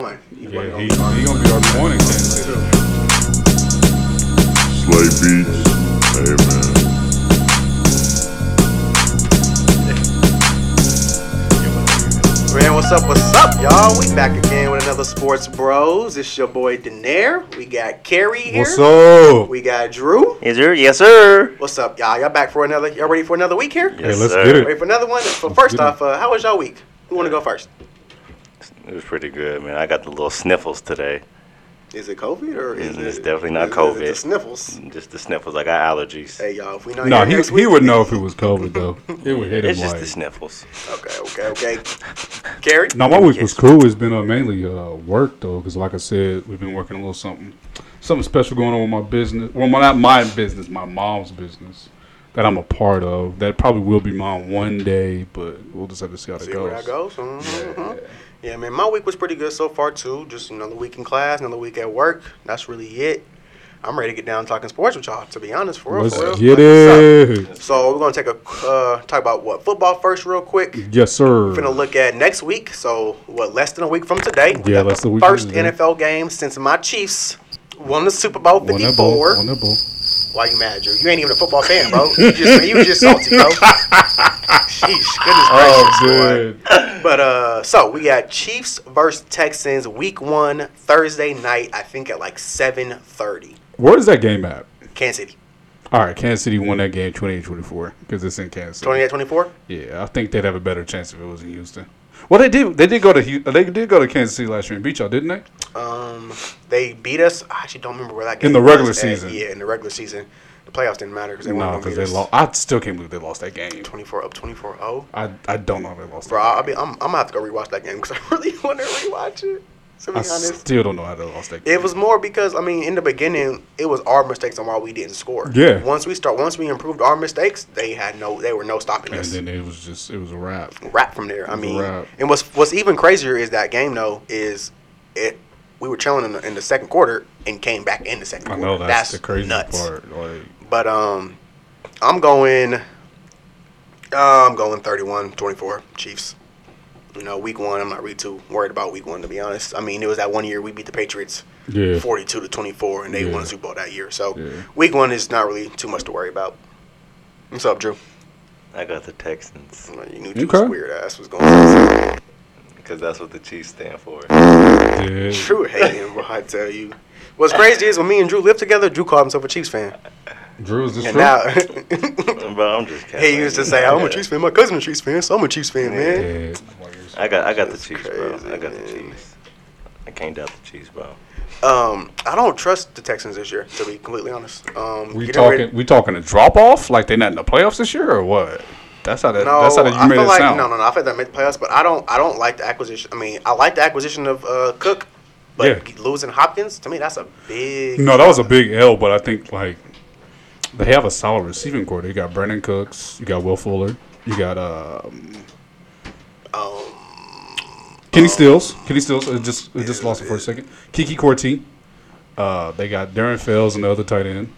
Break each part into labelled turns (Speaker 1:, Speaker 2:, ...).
Speaker 1: one. He
Speaker 2: Yeah,
Speaker 1: wasn't
Speaker 2: he, he
Speaker 1: on the-
Speaker 2: gonna be our morning then.
Speaker 3: Slay Beats. Hey man.
Speaker 1: Man, what's up? What's up, y'all? We back again with another Sports Bros. It's your boy Denair. We got Carrie here.
Speaker 4: What's up?
Speaker 1: We got Drew.
Speaker 5: Yes, sir. Yes, sir.
Speaker 1: What's up, y'all? Y'all back for another? Y'all ready for another week here?
Speaker 4: Hey,
Speaker 5: Yes,
Speaker 4: let's
Speaker 5: sir.
Speaker 4: get it.
Speaker 1: Ready for another one? But first off, uh, how was y'all week? Who want to go first?
Speaker 5: It was pretty good, man. I got the little sniffles today.
Speaker 1: Is it COVID or is
Speaker 5: It's-
Speaker 1: it?
Speaker 5: it's definitely not
Speaker 1: is- Is it the
Speaker 5: COVID.
Speaker 1: sniffles.
Speaker 5: Just the sniffles. I got allergies.
Speaker 1: Hey, y'all. If we know
Speaker 4: No,
Speaker 1: you're
Speaker 4: he,
Speaker 1: next
Speaker 4: he
Speaker 1: week-
Speaker 4: would know if it was COVID though. It would hit him
Speaker 5: it's just
Speaker 4: like.
Speaker 5: the sniffles.
Speaker 1: Okay, okay, okay. Carrie.
Speaker 4: No, my week was cool. It's been uh, mainly uh, work though, because like I said, we've been working a little something, something special going on with my business. Well, my, not my business, my mom's business that I'm a part of. That probably will be mine one day, but we'll just have to see how that
Speaker 1: See
Speaker 4: goes.
Speaker 1: where that goes. Mhm, mhm. Yeah, man, my week was pretty good so far too. Just another week in class, another week at work. That's really it. I'm ready to get down talking sports with y'all. To be honest, for real,
Speaker 4: Let's
Speaker 1: for real.
Speaker 4: get
Speaker 1: Like, what's
Speaker 4: it.
Speaker 1: up? So we're gonna take a uh, talk about what football first, real quick.
Speaker 4: Yes, sir.
Speaker 1: We're gonna look at next week. So what? Less than a week from today. we
Speaker 4: Yeah,
Speaker 1: got
Speaker 4: less
Speaker 1: the
Speaker 4: than a week from
Speaker 1: first
Speaker 4: today.
Speaker 1: NFL game since my Chiefs won the Super Bowl
Speaker 4: Won that ball.
Speaker 1: 54.
Speaker 4: Won that ball.
Speaker 1: Why you mad, Drew? You ain't even a football fan, bro. You just you just salty, bro. Sheesh, goodness gracious,
Speaker 4: Oh,
Speaker 1: boy.
Speaker 4: good.
Speaker 1: But uh, so we got Chiefs versus Texans, Week One, Thursday night. I think at like seven thirty,
Speaker 4: Where is that game at?
Speaker 1: Kansas City,
Speaker 4: All right, Kansas City won that game 28-24 because it's in Kansas. City.
Speaker 1: 28-24.
Speaker 4: Yeah, I think they'd have a better chance if it was in Houston. Well, they did. They did go to. Hu- They did go to Kansas City last year and beat y'all, didn't they?
Speaker 1: Um, they beat us. I actually don't remember where that game
Speaker 4: In the
Speaker 1: was
Speaker 4: regular
Speaker 1: at.
Speaker 4: season.
Speaker 1: Yeah, in the regular season, the playoffs didn't matter because they
Speaker 4: No,
Speaker 1: won.
Speaker 4: because they lost. I still can't believe they lost that game.
Speaker 1: Twenty four up, 24-0.
Speaker 4: I, I don't know if they lost.
Speaker 1: Bro,
Speaker 4: that
Speaker 1: I'll
Speaker 4: game.
Speaker 1: be, I'm, I'm gonna have to go rewatch that game because I really want to rewatch it. To be
Speaker 4: I
Speaker 1: honest,
Speaker 4: still don't know how they lost that game.
Speaker 1: It was more because I mean, in the beginning, it was our mistakes on why we didn't score.
Speaker 4: Yeah.
Speaker 1: Once we start, once we improved our mistakes, they had no, they were no stopping
Speaker 4: and
Speaker 1: us.
Speaker 4: then it was just it was a wrap.
Speaker 1: Wrap from there. I
Speaker 4: was a
Speaker 1: mean,
Speaker 4: wrap.
Speaker 1: and what's what's even crazier is that game though is it. We were chilling in the, in the second quarter and came back in the second
Speaker 4: I
Speaker 1: quarter.
Speaker 4: know that's, the crazy
Speaker 1: nuts.
Speaker 4: part. Like
Speaker 1: But um, I'm going. uh, I'm going 31, 24 Chiefs. You know, week one, I'm not really too worried about week one to be honest. I mean, it was that one year we beat the Patriots.
Speaker 4: yeah,
Speaker 1: 42 to 24, and they
Speaker 4: Yeah.
Speaker 1: won the Super Bowl that year. So
Speaker 4: Yeah.
Speaker 1: week one is not really too much to worry about. What's up, Drew?
Speaker 5: I got the Texans
Speaker 1: You knew Drew's
Speaker 4: Okay.
Speaker 1: weird ass was going to
Speaker 5: because that's what the Chiefs stand for.
Speaker 4: yeah.
Speaker 1: Drew hated him, bro, I tell you. What's crazy is when me and Drew lived together, Drew called himself a Chiefs fan.
Speaker 4: Drew is this
Speaker 1: And
Speaker 4: true?
Speaker 1: now
Speaker 5: but I'm just kidding.
Speaker 1: he used to say, I'm a Chiefs fan. My cousin's a Chiefs fan, so I'm a Chiefs fan, man.
Speaker 4: Yeah.
Speaker 5: I got I got the
Speaker 1: That's
Speaker 5: Chiefs,
Speaker 1: crazy,
Speaker 5: bro. I got the
Speaker 1: man.
Speaker 5: Chiefs. I can't doubt the Chiefs, bro.
Speaker 1: Um, I don't trust the Texans this year, to be completely honest. Um,
Speaker 4: We
Speaker 1: getting
Speaker 4: talking?
Speaker 1: ready-
Speaker 4: We talking a drop off? Like they're not in the playoffs this year or what? That's how that.
Speaker 1: No,
Speaker 4: that's how that
Speaker 1: I
Speaker 4: you made
Speaker 1: feel
Speaker 4: it
Speaker 1: like
Speaker 4: sound.
Speaker 1: no, no, no. I feel that made the playoffs, but I don't. I don't like the acquisition. I mean, I like the acquisition of uh, Cook, but
Speaker 4: Yeah.
Speaker 1: losing Hopkins to me, that's a big.
Speaker 4: No, that was a big L, but I think like they have a solid receiving core. You got Brandon Cooks, you got Will Fuller, you got um, Kenny Stills. Kenny Stills uh, just uh, just lost it for a second. Kiki Corti. Uh, they got Darren Fells and the other tight end.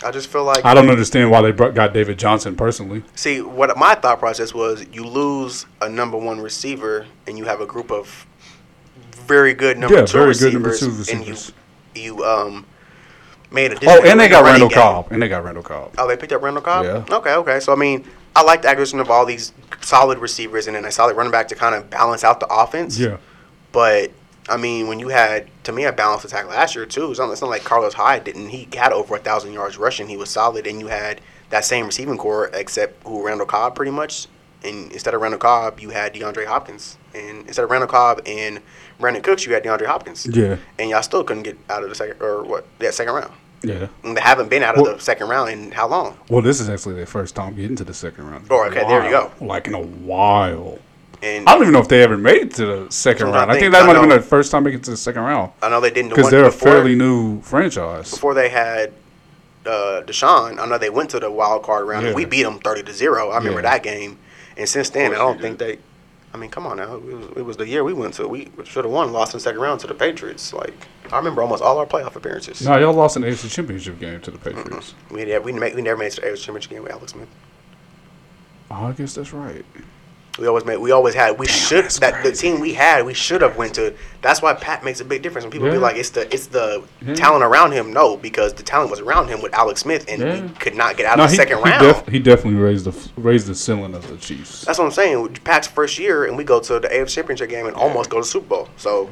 Speaker 1: I just feel like
Speaker 4: I don't understand why they brought, got David Johnson personally.
Speaker 1: see what my thought process was. You lose a number one receiver, and you have a group of very good number
Speaker 4: Yeah,
Speaker 1: two
Speaker 4: very
Speaker 1: receivers,
Speaker 4: good number two
Speaker 1: and you
Speaker 4: receivers.
Speaker 1: you um made a
Speaker 4: Oh,
Speaker 1: difference in
Speaker 4: and they
Speaker 1: the
Speaker 4: got
Speaker 1: running
Speaker 4: Randall
Speaker 1: game.
Speaker 4: Cobb. And they got Randall Cobb.
Speaker 1: Oh, they picked up Randall Cobb.
Speaker 4: Yeah.
Speaker 1: Okay, okay. So I mean, I like the acquisition of all these solid receivers and then a solid running back to kind of balance out the offense.
Speaker 4: Yeah.
Speaker 1: But I mean, when you had to me a balanced attack last year too, it's not, it's not like Carlos Hyde didn't. He had over a thousand yards rushing. He was solid, and you had that same receiving core except who Randall Cobb pretty much. And instead of Randall Cobb, you had DeAndre Hopkins, and instead of Randall Cobb and Brandon Cooks, you had DeAndre Hopkins.
Speaker 4: Yeah.
Speaker 1: And y'all still couldn't get out of the second or what? Yeah, second round.
Speaker 4: Yeah.
Speaker 1: And they haven't been out of
Speaker 4: Well-
Speaker 1: the second round in how long?
Speaker 4: Well, this is actually their first time getting to the second round.
Speaker 1: Oh, okay, there you go.
Speaker 4: Like in a while.
Speaker 1: And
Speaker 4: I don't even know if they ever made it to the second
Speaker 1: That's what
Speaker 4: round.
Speaker 1: I
Speaker 4: I think
Speaker 1: think.
Speaker 4: that
Speaker 1: I
Speaker 4: might have
Speaker 1: know.
Speaker 4: been the first time making it to the second round
Speaker 1: I know they didn't
Speaker 4: because
Speaker 1: one
Speaker 4: they're a
Speaker 1: before,
Speaker 4: fairly new franchise.
Speaker 1: before they had uh, Deshaun. I know they went to the wild card round and we
Speaker 4: Yeah.
Speaker 1: beat them thirty to zero. I remember
Speaker 4: Yeah.
Speaker 1: that game, and since then I don't think they. I mean, come on now, it was, it was the year we went to. We should have won, lost in the second round to the Patriots. Like I remember almost all our playoff appearances.
Speaker 4: No, y'all lost an AFC Championship game to the Patriots.
Speaker 1: We, did, we, didn't make, we never made it to the AFC Championship game with Alex Smith.
Speaker 4: Oh, I guess that's right.
Speaker 1: We always made. We always had. We should that the team we had. We should have went to. That's why Pat makes a big difference. When people be
Speaker 4: Yeah.
Speaker 1: like, it's the it's the
Speaker 4: Yeah.
Speaker 1: talent around him. No, because the talent was around him with Alex Smith, and
Speaker 4: Yeah.
Speaker 1: he could not get out
Speaker 4: No,
Speaker 1: of the
Speaker 4: he,
Speaker 1: second
Speaker 4: he
Speaker 1: round.
Speaker 4: def- he definitely raised the f- raised the ceiling of the Chiefs.
Speaker 1: that's what I'm saying. Pat's first year, and we go to the AFC Championship game and almost go to the Super Bowl. So,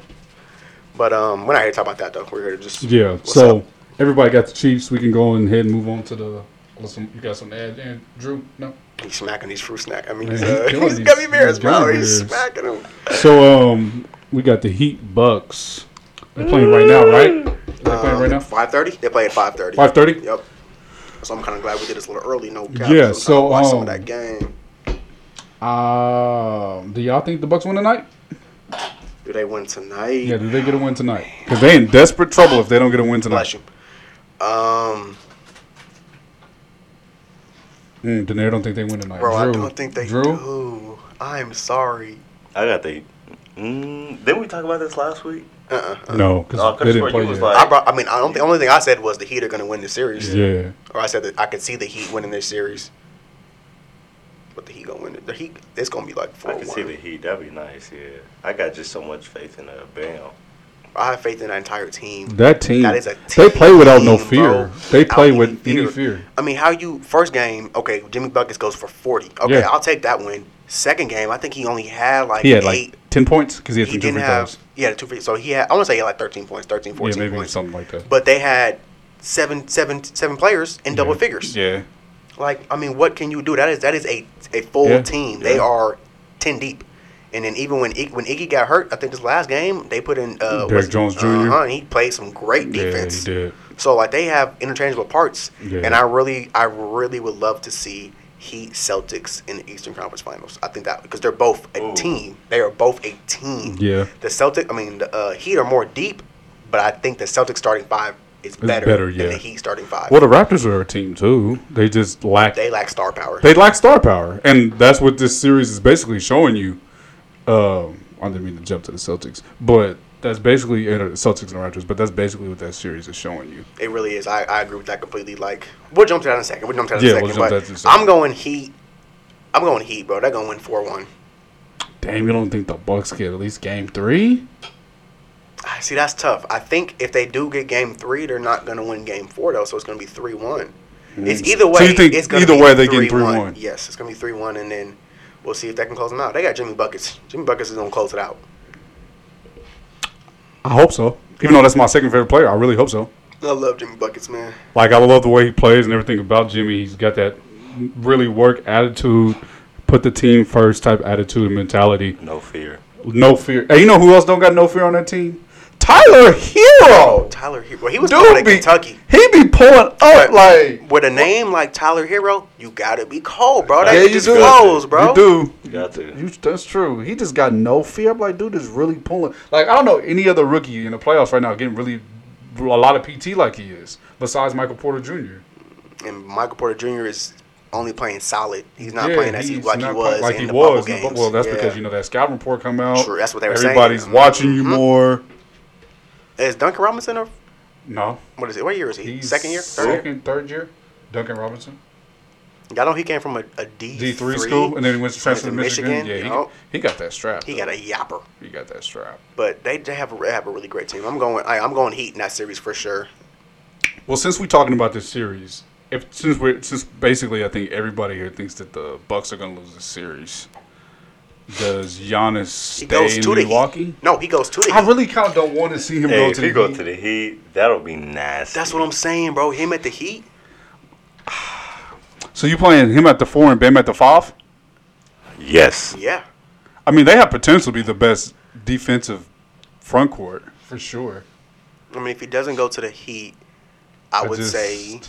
Speaker 1: but um, we're not here to talk about that though. We're here to just
Speaker 4: Yeah.
Speaker 1: what's
Speaker 4: so
Speaker 1: up?
Speaker 4: everybody got the Chiefs. We can go on ahead and move on to the. well, some- you got some ad, and Drew? No.
Speaker 1: he's smacking these fruit snack. I mean,
Speaker 4: Man,
Speaker 1: he's,
Speaker 4: he
Speaker 1: uh,
Speaker 4: killing
Speaker 1: he's
Speaker 4: these
Speaker 1: gummy bears, bro.
Speaker 4: gummy
Speaker 1: He's
Speaker 4: bears.
Speaker 1: smacking them.
Speaker 4: So um, we got the Heat Bucks. They're playing right now, right? They're playing right now.
Speaker 1: Five thirty. They play at five thirty.
Speaker 4: Five thirty.
Speaker 1: Yep. So I'm kind of glad we did this a little early. No cap.
Speaker 4: Yeah,
Speaker 1: I'm trying
Speaker 4: so,
Speaker 1: to watch some of
Speaker 4: um,
Speaker 1: that game.
Speaker 4: Um, do y'all think the Bucks win tonight?
Speaker 1: Do they win tonight?
Speaker 4: Yeah, do they get a win tonight? Because they in desperate trouble if they don't get a win
Speaker 1: Bless
Speaker 4: tonight.
Speaker 1: you. Um,
Speaker 4: Mm, Danair don't think they win tonight.
Speaker 1: bro, I
Speaker 4: Drew.
Speaker 1: don't think they
Speaker 4: Drew?
Speaker 1: do. I'm sorry.
Speaker 5: I got the. Mm, didn't we talk about this last week?
Speaker 1: Uh-uh. uh
Speaker 4: No, because
Speaker 5: No, 'cause
Speaker 4: they
Speaker 5: where
Speaker 4: didn't
Speaker 5: you
Speaker 4: play
Speaker 5: was
Speaker 4: yet.
Speaker 5: like-
Speaker 1: I brought. I mean, I don't. The only thing I said was the Heat are going to win the series.
Speaker 4: yeah.
Speaker 1: Or I said that I could see the Heat winning this series. But the Heat gonna win it. The Heat. It's gonna be like four
Speaker 5: I can see the
Speaker 1: one.
Speaker 5: Heat. That'd be nice. Yeah, I got just so much faith in uh, Bam.
Speaker 1: I have faith in that entire team.
Speaker 4: That team,
Speaker 1: That is a
Speaker 4: they play without no
Speaker 1: team,
Speaker 4: fear.
Speaker 1: bro.
Speaker 4: They play
Speaker 1: Without
Speaker 4: with
Speaker 1: any
Speaker 4: any
Speaker 1: fear.
Speaker 4: fear.
Speaker 1: I mean, how you first game? Okay, Jimmy Buckets goes for forty. Okay,
Speaker 4: Yeah.
Speaker 1: I'll take that win. Second game, I think he only had like
Speaker 4: He had
Speaker 1: eight.
Speaker 4: like ten points because he had
Speaker 1: he
Speaker 4: some two
Speaker 1: didn't
Speaker 4: free
Speaker 1: have.
Speaker 4: throws.
Speaker 1: He had two free. So he had. I want to say he had like 13 points, 13,
Speaker 4: Yeah,
Speaker 1: 14
Speaker 4: maybe
Speaker 1: points.
Speaker 4: something like that.
Speaker 1: But they had seven, seven, seven players in double
Speaker 4: Yeah.
Speaker 1: figures.
Speaker 4: Yeah,
Speaker 1: Like, I mean, what can you do? That is that is a a full
Speaker 4: Yeah.
Speaker 1: team. They
Speaker 4: Yeah.
Speaker 1: are 10 deep. And then even when Ig- when Iggy got hurt, I think this last game they put in uh,
Speaker 4: Derrick
Speaker 1: what's-
Speaker 4: Jones Jr..
Speaker 1: Uh-huh, and he played some great defense.
Speaker 4: yeah, he did.
Speaker 1: So like they have interchangeable parts,
Speaker 4: Yeah.
Speaker 1: and I really, I really would love to see Heat Celtics in the Eastern Conference Finals. I think that because they're both a
Speaker 5: Ooh.
Speaker 1: team, they are both a team.
Speaker 4: Yeah.
Speaker 1: The Celtic, I mean, the uh, Heat are more deep, but I think the Celtics starting five is better,
Speaker 4: better,
Speaker 1: than the
Speaker 4: yeah.
Speaker 1: Heat starting five.
Speaker 4: Well, the Raptors are a team too. They just lack
Speaker 1: they lack star power.
Speaker 4: they lack star power, and that's what this series is basically showing you. Um, I didn't mean to jump to the Celtics, but that's basically uh, the Celtics and Raptors. But that's basically what that series is showing you.
Speaker 1: it really is. I, I agree with that completely. Like we'll jump to that in a second. We'll jump to that
Speaker 4: Yeah,
Speaker 1: in a
Speaker 4: we'll
Speaker 1: 2nd
Speaker 4: jump to
Speaker 1: but
Speaker 4: that in a second.
Speaker 1: I'm going Heat. I'm going Heat, bro. They're gonna win four one.
Speaker 4: Damn, you don't think the Bucks get at least Game Three?
Speaker 1: Ah, See, that's tough. I think if they do get game three, they're not going to win game four, though, so it's going to be 3 1. It's either way.
Speaker 4: Mm. you think
Speaker 1: it's gonna
Speaker 4: either
Speaker 1: be
Speaker 4: way they getting
Speaker 1: 3-1.
Speaker 4: 3-1?
Speaker 1: Yes, it's going to be 3 1, and then we'll see if they can close them out. They got Jimmy Buckets. Jimmy Buckets is going to close it out.
Speaker 4: I hope so. Even though that's my second favorite player, I really hope so.
Speaker 1: I love Jimmy Buckets, man.
Speaker 4: Like I love the way he plays and everything about Jimmy. He's got that really work attitude, put the team first type attitude and mentality.
Speaker 5: No fear.
Speaker 4: No fear. And you know who else don't got no fear on that team?
Speaker 1: Oh,
Speaker 4: Tyler Hero.
Speaker 1: Tyler Hero. He was born in
Speaker 4: Dude, be,
Speaker 1: Kentucky.
Speaker 4: he be pulling up
Speaker 1: But
Speaker 4: like
Speaker 1: with a name like Tyler Hero, you got to be cold, bro. That
Speaker 4: yeah,
Speaker 1: yeah,
Speaker 4: you
Speaker 1: just
Speaker 4: do.
Speaker 1: flows, bro.
Speaker 4: You do.
Speaker 5: Got to.
Speaker 4: You, that's true. He just got no fear. I'm like, dude, is really pulling. Like, I don't know any other rookie in the playoffs right now getting really a lot of PT like he is, besides Michael Porter Jr.
Speaker 1: And Michael Porter Jr. is only playing solid. He's not
Speaker 4: Yeah,
Speaker 1: playing as he,
Speaker 4: he's
Speaker 1: like he
Speaker 4: not
Speaker 1: was
Speaker 4: playing like
Speaker 1: in
Speaker 4: he
Speaker 1: the
Speaker 4: was.
Speaker 1: bubble
Speaker 4: in the
Speaker 1: games.
Speaker 4: bu- Well, that's
Speaker 1: Yeah.
Speaker 4: because you know that scout report come out.
Speaker 1: True, that's what they were saying.
Speaker 4: Everybody's
Speaker 1: Mhm.
Speaker 4: watching you more.
Speaker 1: Is Duncan Robinson a
Speaker 4: No,
Speaker 1: what is it? What year is he?
Speaker 4: he's
Speaker 1: second year, third year.
Speaker 4: second, third year. Duncan Robinson,
Speaker 1: I know he came from a, a D
Speaker 4: D three school, and then he went to transfer to Michigan. Yeah, he,
Speaker 1: yup.
Speaker 4: he got that strap.
Speaker 1: he, got a yapper.
Speaker 4: he got that strap.
Speaker 1: But they, they have a, they have a really great team. I'm going. I, I'm going Heat in that series for sure.
Speaker 4: Well, since we're talking about this series, if since we're since basically I think everybody here thinks that the Bucks are going to lose this series, does Giannis
Speaker 1: He
Speaker 4: stay
Speaker 1: goes to
Speaker 4: in
Speaker 1: the
Speaker 4: Milwaukee?
Speaker 1: Heat. No, he goes to the.
Speaker 4: I
Speaker 1: Heat.
Speaker 4: really kind of don't want to see him
Speaker 5: Hey,
Speaker 4: go
Speaker 5: if
Speaker 4: to
Speaker 5: he
Speaker 4: the
Speaker 5: go
Speaker 4: Heat.
Speaker 5: to the Heat, that'll be nasty.
Speaker 1: That's what I'm saying, bro. Him at the Heat.
Speaker 4: so you playing him at the four and Bam at the five?
Speaker 5: Yes.
Speaker 1: Yeah.
Speaker 4: I mean, they have potential to be the best defensive front court for sure.
Speaker 1: I mean, if he doesn't go to the Heat, I, would
Speaker 4: just-
Speaker 1: say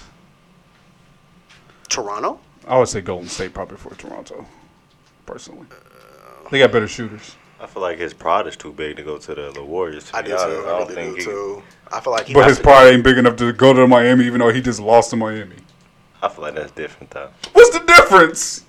Speaker 1: Toronto.
Speaker 4: I would say Golden State probably for Toronto, personally. They got better shooters.
Speaker 5: I feel like his pride is too big to go to the, the Warriors. To
Speaker 1: I
Speaker 5: be
Speaker 1: do too.
Speaker 5: honest.
Speaker 1: I really do
Speaker 5: he-
Speaker 1: too. I feel like he.
Speaker 4: But
Speaker 1: has
Speaker 4: his
Speaker 1: to-
Speaker 4: pride ain't big enough to go to Miami, even though he just lost to Miami.
Speaker 5: I feel like that's different though.
Speaker 4: What's the difference?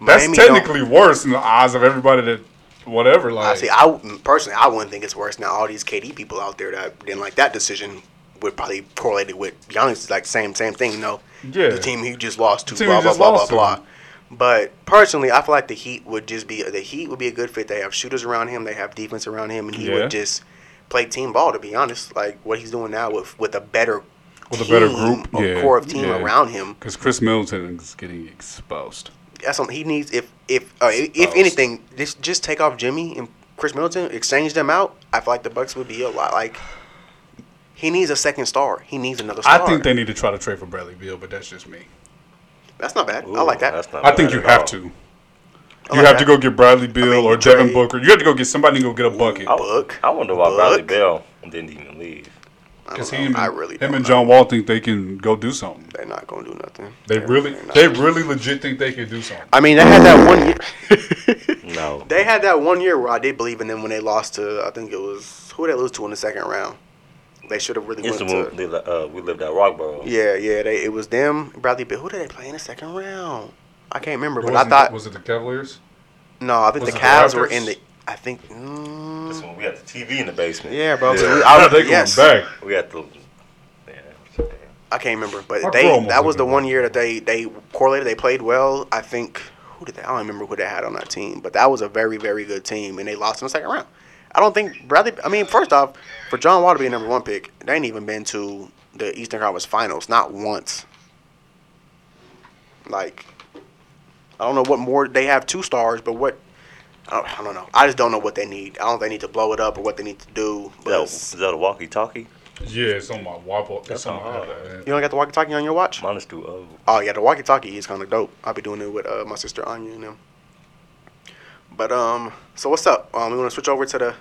Speaker 4: That's
Speaker 1: Miami don't-
Speaker 4: technically worse in the eyes of everybody that whatever. Like,
Speaker 1: I see. I w- personally, I wouldn't think it's worse. Now all these KD people out there that didn't like that decision would probably correlate it with Giannis. Like same same thing. You know,
Speaker 4: Yeah.
Speaker 1: the team he just lost to.
Speaker 4: The team
Speaker 1: Blah
Speaker 4: he
Speaker 1: blah
Speaker 4: just
Speaker 1: blah blah
Speaker 4: lost to.
Speaker 1: blah. But personally, I feel like the Heat would just be the Heat would be a good fit. They have shooters around him, they have defense around him, and he
Speaker 4: Yeah.
Speaker 1: would just play team ball. To be honest, like what he's doing now with with a better
Speaker 4: With a better group,
Speaker 1: or
Speaker 4: yeah,
Speaker 1: core of team
Speaker 4: yeah.
Speaker 1: around him.
Speaker 4: Because Chris Middleton is getting exposed.
Speaker 1: That's something he needs. If if uh, if
Speaker 5: Oh,
Speaker 4: Exposed.
Speaker 1: anything, just just take off Jimmy and Chris Middleton, exchange them out. I feel like the Bucks would be a lot like. He needs a second star. He needs another star.
Speaker 4: I think they need to try to trade for Bradley Beal, but that's just me.
Speaker 1: that's not bad. I
Speaker 5: Ooh,
Speaker 1: like that.
Speaker 5: that's not
Speaker 4: I think
Speaker 5: bad
Speaker 4: you
Speaker 5: at
Speaker 4: have
Speaker 5: all.
Speaker 4: to.
Speaker 1: I
Speaker 4: You
Speaker 1: like
Speaker 4: have to
Speaker 1: that.
Speaker 4: go get Bradley Beal
Speaker 1: mean,
Speaker 4: or
Speaker 1: you
Speaker 4: Devin
Speaker 1: trade-
Speaker 4: Booker. You have to go get somebody to go get a bucket.
Speaker 5: I,
Speaker 1: Book.
Speaker 5: I wonder why
Speaker 1: Book.
Speaker 5: Bradley Bell didn't even leave.
Speaker 1: I,
Speaker 4: Because
Speaker 1: don't
Speaker 4: he,
Speaker 1: know.
Speaker 4: and-
Speaker 1: I really
Speaker 4: him
Speaker 1: don't
Speaker 4: and
Speaker 1: know.
Speaker 4: John Wall think they can go do something.
Speaker 1: They're not gonna do nothing.
Speaker 4: They
Speaker 1: They're-
Speaker 4: really,
Speaker 1: they're not.
Speaker 4: they really legit think they can do something.
Speaker 1: I mean, they had that one year.
Speaker 5: No.
Speaker 1: they had that one year where I did believe in them when they lost to I think it was who did they lose to in the second round. They should have really
Speaker 5: It's
Speaker 1: went
Speaker 5: the
Speaker 1: to.
Speaker 5: one they, uh, we lived at Rockboro.
Speaker 1: Yeah, yeah. They, it was them, Bradley. But who did they play in the second round? I can't remember, but I
Speaker 4: Wasn't-
Speaker 1: thought
Speaker 4: was it the Cavaliers?
Speaker 1: no. I think
Speaker 4: was
Speaker 1: the
Speaker 4: it
Speaker 1: Cavs
Speaker 4: the
Speaker 1: were
Speaker 4: Raptors?
Speaker 1: in the. I think.
Speaker 5: This
Speaker 1: Mm,
Speaker 5: one we had the TV in the basement.
Speaker 1: yeah, bro.
Speaker 5: Yeah.
Speaker 1: We- I, was-
Speaker 4: they
Speaker 1: yes,
Speaker 4: going back.
Speaker 5: We had the. Yeah.
Speaker 1: I can't remember, but
Speaker 4: Mark
Speaker 1: they
Speaker 4: Rome was
Speaker 1: that was
Speaker 4: a
Speaker 1: the
Speaker 4: good
Speaker 1: one
Speaker 4: one.
Speaker 1: year that they they correlated. They played well. I think who did they? I don't remember who they had on that team, but that was a very very good team, and they lost in the second round. I don't think Bradley. I mean, first off, for John Wall to be a number one pick, they ain't even been to the Eastern Conference Finals not once. Like, I don't know what more they have two stars, but what. I don't, I don't know. I just don't know what they need. I don't think they need to blow it up or what they need to do. But
Speaker 5: That, is that a walkie talkie?
Speaker 4: Yeah, it's on my wobble. It's
Speaker 5: That's
Speaker 4: on my
Speaker 5: not hard.
Speaker 1: you don't got the walkie-talkie on your watch?
Speaker 5: Mine is uh, too old.
Speaker 1: Oh yeah, the walkie talkie is kind of dope. I'll be doing it with uh, my sister Anya and them. But um, so what's up? Um, we want to switch over to the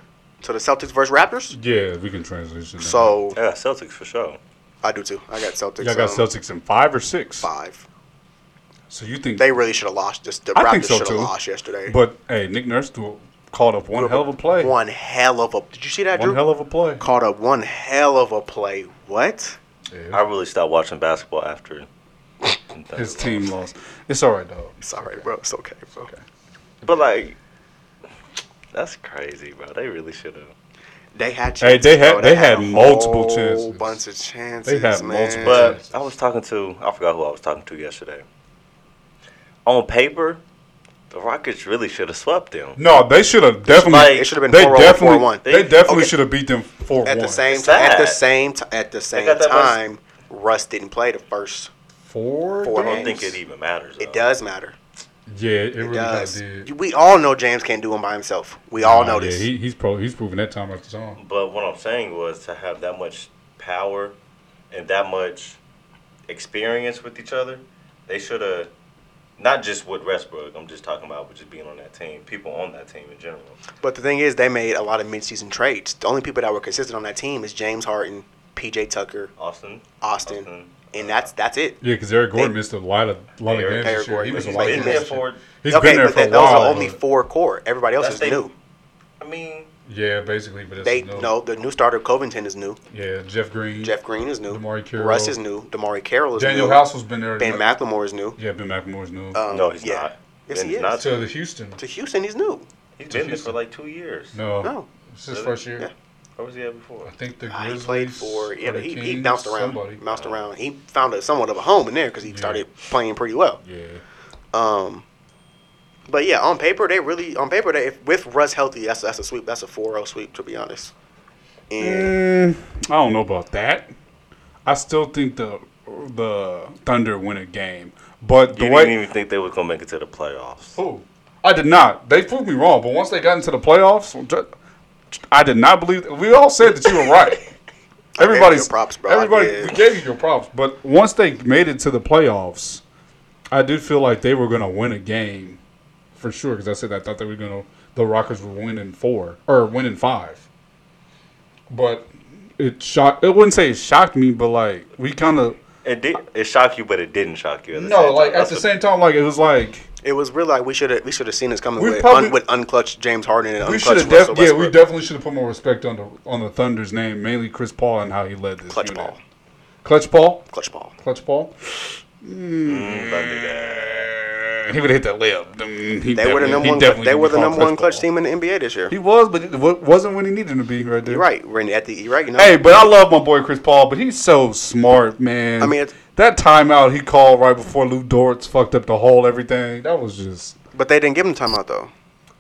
Speaker 1: to the Celtics versus Raptors.
Speaker 4: Yeah, we can transition. now.
Speaker 1: So
Speaker 5: I got Celtics for sure.
Speaker 1: I do too. I got Celtics.
Speaker 4: y'all got
Speaker 1: um,
Speaker 4: Celtics in five or six.
Speaker 1: five.
Speaker 4: So you think
Speaker 1: They really should have lost. Just the
Speaker 4: I
Speaker 1: Raptors
Speaker 4: think so
Speaker 1: should have
Speaker 4: too.
Speaker 1: lost yesterday.
Speaker 4: But hey, Nick Nurse threw, called up one hell of a play.
Speaker 1: One
Speaker 4: One,
Speaker 1: hell of a. Did you see that, Drew?
Speaker 4: hell of a play.
Speaker 1: Called up one hell of a play. What?
Speaker 5: I really stopped watching basketball after.
Speaker 4: His team lost. It's all right, dog.
Speaker 1: It's all right, bro. It's okay, bro.
Speaker 5: But like, that's crazy, bro. They really should have.
Speaker 1: They had chances.
Speaker 4: Hey, they had-
Speaker 1: bro.
Speaker 4: they had
Speaker 1: a
Speaker 4: multiple
Speaker 1: whole
Speaker 4: chances.
Speaker 1: bunch of chances.
Speaker 4: had
Speaker 1: man.
Speaker 4: multiple
Speaker 5: But
Speaker 4: chances.
Speaker 5: I was talking to I forgot who I was talking to yesterday. On paper, the Rockets really should have swept them.
Speaker 4: No, they should have definitely.
Speaker 5: like-
Speaker 1: It should have been oh 4
Speaker 4: they
Speaker 1: 0
Speaker 4: definitely.
Speaker 1: 4 1.
Speaker 4: They
Speaker 5: They-
Speaker 4: definitely
Speaker 1: okay.
Speaker 4: should have beat them four
Speaker 1: at
Speaker 4: one.
Speaker 1: the same
Speaker 5: It's
Speaker 1: time, at the
Speaker 5: sad.
Speaker 1: same ti- at the same
Speaker 5: got that much-
Speaker 1: time, Russ didn't play the first.
Speaker 4: four.
Speaker 1: Four
Speaker 5: I don't
Speaker 1: games.
Speaker 5: think it even matters.
Speaker 1: It
Speaker 5: though.
Speaker 1: does matter.
Speaker 4: Yeah, it,
Speaker 1: It
Speaker 4: really kinda
Speaker 1: does.
Speaker 4: did.
Speaker 1: We all know James can't do him by himself. We all
Speaker 4: Nah,
Speaker 1: know this.
Speaker 4: Yeah, he, he's pro, he's proving that time after time.
Speaker 5: But what I'm saying was to have that much power and that much experience with each other, they should have. Not just with Westbrook, I'm just talking about, but just being on that team, people on that team in general.
Speaker 1: but the thing is, they made a lot of midseason trades. The only people that were consistent on that team is James Harden, PJ Tucker,
Speaker 5: Austin,
Speaker 1: Austin, and that's that's it.
Speaker 4: Yeah, because Eric Gordon
Speaker 1: They-
Speaker 4: missed a lot of lot of
Speaker 1: Eric
Speaker 4: games.
Speaker 5: Eric-
Speaker 4: this year.
Speaker 1: Gordon,
Speaker 4: He was a
Speaker 1: he's
Speaker 4: lot of
Speaker 1: been
Speaker 4: games.
Speaker 1: there
Speaker 4: this year.
Speaker 5: for-
Speaker 4: He's
Speaker 1: okay,
Speaker 4: been there
Speaker 1: but
Speaker 4: for a
Speaker 1: that, those are
Speaker 4: while.
Speaker 1: only
Speaker 4: but-
Speaker 1: four core. Everybody else
Speaker 5: That's
Speaker 1: is
Speaker 5: they-
Speaker 1: new.
Speaker 5: I mean,
Speaker 4: Yeah, basically, but it's
Speaker 1: They
Speaker 4: no.
Speaker 1: no, the new starter Covington is new.
Speaker 4: Yeah, Jeff Green.
Speaker 1: Jeff Green is new.
Speaker 4: Damari Carroll.
Speaker 1: Russ is new. Damari Carroll is
Speaker 4: Daniel
Speaker 1: new.
Speaker 4: House has been there.
Speaker 1: Ben McLemore is new.
Speaker 4: Yeah, Ben McLemore's new.
Speaker 1: Um,
Speaker 5: no, he's
Speaker 1: yeah.
Speaker 5: not.
Speaker 1: Yes,
Speaker 5: Ben
Speaker 1: he
Speaker 5: is
Speaker 1: is.
Speaker 5: Not.
Speaker 4: to the Houston.
Speaker 1: To Houston, he's new.
Speaker 5: He's been there for
Speaker 4: Houston.
Speaker 5: like two years.
Speaker 4: No,
Speaker 1: No.
Speaker 4: it's his
Speaker 5: Really?
Speaker 4: first year.
Speaker 1: Oh. Yeah.
Speaker 5: Where was he at before?
Speaker 4: I think the
Speaker 1: Uh, he
Speaker 4: Grizzlies.
Speaker 1: played for yeah.
Speaker 4: or the
Speaker 1: He, he
Speaker 4: Kings,
Speaker 1: bounced around,
Speaker 4: Somebody.
Speaker 1: bounced around. He found a somewhat of a home in there because he
Speaker 4: Yeah.
Speaker 1: started playing pretty well.
Speaker 4: Yeah,
Speaker 1: Um, but yeah, on paper they really on paper they if, with Russ healthy that's that's a sweep that's a 4-0 sweep to be honest. And
Speaker 4: I don't know about that. I still think the the Thunder win a game, but the
Speaker 5: You
Speaker 4: way
Speaker 5: didn't even think they were gonna make it to the playoffs.
Speaker 4: Who? I did not. They proved me wrong, but once they got into the playoffs, I did not believe. We all said that you were right. Everybody's
Speaker 1: your props, bro. I
Speaker 4: Everybody,
Speaker 1: did.
Speaker 4: we gave you your props, but once they made it to the playoffs, I did feel like they were going to win a game for sure. Because I said I thought they were going to. The Rockers were winning four or winning five, but it shocked. It wouldn't say it shocked me, but like we kind of
Speaker 5: It did. It shocked you, but it didn't shock you. At the
Speaker 4: no,
Speaker 5: same
Speaker 4: like
Speaker 5: time.
Speaker 4: at the same time, like it was like.
Speaker 1: it was really like we should have we should have seen this coming
Speaker 4: We
Speaker 1: with,
Speaker 4: probably-
Speaker 1: un, with unclutched James Harden and
Speaker 4: We should
Speaker 1: unclutched
Speaker 4: have
Speaker 1: Russell
Speaker 4: def- yeah, we
Speaker 1: Westbrook.
Speaker 4: definitely should have put more respect on the on the Thunder's name, mainly Chris Paul and how he led this.
Speaker 1: Clutch
Speaker 4: unit.
Speaker 1: Paul.
Speaker 4: Clutch Paul,
Speaker 1: clutch ball.
Speaker 4: Clutch Paul.
Speaker 5: Mm, don't do that.
Speaker 4: And Eh, he would have hit that layup. I mean, he
Speaker 1: They were the
Speaker 4: definitely-
Speaker 1: number
Speaker 4: he
Speaker 1: one
Speaker 4: definitely
Speaker 1: they
Speaker 4: would
Speaker 1: were
Speaker 4: have
Speaker 1: the
Speaker 4: called
Speaker 1: number one clutch
Speaker 4: Paul.
Speaker 1: team in the NBA this year.
Speaker 4: He was, but it wa- wasn't when he needed him to be right there.
Speaker 1: You're right, when at the right, you know.
Speaker 4: Hey, but I love my boy Chris Paul, but he's so smart, man.
Speaker 1: I mean, it's-
Speaker 4: that timeout he called right before Lou Dortz fucked up the whole everything. That was just.
Speaker 1: But they didn't give him timeout though.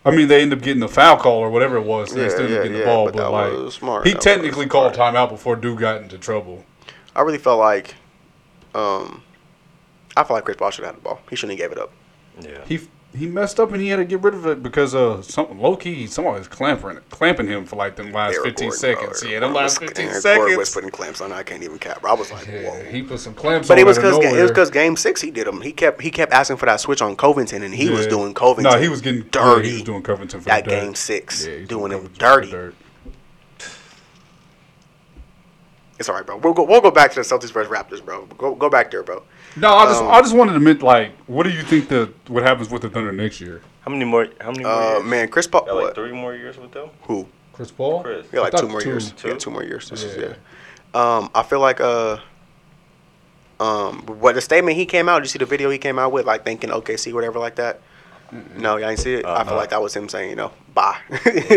Speaker 4: I mean, they end up getting the foul call or whatever it was. They
Speaker 1: Yeah,
Speaker 4: still end
Speaker 1: yeah,
Speaker 4: up getting
Speaker 1: yeah,
Speaker 4: the ball,
Speaker 1: but
Speaker 4: but,
Speaker 1: that
Speaker 4: like
Speaker 1: was smart.
Speaker 4: he
Speaker 1: That was
Speaker 4: technically called
Speaker 1: smart.
Speaker 4: timeout before Dude got into trouble.
Speaker 1: I really felt like, um, I felt like Chris Paul should have had the ball. He shouldn't have gave it up.
Speaker 5: Yeah.
Speaker 4: He he messed up and he had to get rid of it because uh something low key somebody was clamping clamping him for like them last
Speaker 1: Eric Gordon,
Speaker 4: fifteen
Speaker 1: bro,
Speaker 4: seconds.
Speaker 1: Eric
Speaker 4: Yeah, them
Speaker 1: Gordon
Speaker 4: last
Speaker 1: was-
Speaker 4: fifteen
Speaker 1: Eric Gordon was
Speaker 4: seconds.
Speaker 1: putting clamps on. I can't even cap. I was like,
Speaker 4: Yeah,
Speaker 1: whoa.
Speaker 4: he put some clamps
Speaker 1: But
Speaker 4: on
Speaker 1: it was
Speaker 4: out of
Speaker 1: because it was
Speaker 4: nowhere.
Speaker 1: because Game Six he did him. He kept he kept asking for that switch on Covington, and he was
Speaker 4: Yeah.
Speaker 1: doing Covington.
Speaker 4: No, he was getting dirty.
Speaker 1: dirty.
Speaker 4: he was doing Covington for
Speaker 1: that
Speaker 4: the dirt.
Speaker 1: Game Six,
Speaker 4: he was
Speaker 1: doing him
Speaker 4: Covington for the
Speaker 1: dirty.
Speaker 4: dirt.
Speaker 1: It's all right, bro. We'll go we'll go back to the Celtics versus Raptors, bro. Go go back there, bro.
Speaker 4: No, I just
Speaker 1: Um,
Speaker 4: I just wanted to admit like, what do you think the what happens with the Thunder next year?
Speaker 5: How many more? How many more?
Speaker 1: Uh,
Speaker 5: years?
Speaker 1: man, Chris Paul.
Speaker 5: Got like
Speaker 1: What?
Speaker 5: three more years with them.
Speaker 1: Who?
Speaker 4: Chris Paul.
Speaker 5: Chris.
Speaker 1: We got
Speaker 4: I
Speaker 1: like two
Speaker 4: thought
Speaker 1: more
Speaker 4: two.
Speaker 1: years. Yeah,
Speaker 5: Two?
Speaker 1: two more years. This
Speaker 4: Yeah.
Speaker 1: is yeah. Um, I feel like uh, um, what the statement he came out. Did you see the video he came out with, like thinking OKC, whatever, like that? No, y'all didn't see it. I feel
Speaker 5: Uh-uh.
Speaker 1: like that was him saying, you know, bye.
Speaker 4: Where Uh-huh. he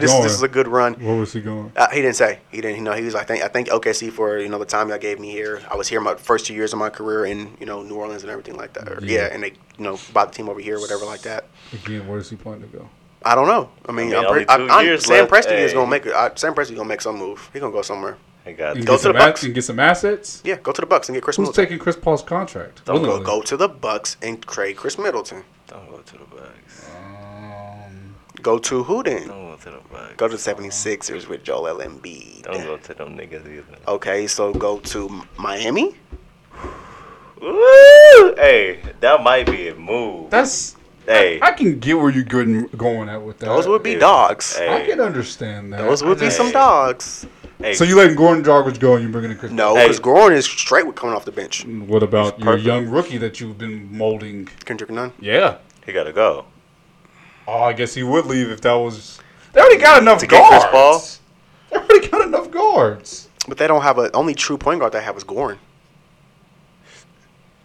Speaker 1: this,
Speaker 4: going?
Speaker 1: this is a good run.
Speaker 4: Where was he going?
Speaker 1: Uh, he didn't say. He didn't. You know, he was. I think. I think OKC for you know the time y'all gave me here. I was here my first two years of my career in you know New Orleans and everything like that. Or,
Speaker 4: Yeah.
Speaker 1: yeah. and they you know bought the team over here, whatever like that.
Speaker 4: Again, where is he planning to go?
Speaker 1: I don't know. I mean,
Speaker 5: mean,
Speaker 1: I am
Speaker 5: only
Speaker 1: pre- I,
Speaker 5: two
Speaker 1: I'm,
Speaker 5: years
Speaker 1: Sam
Speaker 5: left.
Speaker 1: Presti is
Speaker 5: Hey.
Speaker 1: gonna make. it. I, Sam Presti gonna make some move. He gonna go somewhere.
Speaker 5: I got
Speaker 4: And
Speaker 1: Go
Speaker 4: get
Speaker 1: to
Speaker 4: some
Speaker 1: the
Speaker 4: ass-
Speaker 1: Bucks.
Speaker 4: and get some assets.
Speaker 1: Yeah, go to the Bucks and get Chris
Speaker 4: Who's
Speaker 1: Middleton.
Speaker 4: taking Chris Paul's contract?
Speaker 5: Don't
Speaker 1: Go,
Speaker 4: Willingly.
Speaker 1: go to the Bucks and trade Chris Middleton.
Speaker 5: Don't go to the Bucks.
Speaker 4: Um,
Speaker 1: Go to who then?
Speaker 5: Don't go to the Bucks.
Speaker 1: Go to the 76ers with Joel Embiid.
Speaker 5: Don't go to them niggas either.
Speaker 1: Okay, so go to Miami.
Speaker 5: Woo! Hey, that might be a move.
Speaker 4: that's
Speaker 5: hey,
Speaker 4: I can get where you're getting, going at with that.
Speaker 1: Those would be
Speaker 5: yeah.
Speaker 1: dogs.
Speaker 5: Hey.
Speaker 4: I can understand that.
Speaker 1: Those would
Speaker 4: I
Speaker 1: be
Speaker 4: just-
Speaker 1: some dogs.
Speaker 5: hey,
Speaker 4: So you letting Gordon Jarvis go and you bringing in Chris?
Speaker 1: No,
Speaker 5: Hey.
Speaker 1: because Goran is straight with coming off the bench.
Speaker 4: Paul? What about your
Speaker 5: perfect.
Speaker 4: young rookie that you've been molding?
Speaker 1: Kendrick Nunn.
Speaker 4: Yeah.
Speaker 5: he gotta go.
Speaker 4: Oh, I guess he would leave if that was. They already got enough
Speaker 5: To get
Speaker 4: guards.
Speaker 5: Chris Paul?
Speaker 4: They already got enough guards.
Speaker 1: But they don't have a only true point guard they have is Goran.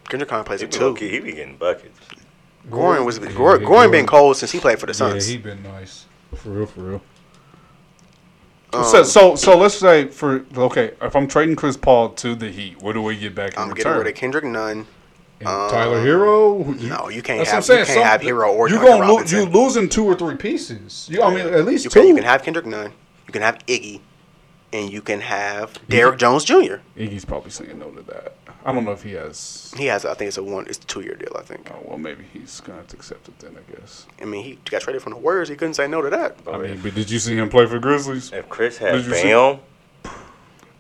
Speaker 1: Kendrick Nunn plays
Speaker 5: He
Speaker 1: it
Speaker 5: be,
Speaker 1: too.
Speaker 5: low-key, he be getting buckets.
Speaker 1: Goran was
Speaker 4: Yeah,
Speaker 1: Goran,
Speaker 4: yeah,
Speaker 1: Goran been cold since he played for the Suns.
Speaker 4: Yeah, he been nice. For real, for real.
Speaker 1: Um,
Speaker 4: so, so, so let's say for okay, if I'm trading Chris Paul to the Heat, what do we get back in
Speaker 1: I'm getting
Speaker 4: return?
Speaker 1: rid of Kendrick Nunn.
Speaker 4: And Tyler Hero? Who- you-
Speaker 1: No, you can't
Speaker 4: that's
Speaker 1: have-
Speaker 4: what I'm
Speaker 1: you
Speaker 4: saying.
Speaker 1: can't have Hero or
Speaker 4: you
Speaker 1: Duncan
Speaker 4: gonna lo-
Speaker 1: Robinson.
Speaker 4: you losing two or three pieces. You, I mean, at least
Speaker 1: You
Speaker 4: two.
Speaker 1: can, you can have Kendrick Nunn. You can have Iggy, and you can have
Speaker 4: Mm-hmm.
Speaker 1: Derrick Jones Jr.
Speaker 4: Iggy's probably saying no to that. I don't know if he has.
Speaker 1: He has, I think it's a one, it's a two year deal. I think.
Speaker 4: Oh, well, maybe he's gonna have to accept it then. I guess.
Speaker 1: I mean, he got traded from the Warriors. He couldn't say no to that.
Speaker 5: But
Speaker 4: I mean,
Speaker 5: if,
Speaker 4: but did you see him play for the Grizzlies?
Speaker 5: if Chris
Speaker 4: Did
Speaker 5: had
Speaker 4: you see-
Speaker 5: Bam,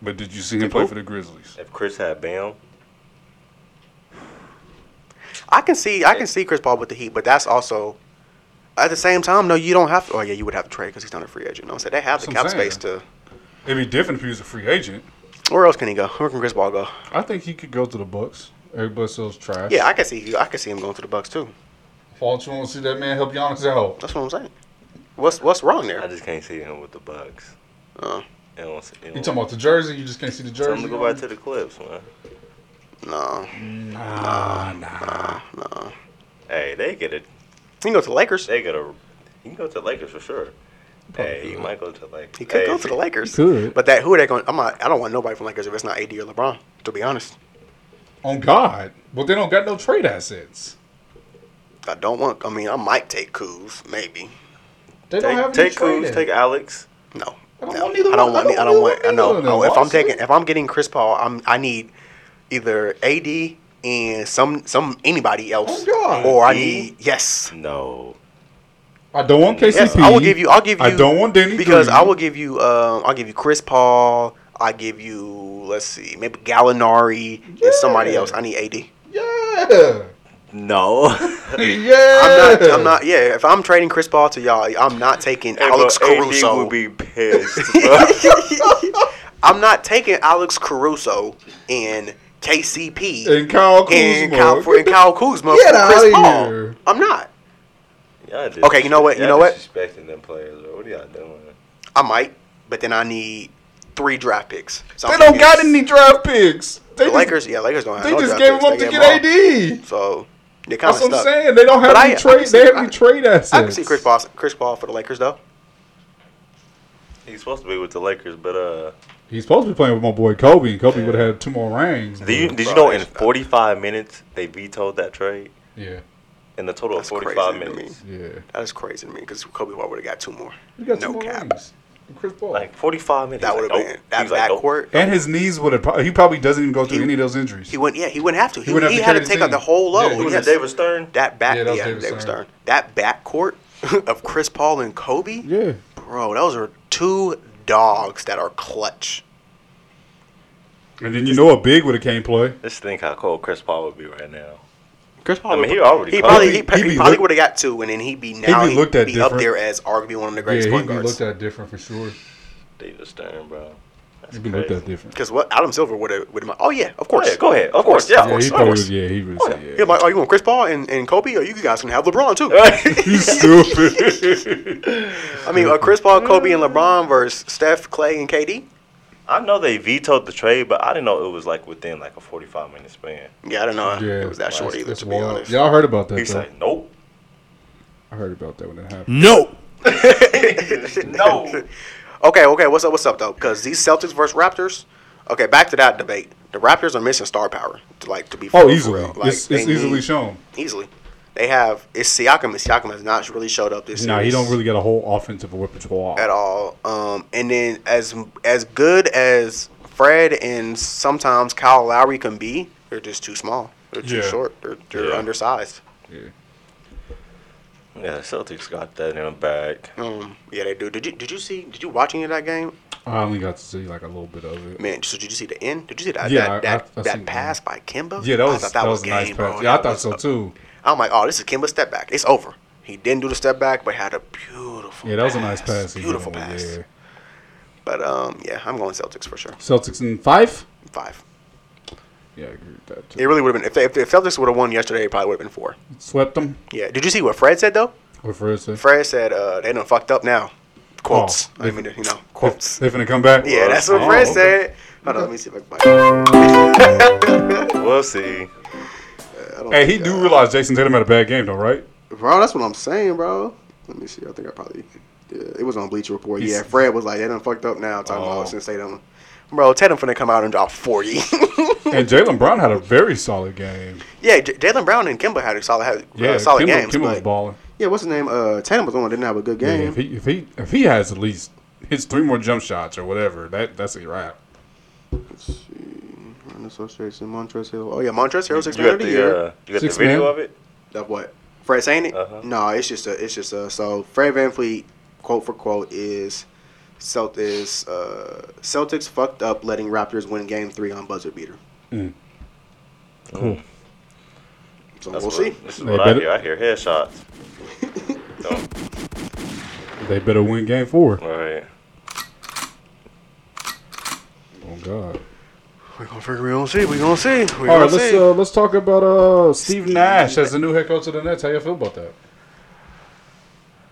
Speaker 4: But did you see him play for the Grizzlies?
Speaker 5: if Chris had Bam,
Speaker 1: I can see, I can see Chris Paul with the Heat, but that's also at the same time. No, you don't have to. Oh yeah, you would have to trade because he's not a free agent. No, so they have the
Speaker 4: That's
Speaker 1: cap
Speaker 4: what I'm
Speaker 1: space
Speaker 4: saying.
Speaker 1: to.
Speaker 4: It'd be different if he was a free agent.
Speaker 1: Where else can he go? Where can Chris Paul go?
Speaker 4: I think he could go to the Bucks. Everybody sells trash.
Speaker 1: Yeah, I can see, I can see him going to the Bucks too.
Speaker 4: Paul, you want to see that man help Giannis out?
Speaker 1: That's what I'm saying. What's what's wrong
Speaker 5: I
Speaker 1: there?
Speaker 5: just can't see him with the Bucks.
Speaker 1: Uh,
Speaker 5: It don't, it don't,
Speaker 4: You talking about the jersey? You just can't see the
Speaker 5: Tell
Speaker 4: jersey.
Speaker 5: him to go back to the Clips, man.
Speaker 1: no,
Speaker 4: Nah, nah.
Speaker 1: no.
Speaker 5: Hey, they get a,
Speaker 1: He can go to the Lakers.
Speaker 5: they get a. He can go to the Lakers for sure. Hey, he might go to the Lakers.
Speaker 1: He could
Speaker 5: Hey,
Speaker 1: go
Speaker 5: if
Speaker 1: to the Lakers.
Speaker 4: could.
Speaker 1: But that who are they going? I'm not. I don't want nobody from Lakers if it's not AD or LeBron. To be honest,
Speaker 4: On God, but they don't got no trade assets.
Speaker 1: I don't want. I mean, I might take Kuz, maybe.
Speaker 4: They don't
Speaker 5: Take,
Speaker 4: have
Speaker 5: take
Speaker 4: any trade
Speaker 5: Kuz, take Alex.
Speaker 1: No,
Speaker 4: I don't
Speaker 1: no.
Speaker 4: want neither
Speaker 1: I don't
Speaker 4: one-
Speaker 1: want. I don't want. I
Speaker 4: neither
Speaker 1: know.
Speaker 4: one of them.
Speaker 1: No, if
Speaker 4: Why
Speaker 1: I'm
Speaker 4: is it-
Speaker 1: taking, if I'm getting Chris Paul, I'm. I need either AD and some some anybody else,
Speaker 4: Oh, God.
Speaker 1: or I
Speaker 5: AD?
Speaker 1: need yes.
Speaker 5: No.
Speaker 4: I don't want KCP.
Speaker 1: Yes, I will give you. I'll give you.
Speaker 4: I don't want Danny
Speaker 1: because
Speaker 4: Green.
Speaker 1: I will give you. Um, I'll give you Chris Paul. I give you. Let's see, maybe Gallinari and somebody
Speaker 4: Yeah.
Speaker 1: else. I need AD.
Speaker 4: Yeah.
Speaker 5: No.
Speaker 4: Yeah.
Speaker 1: I'm not. I'm not. Yeah, if I'm trading Chris Paul to y'all, I'm not taking
Speaker 4: uh,
Speaker 1: Alex Caruso.
Speaker 5: would be pissed. bro.
Speaker 1: I'm not taking Alex Caruso and KCP
Speaker 4: And Kyle Kuzma.
Speaker 1: and Kyle for and Kyle Kuzma
Speaker 4: Get
Speaker 1: for Chris
Speaker 4: outta
Speaker 1: Paul.
Speaker 4: here.
Speaker 1: I'm not.
Speaker 5: Y'all dis-
Speaker 1: Okay, you know what, you
Speaker 5: y'all
Speaker 1: know what?
Speaker 5: Disrespecting them players, bro. What are y'all doing?
Speaker 1: I might, but then I need three draft picks. So
Speaker 4: They
Speaker 1: I'm
Speaker 4: don't
Speaker 1: thinking
Speaker 4: got any draft picks. They
Speaker 1: The
Speaker 4: just,
Speaker 1: Lakers, yeah, Lakers don't have.
Speaker 4: They
Speaker 1: no
Speaker 4: just
Speaker 1: draft
Speaker 4: gave him
Speaker 1: picks.
Speaker 4: up
Speaker 1: They
Speaker 4: to
Speaker 1: gave
Speaker 4: get
Speaker 1: him up.
Speaker 4: AD.
Speaker 1: So they kind
Speaker 4: That's
Speaker 1: of
Speaker 4: what I'm
Speaker 1: stuck.
Speaker 4: saying. They don't have
Speaker 1: But I-
Speaker 4: any
Speaker 1: I
Speaker 4: trade.
Speaker 1: can see-
Speaker 4: they have
Speaker 1: I-
Speaker 4: any trade assets.
Speaker 1: I can see Chris Paul, Chris Paul for the Lakers though.
Speaker 5: He's supposed to be with the Lakers, but uh,
Speaker 4: He's supposed to be playing with my boy Kobe, and Kobe would have had two more rings.
Speaker 5: Did you,
Speaker 4: but-
Speaker 5: did you
Speaker 1: Bro,
Speaker 5: know in
Speaker 1: that's-
Speaker 5: 45 minutes they vetoed that trade?
Speaker 4: Yeah,
Speaker 5: In the total
Speaker 1: That's
Speaker 5: of 45
Speaker 1: crazy to me.
Speaker 5: minutes.
Speaker 4: yeah.
Speaker 1: That is crazy to me because Kobe White would have got two more.
Speaker 4: You got two
Speaker 1: no
Speaker 4: more
Speaker 1: cap.
Speaker 4: rings. And Chris Paul.
Speaker 5: Like 45 minutes.
Speaker 1: That
Speaker 5: He's
Speaker 1: would have
Speaker 5: like,
Speaker 1: been
Speaker 5: nope.
Speaker 1: that
Speaker 5: He's like, nope.
Speaker 1: backcourt.
Speaker 4: and his knees would have. Pro- he probably doesn't even go through
Speaker 1: He-
Speaker 4: any of those injuries.
Speaker 1: He wouldn't. Yeah, he wouldn't have to. He,
Speaker 4: wouldn't have
Speaker 1: he
Speaker 4: to
Speaker 1: had to
Speaker 4: carry the
Speaker 1: take out the
Speaker 4: team.
Speaker 1: whole
Speaker 4: Yeah,
Speaker 1: load.
Speaker 4: he
Speaker 5: Who was
Speaker 4: Yes.
Speaker 5: it, David Stern?
Speaker 1: That back, yeah,
Speaker 4: Yeah, that was
Speaker 1: David,
Speaker 4: David Stern.
Speaker 1: Stern. That backcourt of Chris Paul and Kobe,
Speaker 4: yeah,
Speaker 1: bro, those are two dogs that are clutch.
Speaker 4: and then you know a big would have can't play.
Speaker 5: Just think how cold Chris Paul would be right now.
Speaker 1: Chris Paul,
Speaker 5: I mean,
Speaker 1: would-
Speaker 5: he already
Speaker 1: he
Speaker 5: cold.
Speaker 1: probably,
Speaker 4: He'd
Speaker 1: he,
Speaker 4: be-
Speaker 1: pr-
Speaker 4: he'd
Speaker 1: he
Speaker 4: be
Speaker 1: probably
Speaker 4: looked-
Speaker 1: would have got two, and then he'd be now
Speaker 4: be
Speaker 1: he'd be,
Speaker 4: looked at
Speaker 1: up
Speaker 4: different.
Speaker 1: there as arguably one of the
Speaker 4: Yeah,
Speaker 1: greatest
Speaker 4: he'd
Speaker 1: point
Speaker 4: be
Speaker 1: guards.
Speaker 4: looked at different for sure.
Speaker 5: David Stern, bro. That's
Speaker 4: He'd be looked
Speaker 5: crazy.
Speaker 4: at different.
Speaker 1: Because what Adam Silver would have would have. Oh yeah, of
Speaker 5: Go
Speaker 1: course.
Speaker 5: ahead, go ahead. Of course, yeah, of
Speaker 4: Yeah,
Speaker 5: course.
Speaker 4: he
Speaker 5: of
Speaker 4: probably.
Speaker 5: course.
Speaker 4: would- Yeah, he would say
Speaker 1: Yeah,
Speaker 4: yeah.
Speaker 1: like, oh, you want Chris Paul and, and Kobe, or you guys can have LeBron too.
Speaker 4: You stupid.
Speaker 1: I mean, uh, Chris Paul, Kobe, and LeBron versus Steph, Clay, and KD.
Speaker 5: I know they vetoed the trade, but I didn't know it was like within like a 45 minute span.
Speaker 1: Yeah, I don't know.
Speaker 4: yeah,
Speaker 1: it was that short
Speaker 4: that's-
Speaker 1: either,
Speaker 4: that's
Speaker 1: to be
Speaker 4: wild.
Speaker 1: honest.
Speaker 4: Y'all heard about that?
Speaker 5: He's
Speaker 4: Though.
Speaker 5: like, nope.
Speaker 4: I heard about that when it happened.
Speaker 1: No.
Speaker 5: no.
Speaker 1: Okay, okay, what's up? What's up though? Because these Celtics versus Raptors. Okay, back to that debate. The Raptors are missing star power. To like to be for
Speaker 4: Oh,
Speaker 1: real, for
Speaker 4: easily.
Speaker 1: real. Like,
Speaker 4: it's it's
Speaker 1: they
Speaker 4: easily
Speaker 1: need-
Speaker 4: shown.
Speaker 1: Easily, they have it's Siakam. And Siakam has not really showed up this.
Speaker 4: Nah, he
Speaker 1: series
Speaker 4: don't really get a whole offensive repertoire.
Speaker 1: at all. Um, and then as as good as Fred and sometimes Kyle Lowry can be, they're just too small. They're too
Speaker 4: Yeah.
Speaker 1: short. They're, they're
Speaker 5: Yeah.
Speaker 1: undersized.
Speaker 4: Yeah.
Speaker 5: Yeah, the Celtics got that in the back.
Speaker 1: Um, yeah, they do. Did you did you see? Did you watch any of that game?
Speaker 4: I only got to see like a little bit of it.
Speaker 1: Man, so did you see the end? Did you see that
Speaker 4: Yeah,
Speaker 1: that,
Speaker 4: I- I-
Speaker 1: that,
Speaker 4: I seen
Speaker 1: that
Speaker 4: that.
Speaker 1: pass by Kimba?
Speaker 4: Yeah, that
Speaker 1: I
Speaker 4: was
Speaker 1: thought
Speaker 4: that, was, a nice
Speaker 1: bro.
Speaker 4: pass. Yeah, I
Speaker 1: That
Speaker 4: thought
Speaker 1: was
Speaker 4: so
Speaker 1: a-
Speaker 4: too.
Speaker 1: I'm like, oh, this is Kimba's step back. It's over. He didn't do the step back, but had a beautiful.
Speaker 4: Yeah, that was a nice pass. he hit
Speaker 1: Beautiful
Speaker 4: on it,
Speaker 1: pass.
Speaker 4: yeah.
Speaker 1: But um, yeah, I'm going Celtics for sure.
Speaker 4: Celtics in five.
Speaker 1: Five.
Speaker 4: Yeah, I agree with that too.
Speaker 1: It really would have been if, they, if the Celtics would have won yesterday, it probably would have been four.
Speaker 4: Swept them.
Speaker 1: Yeah. Did you see what Fred said though?
Speaker 4: What Fred said?
Speaker 1: Fred said uh, they done fucked up now. Quotes.
Speaker 4: Oh,
Speaker 1: I mean, you know, quotes.
Speaker 4: They finna come back.
Speaker 1: Yeah, that's what
Speaker 4: Oh,
Speaker 1: Fred
Speaker 4: okay.
Speaker 1: said. Hold on, let me see if I can. find
Speaker 5: We'll see.
Speaker 1: it. I don't
Speaker 4: Hey, he
Speaker 1: think,
Speaker 4: do
Speaker 1: uh,
Speaker 4: realize Jason Tatum had a bad game though, right?
Speaker 1: Bro, that's what I'm saying, bro. Let me see. I think I probably. Yeah, it was on Bleacher Report.
Speaker 4: He's-
Speaker 1: yeah, Fred was like, they done fucked up now. Talking
Speaker 4: Oh.
Speaker 1: about since they done. Bro, Tatum finna come out and drop 40.
Speaker 4: And Jalen Brown had a very solid game.
Speaker 1: yeah, J- Jalen Brown and Kimba had a solid, had, uh,
Speaker 4: Yeah,
Speaker 1: solid
Speaker 4: Kimba,
Speaker 1: games.
Speaker 4: Kimba was
Speaker 1: but,
Speaker 4: balling.
Speaker 1: yeah, what's his name? Uh, Tatum was on, didn't have a good
Speaker 4: Yeah,
Speaker 1: game.
Speaker 4: if he if he if he has at least hits three more jump shots or whatever, that that's a wrap.
Speaker 1: Run Association, Montrezl Hill. Oh, yeah, Montrezl Hill's
Speaker 5: You got
Speaker 1: expanded a year.
Speaker 5: the, uh, you got the
Speaker 4: Six
Speaker 5: video
Speaker 4: man.
Speaker 5: of it?
Speaker 1: Of what? Fred saying it?
Speaker 5: Uh-huh.
Speaker 1: No, it's just a, it's just a. So Fred Van Fleet, quote for quote, is Celt is uh, Celtics fucked up letting Raptors win Game Three on buzzer beater.
Speaker 4: Mm. Cool.
Speaker 1: So
Speaker 5: That's
Speaker 1: we'll
Speaker 5: what,
Speaker 1: see.
Speaker 5: This is
Speaker 4: They
Speaker 5: what I
Speaker 4: better-
Speaker 5: hear. I hear headshots. Don't-
Speaker 4: They better win game four.
Speaker 5: All right.
Speaker 4: Oh God.
Speaker 1: We're gonna figure. We gonna see. We gonna see. We
Speaker 4: All
Speaker 1: gonna
Speaker 4: right, let's
Speaker 1: see.
Speaker 4: uh, let's talk about uh Steve
Speaker 1: Steve
Speaker 4: Nash as the new head coach of the Nets. How you feel about that?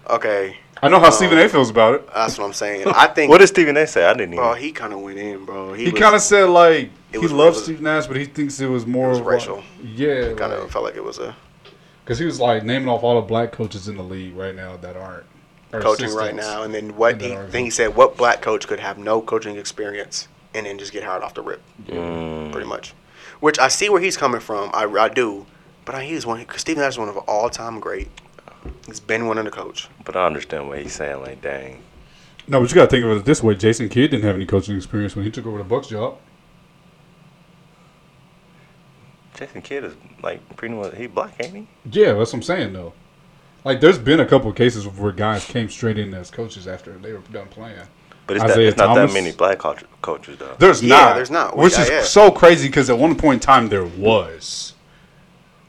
Speaker 4: uh,
Speaker 1: okay,
Speaker 4: I know how Stephen A. feels about it.
Speaker 1: that's what I'm saying. I think.
Speaker 5: What did Stephen A say? I didn't even.
Speaker 1: bro? He kind of went in, bro. He,
Speaker 4: He
Speaker 1: was-
Speaker 4: kind of said like he
Speaker 1: It was-
Speaker 4: loves
Speaker 1: it was-
Speaker 4: Steve Nash, but he thinks it was more
Speaker 1: was
Speaker 4: of like-
Speaker 1: racial.
Speaker 4: yeah,
Speaker 1: kind of felt like it was a
Speaker 4: because he was like naming off all the black coaches in the league right now that aren't are
Speaker 1: coaching
Speaker 4: assistants.
Speaker 1: right now, and then what
Speaker 4: And
Speaker 1: he
Speaker 4: then
Speaker 1: then
Speaker 4: arguing.
Speaker 1: he said what black coach could have no coaching experience and then just get hired off the rip, pretty much. Which I see where he's coming from. I, I do, but I, he's one. Cause Steve Nash is one of all time great. He's been one under coach.
Speaker 5: But I understand what he's saying. Like, dang.
Speaker 4: No, but you got to think of it this way: Jason Kidd didn't have any coaching experience when he took over the Bucks job.
Speaker 5: Jason Kidd is like pretty much he black, ain't he?
Speaker 4: Yeah, that's what I'm saying though. Like, there's been a couple of cases where guys came straight in as coaches after they were done playing.
Speaker 5: But it's, not,
Speaker 4: Isaiah
Speaker 5: it's not that
Speaker 4: Thomas?
Speaker 5: many black coach- coaches though.
Speaker 4: There's
Speaker 1: Yeah,
Speaker 4: not.
Speaker 1: there's not.
Speaker 4: Which
Speaker 1: Yeah,
Speaker 4: is
Speaker 1: yeah.
Speaker 4: so crazy because at one point in time there was,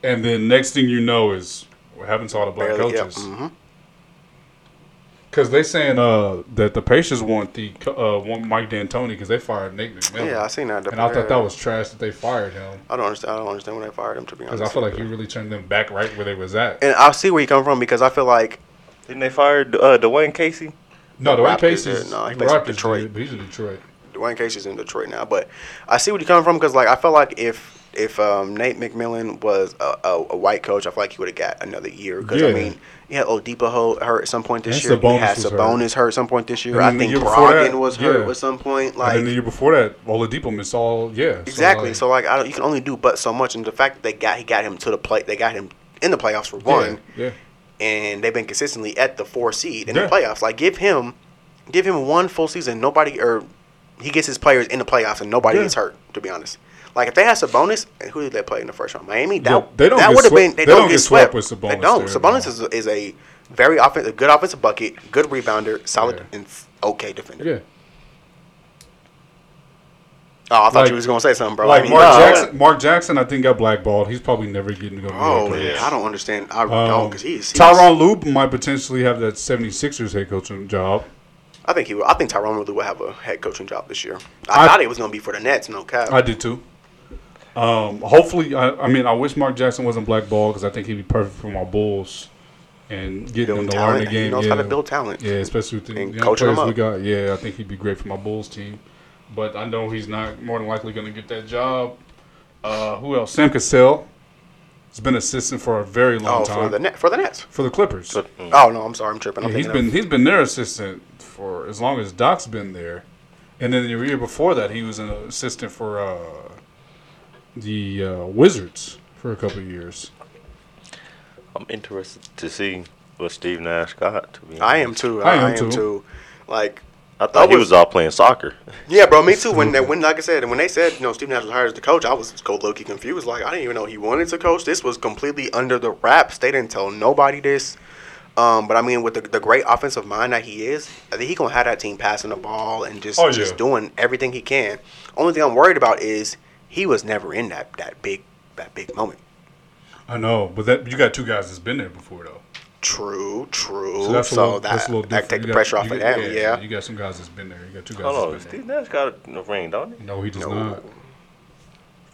Speaker 4: and then next thing you know is what happens to all the black
Speaker 1: Barely, yep,
Speaker 4: coaches.
Speaker 1: mhm.
Speaker 4: Because they saying uh, that the Pacers want the uh, want Mike D'Antoni because they fired Nate McMillan.
Speaker 1: Yeah, I seen that.
Speaker 4: and I thought that was trash that they fired him
Speaker 1: I don't understand. I don't understand when they fired him. To be honest,
Speaker 4: because I feel like
Speaker 1: with
Speaker 4: you
Speaker 1: you.
Speaker 4: really turned them back right where they was at.
Speaker 1: And I see where you come from because I feel like
Speaker 5: Didn't they fire uh, Dwayne Casey?
Speaker 4: no, the way
Speaker 1: Raptors
Speaker 4: Pacers,
Speaker 1: did. No, he
Speaker 4: the
Speaker 1: plays for
Speaker 4: Raptors did,
Speaker 1: Detroit.
Speaker 4: but he's in Detroit.
Speaker 1: Dwayne Casey's in Detroit now, but I see where you come from because like I feel like if if um, Nate McMillan was a, a, a white coach, I feel like he would have got another year. Because I
Speaker 4: Yeah.
Speaker 1: mean, he had Oladipo hurt at some point this
Speaker 4: And
Speaker 1: year. He
Speaker 4: Sabonis
Speaker 1: had
Speaker 4: was hurt.
Speaker 1: Sabonis hurt. at some point this year.
Speaker 4: And
Speaker 1: I
Speaker 4: then the
Speaker 1: think
Speaker 4: year before that,
Speaker 1: Brogdon was hurt
Speaker 4: yeah.
Speaker 1: at some point.
Speaker 4: and then
Speaker 1: Like
Speaker 4: the year before that, Oladipo missed all. Yeah, so,
Speaker 1: exactly.
Speaker 4: like,
Speaker 1: So like, I don't, you can only do but so much. And the fact that they got he got him to the play, they got him in the playoffs for
Speaker 4: yeah,
Speaker 1: one,
Speaker 4: Yeah,
Speaker 1: and they've been consistently at the four seed in the
Speaker 4: Yeah.
Speaker 1: playoffs. Like, give him, give him one full season. Nobody or he gets his players in the playoffs and nobody
Speaker 4: Yeah.
Speaker 1: gets hurt. To be honest. Like if they had Sabonis, and who did they play in the first round? Miami. That,
Speaker 4: Yeah, they don't
Speaker 1: that
Speaker 4: get
Speaker 1: would have been.
Speaker 4: swept-
Speaker 1: They, don't, get swept.
Speaker 4: with Sabonis
Speaker 1: They don't.
Speaker 4: there,
Speaker 1: Sabonis
Speaker 4: no.
Speaker 1: is, is a very offensive, a good offensive bucket, good rebounder, solid
Speaker 4: Yeah.
Speaker 1: and f- okay defender.
Speaker 4: yeah.
Speaker 1: Oh, I thought
Speaker 4: Like-
Speaker 1: you was gonna say something, bro. I
Speaker 4: Like
Speaker 1: mean,
Speaker 4: Mark
Speaker 1: no.
Speaker 4: Jackson, Mark Jackson, I think got blackballed. He's probably never getting to go. to the
Speaker 1: Oh,
Speaker 4: NBA.
Speaker 1: man, I don't understand. I
Speaker 4: Um,
Speaker 1: don't because he's, he's
Speaker 4: Tyronn Lue might potentially have that 76ers head coaching job.
Speaker 1: I think he. Will, I think Tyronn Lue will have a head coaching job this year. I,
Speaker 4: I-
Speaker 1: thought it was gonna be for the Nets. No cap.
Speaker 4: I do too. Um, hopefully, I, I mean, I wish Mark Jackson wasn't blackballed because I think he'd be perfect for my Bulls and getting them
Speaker 1: Building
Speaker 4: to learn
Speaker 1: talent.
Speaker 4: the game.
Speaker 1: He knows
Speaker 4: yeah.
Speaker 1: how to build talent.
Speaker 4: Yeah, especially with the
Speaker 1: And
Speaker 4: young
Speaker 1: coaching
Speaker 4: players
Speaker 1: him
Speaker 4: we
Speaker 1: up.
Speaker 4: got. Yeah, I think he'd be great for my Bulls team. But I know he's not more than likely going to get that job. Uh, who else? Sam Cassell has been assistant for a very long
Speaker 1: Oh,
Speaker 4: time
Speaker 1: for the net for the Nets.
Speaker 4: for the Clippers.
Speaker 5: mm,
Speaker 1: Oh no, I'm sorry, I'm tripping. I'm
Speaker 4: Mm. Yeah, he's
Speaker 1: thinking
Speaker 4: been
Speaker 1: of-
Speaker 4: he's been their assistant for as long as Doc's been there, and then the year before that he was an assistant for uh, the uh, Wizards for a couple of years.
Speaker 5: I'm interested to see what Steve Nash got. To be honest.
Speaker 1: I am too.
Speaker 4: I
Speaker 1: I,
Speaker 4: am
Speaker 1: am
Speaker 4: too.
Speaker 1: too. Like
Speaker 5: I thought he
Speaker 1: was-
Speaker 5: was all playing soccer.
Speaker 1: Yeah, bro, me too. When they, when like I said, when they said you know Steve Nash was hired as the coach, I was go low key confused. Like I didn't even know he wanted to coach. This was completely under the wraps. They didn't tell nobody this. Um, but I mean, with the, the great offensive mind that he is, I think he gonna have that team passing the ball and just
Speaker 4: Oh, yeah.
Speaker 1: just doing everything he can. Only thing I'm worried about is he was never in that that big that big moment.
Speaker 4: I know, but that you got two guys that's been there before though.
Speaker 1: True, true.
Speaker 4: So
Speaker 1: So,
Speaker 4: that's a little, that's a little
Speaker 1: that
Speaker 4: different.
Speaker 1: that take the
Speaker 4: You got-
Speaker 1: pressure off
Speaker 4: you
Speaker 1: of
Speaker 4: got-
Speaker 1: them. Yeah,
Speaker 4: you got some guys that's been there. You got two guys.
Speaker 5: Hold on,
Speaker 4: that's been
Speaker 5: Steve Nash got a ring, don't he?
Speaker 4: there. No, he does
Speaker 1: No.
Speaker 4: not.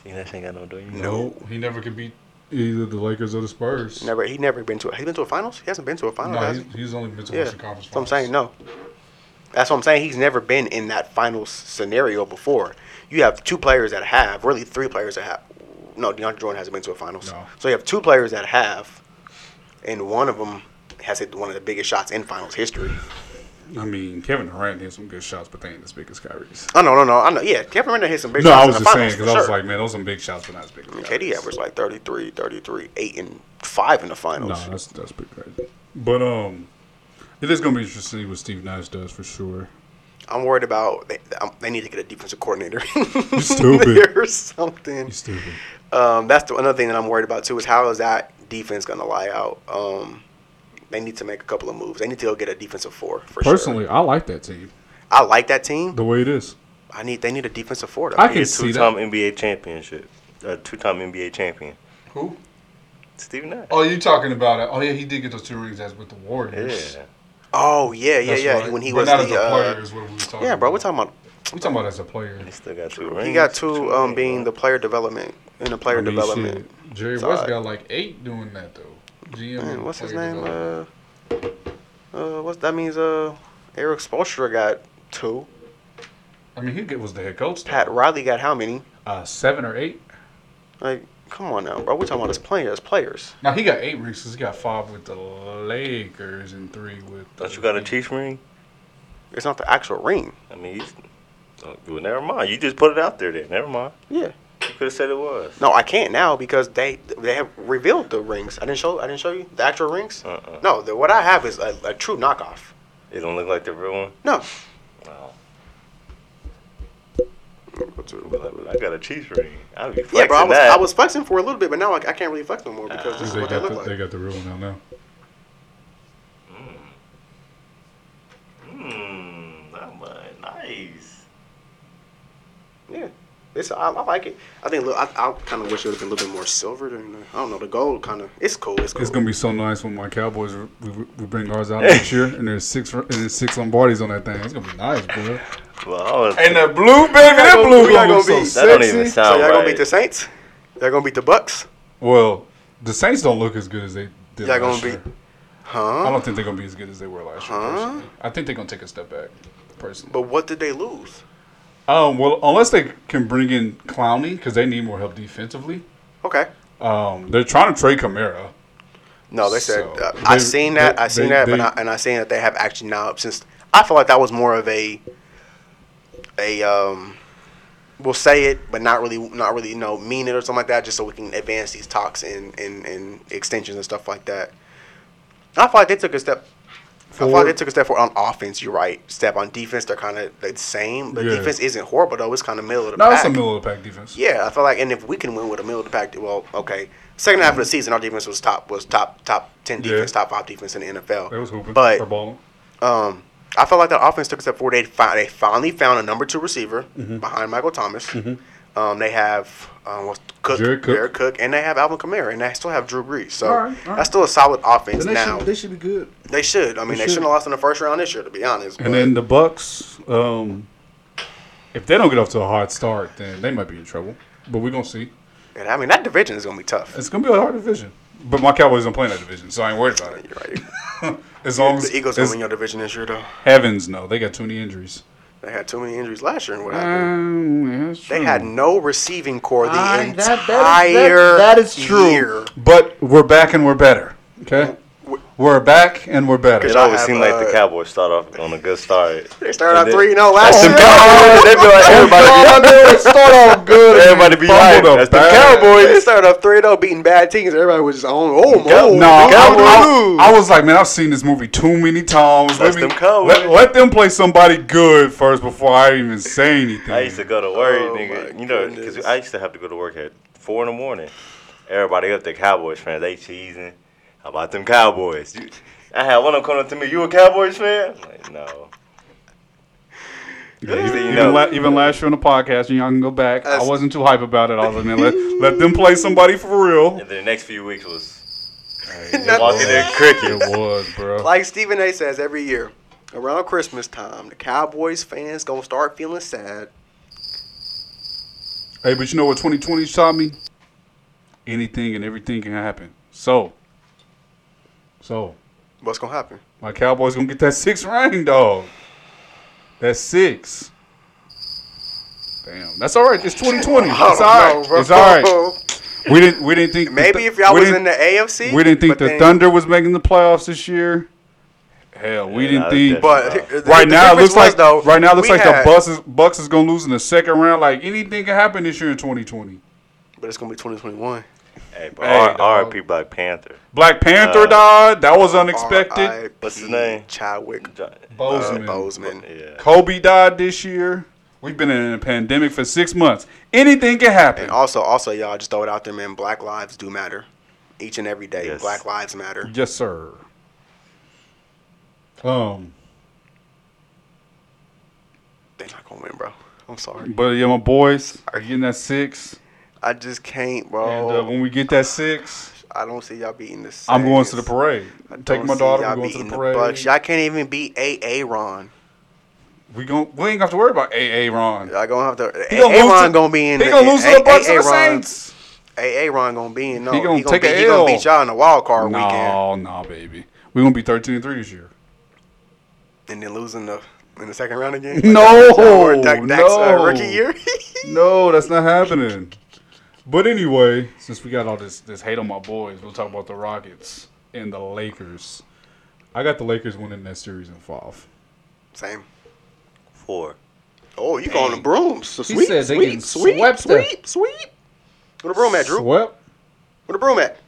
Speaker 5: Steve Nash ain't got no ring.
Speaker 4: No, he never could beat either the Lakers or the Spurs.
Speaker 1: never. He never been to. a- He been to a finals. He hasn't been to a
Speaker 4: No,
Speaker 1: finals. has he?
Speaker 4: he's, he's only been to
Speaker 1: Yeah,
Speaker 4: Western Conference.
Speaker 1: that's what I'm
Speaker 4: Finals.
Speaker 1: saying. No, that's what I'm saying. He's never been in that final s- scenario before. You have two players that have, really three players that have. No, DeAndre Jordan hasn't been to a finals.
Speaker 4: No.
Speaker 1: So you have two players that have, and one of them has hit one of the biggest shots in finals history.
Speaker 4: I mean, Kevin Durant hit some good shots, but they ain't as big as Kyrie's.
Speaker 1: Oh no, no, no. I know. Yeah, Kevin Durant hit some big
Speaker 4: No,
Speaker 1: shots
Speaker 4: I was
Speaker 1: in
Speaker 4: just
Speaker 1: the
Speaker 4: saying
Speaker 1: finals.
Speaker 4: because
Speaker 1: for
Speaker 4: I was
Speaker 1: sure.
Speaker 4: like, man, those are some big shots, but not as big. As
Speaker 1: KD
Speaker 4: Kyrie's.
Speaker 1: averaged like 33, 33, 8 and 5 in the
Speaker 4: No,
Speaker 1: finals.
Speaker 4: that's that's pretty crazy. But um, it is gonna be interesting to see what Steve Nash does for sure.
Speaker 1: I'm worried about they, um, they need to get a defensive coordinator.
Speaker 4: stupid.
Speaker 1: or something.
Speaker 4: He's stupid.
Speaker 1: Um, that's the, another thing that I'm worried about too is how is that defense going to lie out? Um, they need to make a couple of moves. They need to go get a defensive four for
Speaker 4: Personally, I like that team
Speaker 1: sure. I like that team.
Speaker 4: the way it is.
Speaker 1: I need they need a defensive four. Though.
Speaker 4: I
Speaker 5: He
Speaker 4: can
Speaker 5: a
Speaker 4: see
Speaker 5: two-time
Speaker 4: that.
Speaker 5: NBA championship, a two-time NBA champion.
Speaker 4: Who?
Speaker 5: Steve Nash.
Speaker 4: Oh, you talking about it? Oh yeah, he did get those two rings as with the
Speaker 5: yeah.
Speaker 4: Warriors.
Speaker 1: oh yeah, yeah, yeah. When he was
Speaker 4: not
Speaker 1: the
Speaker 4: as a player
Speaker 1: uh,
Speaker 4: is what we were talking.
Speaker 1: yeah, bro. We're
Speaker 4: about.
Speaker 1: talking about
Speaker 4: we talking about as a player.
Speaker 5: He still got two rings.
Speaker 1: he got two um,
Speaker 5: rings,
Speaker 1: being the
Speaker 5: bro.
Speaker 1: player development in the player
Speaker 4: I mean,
Speaker 1: development.
Speaker 4: shit, Jerry
Speaker 1: It's
Speaker 4: West
Speaker 1: all
Speaker 4: got like eight doing that though. GM.
Speaker 1: Man,
Speaker 4: and
Speaker 1: what's his
Speaker 4: player
Speaker 1: name?
Speaker 4: development.
Speaker 1: Uh, uh, what's that means? Uh, Eric Spoelstra got two.
Speaker 4: I mean, he get- was the head coach. though.
Speaker 1: Pat Riley got how many?
Speaker 4: Uh, seven or eight.
Speaker 1: Like, come on now, bro. We're talking about as players, players.
Speaker 4: Now he got eight rings 'cause he got five with the Lakers and three with. The
Speaker 5: Don't you got a Chiefs ring?
Speaker 1: It's not the actual ring.
Speaker 5: I mean, he's, oh, well, never mind. You just put it out there then. Never mind.
Speaker 1: Yeah.
Speaker 5: You could have said it was.
Speaker 1: No, I can't now because they they have revealed the rings. I didn't show I didn't show you the actual rings.
Speaker 5: Uh-uh.
Speaker 1: No, the, what I have is a, a true knockoff.
Speaker 5: It don't look like the real one.
Speaker 1: No.
Speaker 5: No. But I got a Chiefs ring. I'd be flexing
Speaker 1: Yeah, bro. I was,
Speaker 5: that.
Speaker 1: I was flexing for a little bit, but now I, I can't really flex no more because this is
Speaker 4: They
Speaker 1: what they
Speaker 4: got,
Speaker 1: look
Speaker 4: the,
Speaker 1: like.
Speaker 4: they got the real one out now.
Speaker 5: Mm, that one. Nice.
Speaker 1: Yeah, it's I, I like it. I think look, I, I kind of wish it would have been a little bit more silver. Than the, I don't know the gold kind of. It's cool. It's cool.
Speaker 4: It's gonna be so nice when my Cowboys re- we, we bring ours out next year, and there's six and there's six Lombardis on that thing. It's gonna be nice, bro.
Speaker 5: Well, I was,
Speaker 4: And the blue baby, that
Speaker 1: gonna-
Speaker 4: blue
Speaker 1: we not
Speaker 4: gonna be so
Speaker 1: gonna be-
Speaker 5: that don't even
Speaker 4: sexy.
Speaker 5: sound
Speaker 1: so y'all gonna
Speaker 5: right.
Speaker 1: beat the Saints? Y'all gonna beat the Bucks?
Speaker 4: Well, the Saints don't look as good as they did
Speaker 1: Y'all
Speaker 4: last
Speaker 1: gonna
Speaker 4: year.
Speaker 1: beat-
Speaker 4: I
Speaker 1: Huh?
Speaker 4: don't think they're gonna be as good as they were last year.
Speaker 1: Huh?
Speaker 4: Personally. I think they're gonna take a step back. Personally,
Speaker 1: But what did they lose?
Speaker 4: Um, well, unless they can bring in Clowney because they need more help defensively.
Speaker 1: Okay.
Speaker 4: Um, they're trying to trade Camara.
Speaker 1: No, they said
Speaker 4: So,
Speaker 1: uh,
Speaker 4: they-
Speaker 1: I seen that.
Speaker 4: they-
Speaker 1: I seen
Speaker 4: they-
Speaker 1: that, but
Speaker 4: they-
Speaker 1: I, and I seen that they have actually now since I feel like that was more of a a um we'll say it, but not really not really you know mean it or something like that, just so we can advance these talks and and, and extensions and stuff like that. I feel like they took a step. I feel like
Speaker 4: Forward.
Speaker 1: they took a step forward on offense. You're right. Step on defense, they're kind of the same. The
Speaker 4: Yeah.
Speaker 1: defense isn't horrible though. It's kind of middle of the
Speaker 4: No,
Speaker 1: pack.
Speaker 4: it's a middle of the pack defense.
Speaker 1: Yeah, I feel like, and if we can win with a middle of the pack, well, okay. Second half of the season, our defense was top was top top ten
Speaker 4: Yeah.
Speaker 1: defense, top five defense in the NFL.
Speaker 4: They was hooping.
Speaker 1: But
Speaker 4: or balling.
Speaker 1: um, I felt like that offense took a step forward. They, fi- they finally found a number two receiver
Speaker 4: Mm-hmm.
Speaker 1: behind Michael Thomas. Um, they have um, what's Cook,
Speaker 4: Jared Cook.
Speaker 1: Jared Cook, and they have Alvin Kamara, and they still have Drew Brees. So
Speaker 4: All right, all right.
Speaker 1: that's still a solid offense
Speaker 2: Then they,
Speaker 1: now.
Speaker 2: should, they should be good.
Speaker 1: they should. I mean,
Speaker 2: they
Speaker 1: they shouldn't
Speaker 2: should.
Speaker 1: have lost in the first round this year, to be honest.
Speaker 4: And then the Bucks, um, if they don't get off to a hard start, then they might be in trouble. But we're gonna see.
Speaker 1: and I mean, that division is going to be tough.
Speaker 4: It's gonna be a hard division. But my Cowboys don't play in that division, so I ain't worried about it.
Speaker 1: You're right.
Speaker 4: As long as
Speaker 1: The Eagles
Speaker 4: as
Speaker 1: going to win your division this year, though.
Speaker 4: heavens, no, they got too many injuries.
Speaker 1: They had too many injuries last year, and what happened?
Speaker 4: Um, yeah, that's
Speaker 1: They
Speaker 4: true.
Speaker 1: had no receiving core the
Speaker 2: Hmm. I- that- that is- that-
Speaker 1: entire
Speaker 2: that is true.
Speaker 1: year.
Speaker 4: But we're back and we're better. Okay, we're back and we're better.
Speaker 5: It
Speaker 1: Could I
Speaker 5: always
Speaker 1: have,
Speaker 5: seemed like
Speaker 1: uh,
Speaker 5: the Cowboys start off on a good start.
Speaker 1: They started out
Speaker 5: And then-
Speaker 1: three, you know, last year.
Speaker 5: They be like, everybody be-
Speaker 4: start off good.
Speaker 5: Everybody be hyped.
Speaker 4: Fumbled a
Speaker 5: That's the
Speaker 4: bag.
Speaker 5: Cowboys.
Speaker 1: They started up 3 0, beating bad teams. Everybody was just on. Oh,
Speaker 5: Cow-
Speaker 1: no.
Speaker 4: No, I,
Speaker 1: Cowboys.
Speaker 4: I- I was like, man, I've seen this movie too many times. Let,
Speaker 5: That's
Speaker 4: me,
Speaker 5: them Cowboys.
Speaker 4: let, let them play somebody good first before I even say anything.
Speaker 5: I used to go to work,
Speaker 1: Oh
Speaker 5: nigga.
Speaker 1: my
Speaker 5: You know, because
Speaker 1: goodness.
Speaker 5: I used to have to go to work at four in the morning. Everybody up there, Cowboys fans, they cheesing. How about them Cowboys? You, I had one of them coming up to me. You a Cowboys fan? I'm like, no.
Speaker 4: Yeah,
Speaker 5: You
Speaker 4: even,
Speaker 5: know.
Speaker 4: even la- even last year on the podcast, and y'all can go back. I
Speaker 1: That's-
Speaker 4: wasn't too hype about it. I was like, man, let, let them play somebody for real.
Speaker 5: And then the next few weeks was
Speaker 1: Nothing.
Speaker 5: walking their
Speaker 4: It
Speaker 5: crickets.
Speaker 4: was, bro.
Speaker 1: oh, Like Stephen A says every year, around Christmas time, the Cowboys fans going to start feeling sad.
Speaker 4: Hey, but you know what 2020 taught me? Anything and everything can happen. So, so
Speaker 1: What's going to happen?
Speaker 4: my Cowboys gonna get that six ring, dog. That's six. Damn, that's all right. It's 2020. It's all right. It's all right. We didn't. We didn't think.
Speaker 1: Maybe if y'all
Speaker 4: we
Speaker 1: was
Speaker 4: didn't-
Speaker 1: in the AFC.
Speaker 4: we didn't think
Speaker 1: but
Speaker 4: the
Speaker 1: then-
Speaker 4: Thunder was making the playoffs this year. Hell, we
Speaker 5: Yeah,
Speaker 4: didn't
Speaker 5: nah,
Speaker 4: think.
Speaker 5: that's
Speaker 1: But the-
Speaker 4: right
Speaker 1: the
Speaker 4: now, it
Speaker 1: difference
Speaker 4: looks
Speaker 1: was,
Speaker 4: like
Speaker 1: though,
Speaker 4: right now it looks
Speaker 1: we
Speaker 4: like
Speaker 1: had-
Speaker 4: the Bucks is, Bucks is gonna lose in the second round. Like anything can happen this year in 2020.
Speaker 1: But it's going to be 2021.
Speaker 5: Hey,
Speaker 4: Hey,
Speaker 5: bro.
Speaker 4: dog.
Speaker 5: R- RIP Black Panther.
Speaker 4: Black Panther
Speaker 5: Uh,
Speaker 4: died. That was unexpected.
Speaker 1: R.I.P.
Speaker 5: What's his name?
Speaker 1: Chadwick
Speaker 5: Jo-
Speaker 4: Bozeman.
Speaker 1: Uh, Bozeman.
Speaker 5: Yeah.
Speaker 4: Kobe died this year. We've been in a pandemic for six months. Anything can happen.
Speaker 1: And also, also, y'all just throw it out there, man. Black lives do matter. Each and every day,
Speaker 5: Yes.
Speaker 1: black lives matter.
Speaker 4: Yes, sir. Um,
Speaker 1: They're not gonna win, bro. I'm sorry.
Speaker 4: but yeah, my boys are getting that six.
Speaker 1: I just can't,
Speaker 4: And uh,
Speaker 1: bro.
Speaker 4: when we get that six,
Speaker 1: I don't see y'all beating the.
Speaker 4: I'm going
Speaker 1: Saints.
Speaker 4: to the parade.
Speaker 1: I don't
Speaker 4: Take my
Speaker 1: see
Speaker 4: daughter.
Speaker 1: y'all
Speaker 4: We're going to
Speaker 1: beating
Speaker 4: the parade.
Speaker 1: Bucks. y'all can't even beat AA Ron.
Speaker 4: we gon' we ain't gonna have to worry about AA Ron.
Speaker 1: Y'all gonna have to.
Speaker 4: He gonna
Speaker 1: AA
Speaker 4: lose
Speaker 1: Ron
Speaker 4: to-
Speaker 1: gonna be in.
Speaker 4: He gonna lose to the Bucks
Speaker 1: AA
Speaker 4: and the
Speaker 1: Ron-
Speaker 4: Saints.
Speaker 1: AA Ron gonna be in. No,
Speaker 4: He
Speaker 1: he
Speaker 4: gonna
Speaker 1: gonna,
Speaker 4: take
Speaker 1: be,
Speaker 4: a
Speaker 1: he gonna
Speaker 4: L.
Speaker 1: beat y'all in the wild card weekend,
Speaker 4: No, no, baby. We gonna be 13 and three this year.
Speaker 1: and then losing the in the second round again.
Speaker 4: No,
Speaker 1: Or Dak- Dak's, uh,
Speaker 4: no.
Speaker 1: rookie year.
Speaker 4: No, that's not happening. But anyway, since we got all this this hate on my boys, we'll talk about the Rockets and the Lakers. I got the Lakers winning that series in five.
Speaker 1: Same.
Speaker 5: Four.
Speaker 1: Oh, you going to brooms? So
Speaker 4: He
Speaker 1: sweep,
Speaker 4: said they getting
Speaker 1: sweep, sweep,
Speaker 4: swept there.
Speaker 1: sweep, sweep. Where the broom at, Drew?
Speaker 4: Swept.
Speaker 1: Where the broom at?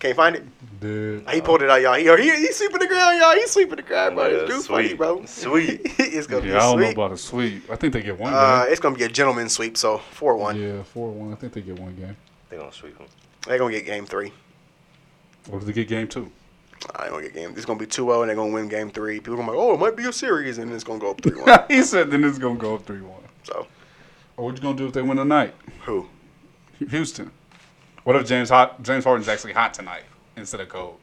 Speaker 1: Can't find it.
Speaker 4: Did
Speaker 1: He pulled it out, y'all. He, he, he sweeping the ground, y'all. He sweeping the ground, bro. It's Drew funny,
Speaker 5: sweet.
Speaker 1: bro.
Speaker 5: Sweet.
Speaker 1: it's gonna
Speaker 4: yeah, I
Speaker 1: be
Speaker 4: don't know
Speaker 1: a sweep.
Speaker 4: about a sweep. I think they get one.
Speaker 1: Uh,
Speaker 4: game.
Speaker 1: it's gonna be a gentleman sweep. So four one.
Speaker 4: Yeah, four one. I think they get one game.
Speaker 5: They're going to sweep them.
Speaker 1: They're gonna get game three.
Speaker 4: Or do they get game two?
Speaker 1: I ain't gonna get game. It's gonna be 2-0 and they're gonna win game three. People gonna be like, oh, it might be a series, and it's gonna go up three one.
Speaker 4: he said then it's gonna go up three one.
Speaker 1: so
Speaker 4: Or what you gonna do if they win tonight?
Speaker 1: who?
Speaker 4: Houston. What if James hot James Harden's actually hot tonight instead of cold?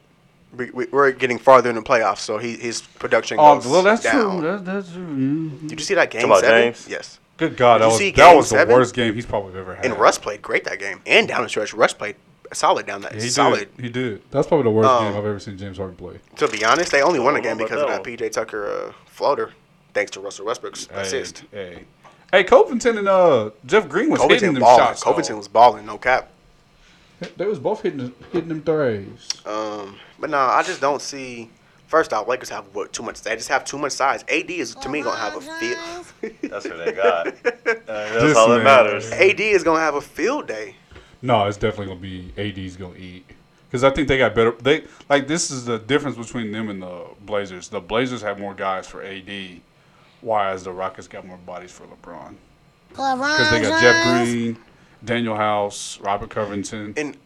Speaker 1: We, we, we're getting farther in the playoffs, so he, his production
Speaker 4: Oh,
Speaker 1: goes
Speaker 4: well, that's
Speaker 1: down.
Speaker 4: true. That, that's true. yeah.
Speaker 1: Did you see that game
Speaker 5: Talking about
Speaker 1: seven?
Speaker 5: James?
Speaker 1: Yes.
Speaker 4: Good God,
Speaker 1: Did
Speaker 4: that
Speaker 1: you
Speaker 4: was,
Speaker 1: see
Speaker 4: that
Speaker 1: game
Speaker 4: was the
Speaker 1: seven?
Speaker 4: worst game he's probably ever had.
Speaker 1: And Russ played great that game, and down the stretch, Russ played solid down that
Speaker 4: he
Speaker 1: solid.
Speaker 4: Did. He did. That's probably the worst
Speaker 1: Um,
Speaker 4: game I've ever seen James Harden play.
Speaker 1: To be honest, they only won
Speaker 5: I
Speaker 1: a
Speaker 5: don't
Speaker 1: game
Speaker 5: know
Speaker 1: because of
Speaker 5: about
Speaker 1: that PJ Tucker uh, floater, thanks to Russell Westbrook's assist.
Speaker 4: Hey, hey. Hey, Covington and uh, Jeff Green was hitting
Speaker 1: Covington
Speaker 4: them
Speaker 1: balling.
Speaker 4: shots. though.
Speaker 1: Covington was balling, no cap.
Speaker 2: They was both hitting hitting them threes.
Speaker 1: Um, but no, I just don't see. First off, Lakers have what, too much. They just have too much size. AD is to me gonna have a field.
Speaker 5: That's what they got. Uh, that's
Speaker 4: This
Speaker 5: all
Speaker 4: man.
Speaker 5: that matters.
Speaker 1: AD is gonna have a field day.
Speaker 4: No, it's definitely gonna be AD's gonna eat because I think they got better. They like this is the difference between them and the Blazers. The Blazers have more guys for AD, whereas the Rockets got more bodies for LeBron because they got Jeff Green, Daniel House, Robert Covington.
Speaker 1: And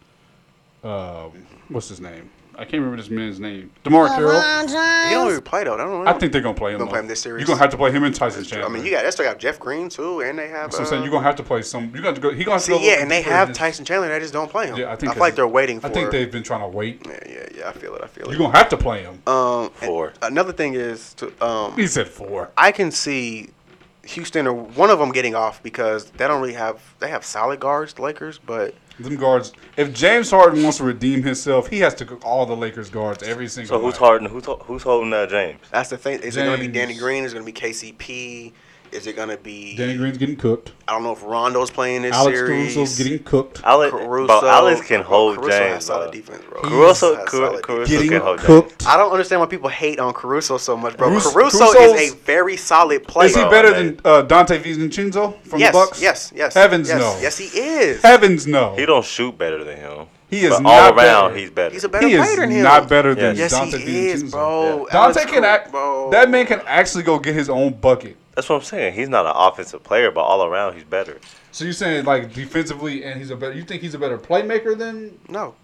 Speaker 4: Um, what's his name? I can't remember this man's name. Demar Carroll.
Speaker 1: he don't even play though. I don't know.
Speaker 4: I think they're gonna play him.
Speaker 1: Gonna play
Speaker 4: though.
Speaker 1: him this series?
Speaker 4: You're gonna have to play him and Tyson
Speaker 1: I
Speaker 4: Chandler.
Speaker 1: mean, you got. That's still got Jeff Green too, and they have.
Speaker 4: That's what I'm
Speaker 1: uh,
Speaker 4: saying. You're gonna have to play some. You got to go. He gonna have to go
Speaker 1: See, yeah, and they
Speaker 4: look at
Speaker 1: have
Speaker 4: this-
Speaker 1: Tyson Chandler. They just don't play him.
Speaker 4: Yeah, I think
Speaker 1: feel like they're waiting for.
Speaker 4: I think they've been trying to wait.
Speaker 1: Yeah, yeah, yeah. I feel it. I feel
Speaker 4: You're
Speaker 1: it.
Speaker 4: gonna have to play him.
Speaker 1: Um, and
Speaker 5: Four.
Speaker 1: Another thing is to um,
Speaker 4: He said four.
Speaker 1: I can see Houston or one of them getting off because they don't really have they have solid guards, the Lakers, but
Speaker 4: Them guards. If James Harden wants to redeem himself, he has to cook all the Lakers guards every single.
Speaker 5: So who's
Speaker 4: night.
Speaker 5: Harden? Who's ho- who's holding that James?
Speaker 1: that's the thing. Is it going to be Danny
Speaker 4: James.
Speaker 1: Green? Is it going to be KCP? Is it going to be
Speaker 4: Danny Green's getting cooked.
Speaker 1: I don't know if Rondo's playing this
Speaker 4: Alex
Speaker 1: series.
Speaker 4: Caruso's getting cooked.
Speaker 5: Alex,
Speaker 1: Caruso,
Speaker 5: but Alex can hold
Speaker 1: Caruso
Speaker 5: James.
Speaker 1: Has solid
Speaker 5: bro.
Speaker 1: defense, bro.
Speaker 5: Caruso,
Speaker 1: has
Speaker 5: Car-
Speaker 1: solid
Speaker 5: Caruso
Speaker 1: defense.
Speaker 4: Getting
Speaker 5: can hold James.
Speaker 4: cooked.
Speaker 1: I don't understand why people hate on Caruso so much, bro.
Speaker 4: Caruso-
Speaker 1: Caruso,
Speaker 4: Caruso's-
Speaker 1: is a very solid player.
Speaker 4: Is he
Speaker 5: Bro,
Speaker 4: better
Speaker 5: man.
Speaker 4: than uh, Dante Vincenzo from
Speaker 1: yes,
Speaker 4: the Bucks?
Speaker 1: yes, yes.
Speaker 4: Heavens
Speaker 1: yes,
Speaker 4: no.
Speaker 1: Yes, he is.
Speaker 4: Heavens no.
Speaker 5: He don't shoot better than him.
Speaker 4: He is
Speaker 5: but all
Speaker 4: not
Speaker 5: around.
Speaker 4: better.
Speaker 5: He's better.
Speaker 1: He's a better
Speaker 4: He
Speaker 1: player
Speaker 4: is
Speaker 1: than him.
Speaker 4: not better than
Speaker 1: yes,
Speaker 4: Dante
Speaker 1: he is,
Speaker 4: Vincenzo.
Speaker 1: bro.
Speaker 4: Dante
Speaker 1: Alex
Speaker 4: can
Speaker 1: Caruso,
Speaker 4: act.
Speaker 1: bro.
Speaker 4: That man can actually go get his own bucket.
Speaker 5: That's what I'm saying. He's not an offensive player, but all around he's better.
Speaker 4: So you're saying like defensively, and he's a better. You think he's a better playmaker than?
Speaker 1: No,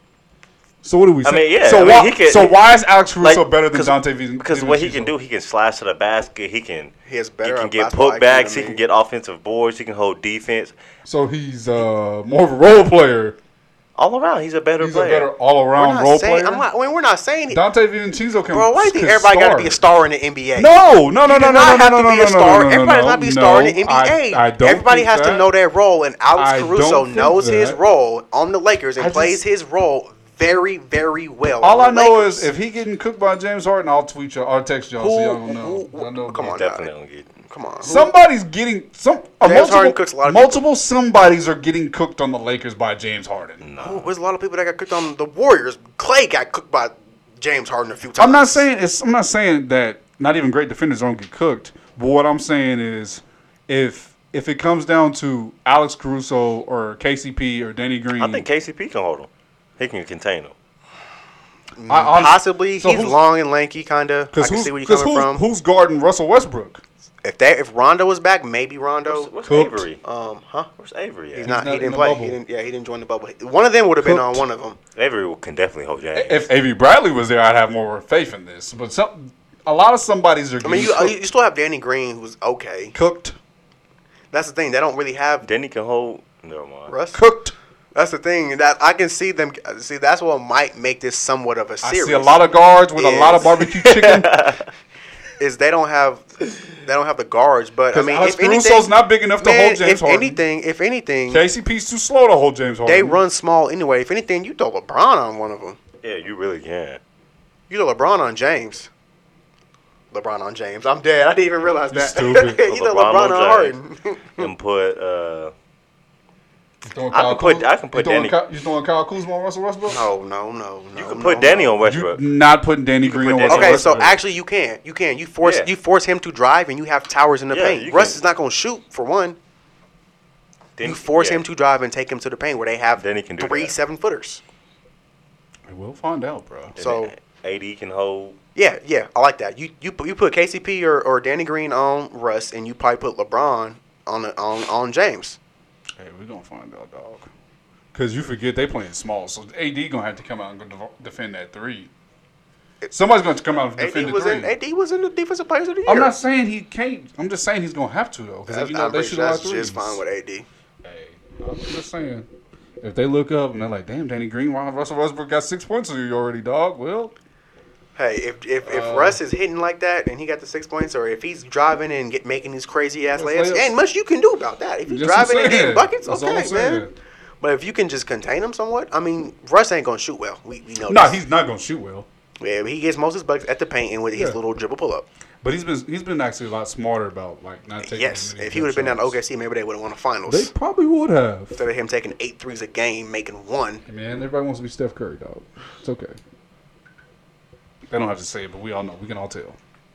Speaker 4: So what do we?
Speaker 5: I
Speaker 4: say?
Speaker 5: mean, yeah,
Speaker 4: So
Speaker 5: I mean,
Speaker 4: why?
Speaker 5: he can-
Speaker 4: so why is Alex Caruso
Speaker 5: Like,
Speaker 4: better than
Speaker 5: 'cause-
Speaker 4: Dante Vincenzo?
Speaker 5: Because what he can do, he can slash to the basket. He can.
Speaker 1: He has better
Speaker 5: He can
Speaker 1: at
Speaker 5: get
Speaker 1: basketball IQ than
Speaker 5: putbacks. He
Speaker 1: me.
Speaker 5: can get offensive boards. He can hold defense.
Speaker 4: So he's uh, more of a role player.
Speaker 5: All around, he's a better
Speaker 4: He's a
Speaker 5: player.
Speaker 4: better all
Speaker 1: we're
Speaker 4: around
Speaker 1: not
Speaker 4: role
Speaker 1: saying.
Speaker 4: player.
Speaker 1: I'm not, I mean, we're not saying it,
Speaker 4: Dante Vincenzo can.
Speaker 1: bro. Why do you think
Speaker 4: can
Speaker 1: everybody got to
Speaker 4: start.
Speaker 1: be a star in the NBA? You do
Speaker 4: No, no, no, no, no,
Speaker 1: not
Speaker 4: no,
Speaker 1: have
Speaker 4: no,
Speaker 1: to
Speaker 4: no,
Speaker 1: be
Speaker 4: no,
Speaker 1: a star.
Speaker 4: no, no,
Speaker 1: Everybody
Speaker 4: no,
Speaker 1: not be a
Speaker 4: no.
Speaker 1: star in the NBA.
Speaker 4: I, I don't
Speaker 1: Everybody
Speaker 4: think
Speaker 1: has
Speaker 4: that.
Speaker 1: to know their role, and Alex
Speaker 4: I don't
Speaker 1: Caruso
Speaker 4: think
Speaker 1: knows his
Speaker 4: that.
Speaker 1: role on the Lakers and
Speaker 4: I just-
Speaker 1: plays his role very, very well.
Speaker 4: All I
Speaker 1: on the
Speaker 4: know
Speaker 1: Lakers.
Speaker 4: is if he getting cooked by James Harden, I'll tweet y'all, I'll text y'all, so
Speaker 1: Who-
Speaker 4: y'all don't know.
Speaker 1: who-
Speaker 4: I know
Speaker 1: come on.
Speaker 5: Definitely don't get.
Speaker 1: come on, who-
Speaker 4: Somebody's getting some. a
Speaker 1: James
Speaker 4: multiple,
Speaker 1: Harden cooks a lot of people.
Speaker 4: multiple somebodies are getting cooked on the Lakers by James Harden.
Speaker 1: who- there's a lot of people that got cooked on the Warriors. Clay got cooked by James Harden a few times.
Speaker 4: I'm not saying it's. I'm not saying that not even great defenders don't get cooked. But what I'm saying is, if if it comes down to Alex Caruso or KCP or Danny Green,
Speaker 5: I think KCP can hold him. He can contain him.
Speaker 4: I honestly-
Speaker 1: possibly
Speaker 4: so
Speaker 1: he's
Speaker 4: who's-
Speaker 1: long and lanky, kind of. I
Speaker 4: Because
Speaker 1: can
Speaker 4: who's,
Speaker 1: see where you're
Speaker 4: 'cause
Speaker 1: coming
Speaker 4: who's-
Speaker 1: from.
Speaker 4: who's guarding Russell Westbrook?
Speaker 1: If that if Rondo was back, maybe Rondo.
Speaker 5: What's, what's
Speaker 4: Cooked.
Speaker 5: Avery?
Speaker 1: um, huh?
Speaker 5: Where's Avery? At?
Speaker 1: He's not.
Speaker 4: not
Speaker 1: he
Speaker 4: in
Speaker 1: didn't
Speaker 4: the
Speaker 1: play.
Speaker 4: bubble.
Speaker 1: He didn't, yeah, he didn't join the bubble. One of them would have been on
Speaker 4: Cooked.
Speaker 1: one of them.
Speaker 5: Avery will- can definitely hold James.
Speaker 4: If Avery Bradley was there, I'd have more faith in this. But some, a lot of somebody's are
Speaker 1: I
Speaker 4: getting
Speaker 1: mean, you uh,
Speaker 4: cooked,
Speaker 1: you still have Danny Green, who's okay.
Speaker 4: cooked,
Speaker 1: That's the thing. They don't really have
Speaker 5: Then he can hold. Never mind.
Speaker 1: Russ.
Speaker 4: cooked.
Speaker 1: That's the thing that I can see them. See, that's what might make this somewhat of a
Speaker 4: I
Speaker 1: series.
Speaker 4: see a lot of guards with a lot
Speaker 1: Yes.
Speaker 4: of barbecue chicken.
Speaker 1: is they don't have they don't have the guards. But I mean,
Speaker 4: Alex
Speaker 1: if
Speaker 4: Caruso's
Speaker 1: anything,
Speaker 4: not big enough to
Speaker 1: man,
Speaker 4: hold James
Speaker 1: if
Speaker 4: Harden.
Speaker 1: anything, if anything,
Speaker 4: KCP's too slow to hold James Harden.
Speaker 1: they run small anyway. If anything, you throw LeBron on one of them.
Speaker 5: Yeah, you really can.
Speaker 1: You know LeBron on James. LeBron on James. I'm dead. I didn't even realize
Speaker 4: You
Speaker 1: that.
Speaker 4: stupid.
Speaker 1: you
Speaker 5: Oh,
Speaker 1: know LeBron, on Harden.
Speaker 5: and put. Uh,
Speaker 4: Throwing
Speaker 5: I can
Speaker 4: Kyle
Speaker 5: put-
Speaker 4: Kuzma-
Speaker 5: I can put
Speaker 4: you throwing
Speaker 5: Danny-
Speaker 4: Ky- you throwing Kyle Kuzma on Russell Westbrook?
Speaker 5: Oh,
Speaker 1: no, no, no, no.
Speaker 5: you can
Speaker 1: no,
Speaker 5: put
Speaker 1: no.
Speaker 5: Danny on
Speaker 4: You're
Speaker 5: Westbrook.
Speaker 4: not putting Danny Green
Speaker 5: put
Speaker 4: on
Speaker 5: Danny-
Speaker 4: Russell
Speaker 1: Okay, so
Speaker 4: Westbrook.
Speaker 1: actually you can. You can. You force
Speaker 5: Yeah.
Speaker 1: you force him to drive and you have towers in the
Speaker 5: Yeah, you
Speaker 1: paint. Russ
Speaker 5: can.
Speaker 1: is not gonna shoot for one.
Speaker 5: Then-
Speaker 1: you force
Speaker 5: yeah.
Speaker 1: him to drive and take him to the paint where they have
Speaker 5: Then he can do
Speaker 1: three
Speaker 5: that.
Speaker 1: seven footers.
Speaker 4: We'll find out, bro.
Speaker 5: And
Speaker 1: so-
Speaker 5: then AD uh, can hold.
Speaker 1: Yeah, yeah, I like that. You you put you put KCP or, or Danny Green on Russ and you probably put LeBron on the, on on James.
Speaker 4: Hey, we're gonna find out, dog. Cause you forget they playing small, so AD gonna have to come out and go def- defend that three. Somebody's gonna have to come out and defend
Speaker 1: AD
Speaker 4: the
Speaker 1: was
Speaker 4: three.
Speaker 1: in AD was in the defensive players of the year.
Speaker 4: I'm not saying he can't. I'm just saying he's gonna have to though, because
Speaker 1: That's,
Speaker 4: you know
Speaker 1: I'm
Speaker 4: they
Speaker 1: pretty
Speaker 4: shoot
Speaker 1: sure
Speaker 4: a lot
Speaker 1: that's
Speaker 4: of threes.
Speaker 1: just fine with AD.
Speaker 4: Hey, I'm just saying, if they look up and they're like, "Damn, Danny Green, why Russell Westbrook got six points on you already, dog?" Well,
Speaker 1: Hey, if if, if
Speaker 4: Uh,
Speaker 1: Russ is hitting like that and he got the six points, or if he's driving and get making these crazy ass
Speaker 4: That's
Speaker 1: layups,
Speaker 4: layups.
Speaker 1: ain't much you can do about that. If you're
Speaker 4: That's what I'm
Speaker 1: driving and getting
Speaker 4: saying.
Speaker 1: buckets,
Speaker 4: That's all
Speaker 1: okay,
Speaker 4: I'm saying.
Speaker 1: man. But if you can just contain him somewhat, I mean, Russ ain't gonna shoot well. We, we know.
Speaker 4: no,
Speaker 1: this.
Speaker 4: he's not gonna shoot well.
Speaker 1: yeah, he gets most of his buckets at the paint and with his
Speaker 4: Yeah.
Speaker 1: little dribble pull up.
Speaker 4: But he's been he's been actually a lot smarter about like not taking.
Speaker 1: Yes,
Speaker 4: as many
Speaker 1: if he would have been down to
Speaker 4: jump shots.
Speaker 1: OKC, maybe they would have won the
Speaker 4: they
Speaker 1: finals.
Speaker 4: probably would have.
Speaker 1: Instead of him taking eight threes a game, making one.
Speaker 4: Hey, Man, everybody wants to be Steph Curry, dog. It's okay. They don't have to say it, but we all know. We can all tell.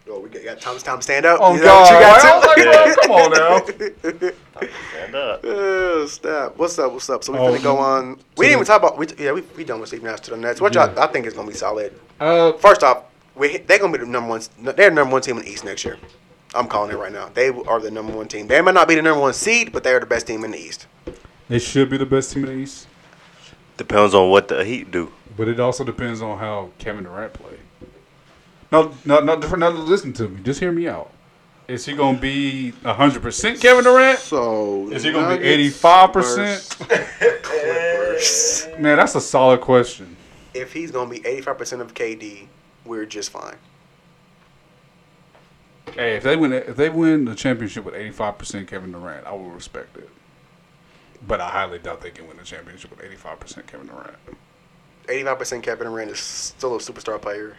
Speaker 1: Oh, we got, got Thomas Tom stand up.
Speaker 4: Oh
Speaker 1: Is that
Speaker 4: God!
Speaker 1: what you got too?
Speaker 4: I was like, bro, come on now.
Speaker 5: Stand up.
Speaker 1: Oh, stop. What's up? What's up? So we
Speaker 4: Oh,
Speaker 1: finna go on. We didn't
Speaker 4: the-
Speaker 1: even talk about. We, yeah, we, we done with Steve Nash to the Nets, which
Speaker 4: Yeah.
Speaker 1: I, I think is gonna be solid.
Speaker 4: Uh,
Speaker 1: First off, we they're gonna be the number one. They're the number one team in the East next year. I'm calling it right now. They are the number one team. They might not be the number one seed, but they are the best team in the East.
Speaker 4: they should be the best team in the East,
Speaker 5: Depends on what the Heat do.
Speaker 4: but it also depends on how Kevin Durant play. No, no, no. Now listen to me. Just hear me out. Is he gonna be hundred percent Kevin Durant?
Speaker 1: So
Speaker 4: Is he gonna be eighty five percent? Man, that's a solid question.
Speaker 1: If he's gonna be 85 percent of KD, we're just fine.
Speaker 4: Hey, if they win, if they win the championship with eighty five percent Kevin Durant, I will respect it. But I highly doubt they can win the championship with eighty five percent Kevin Durant.
Speaker 1: 85 percent Kevin Durant is still a superstar player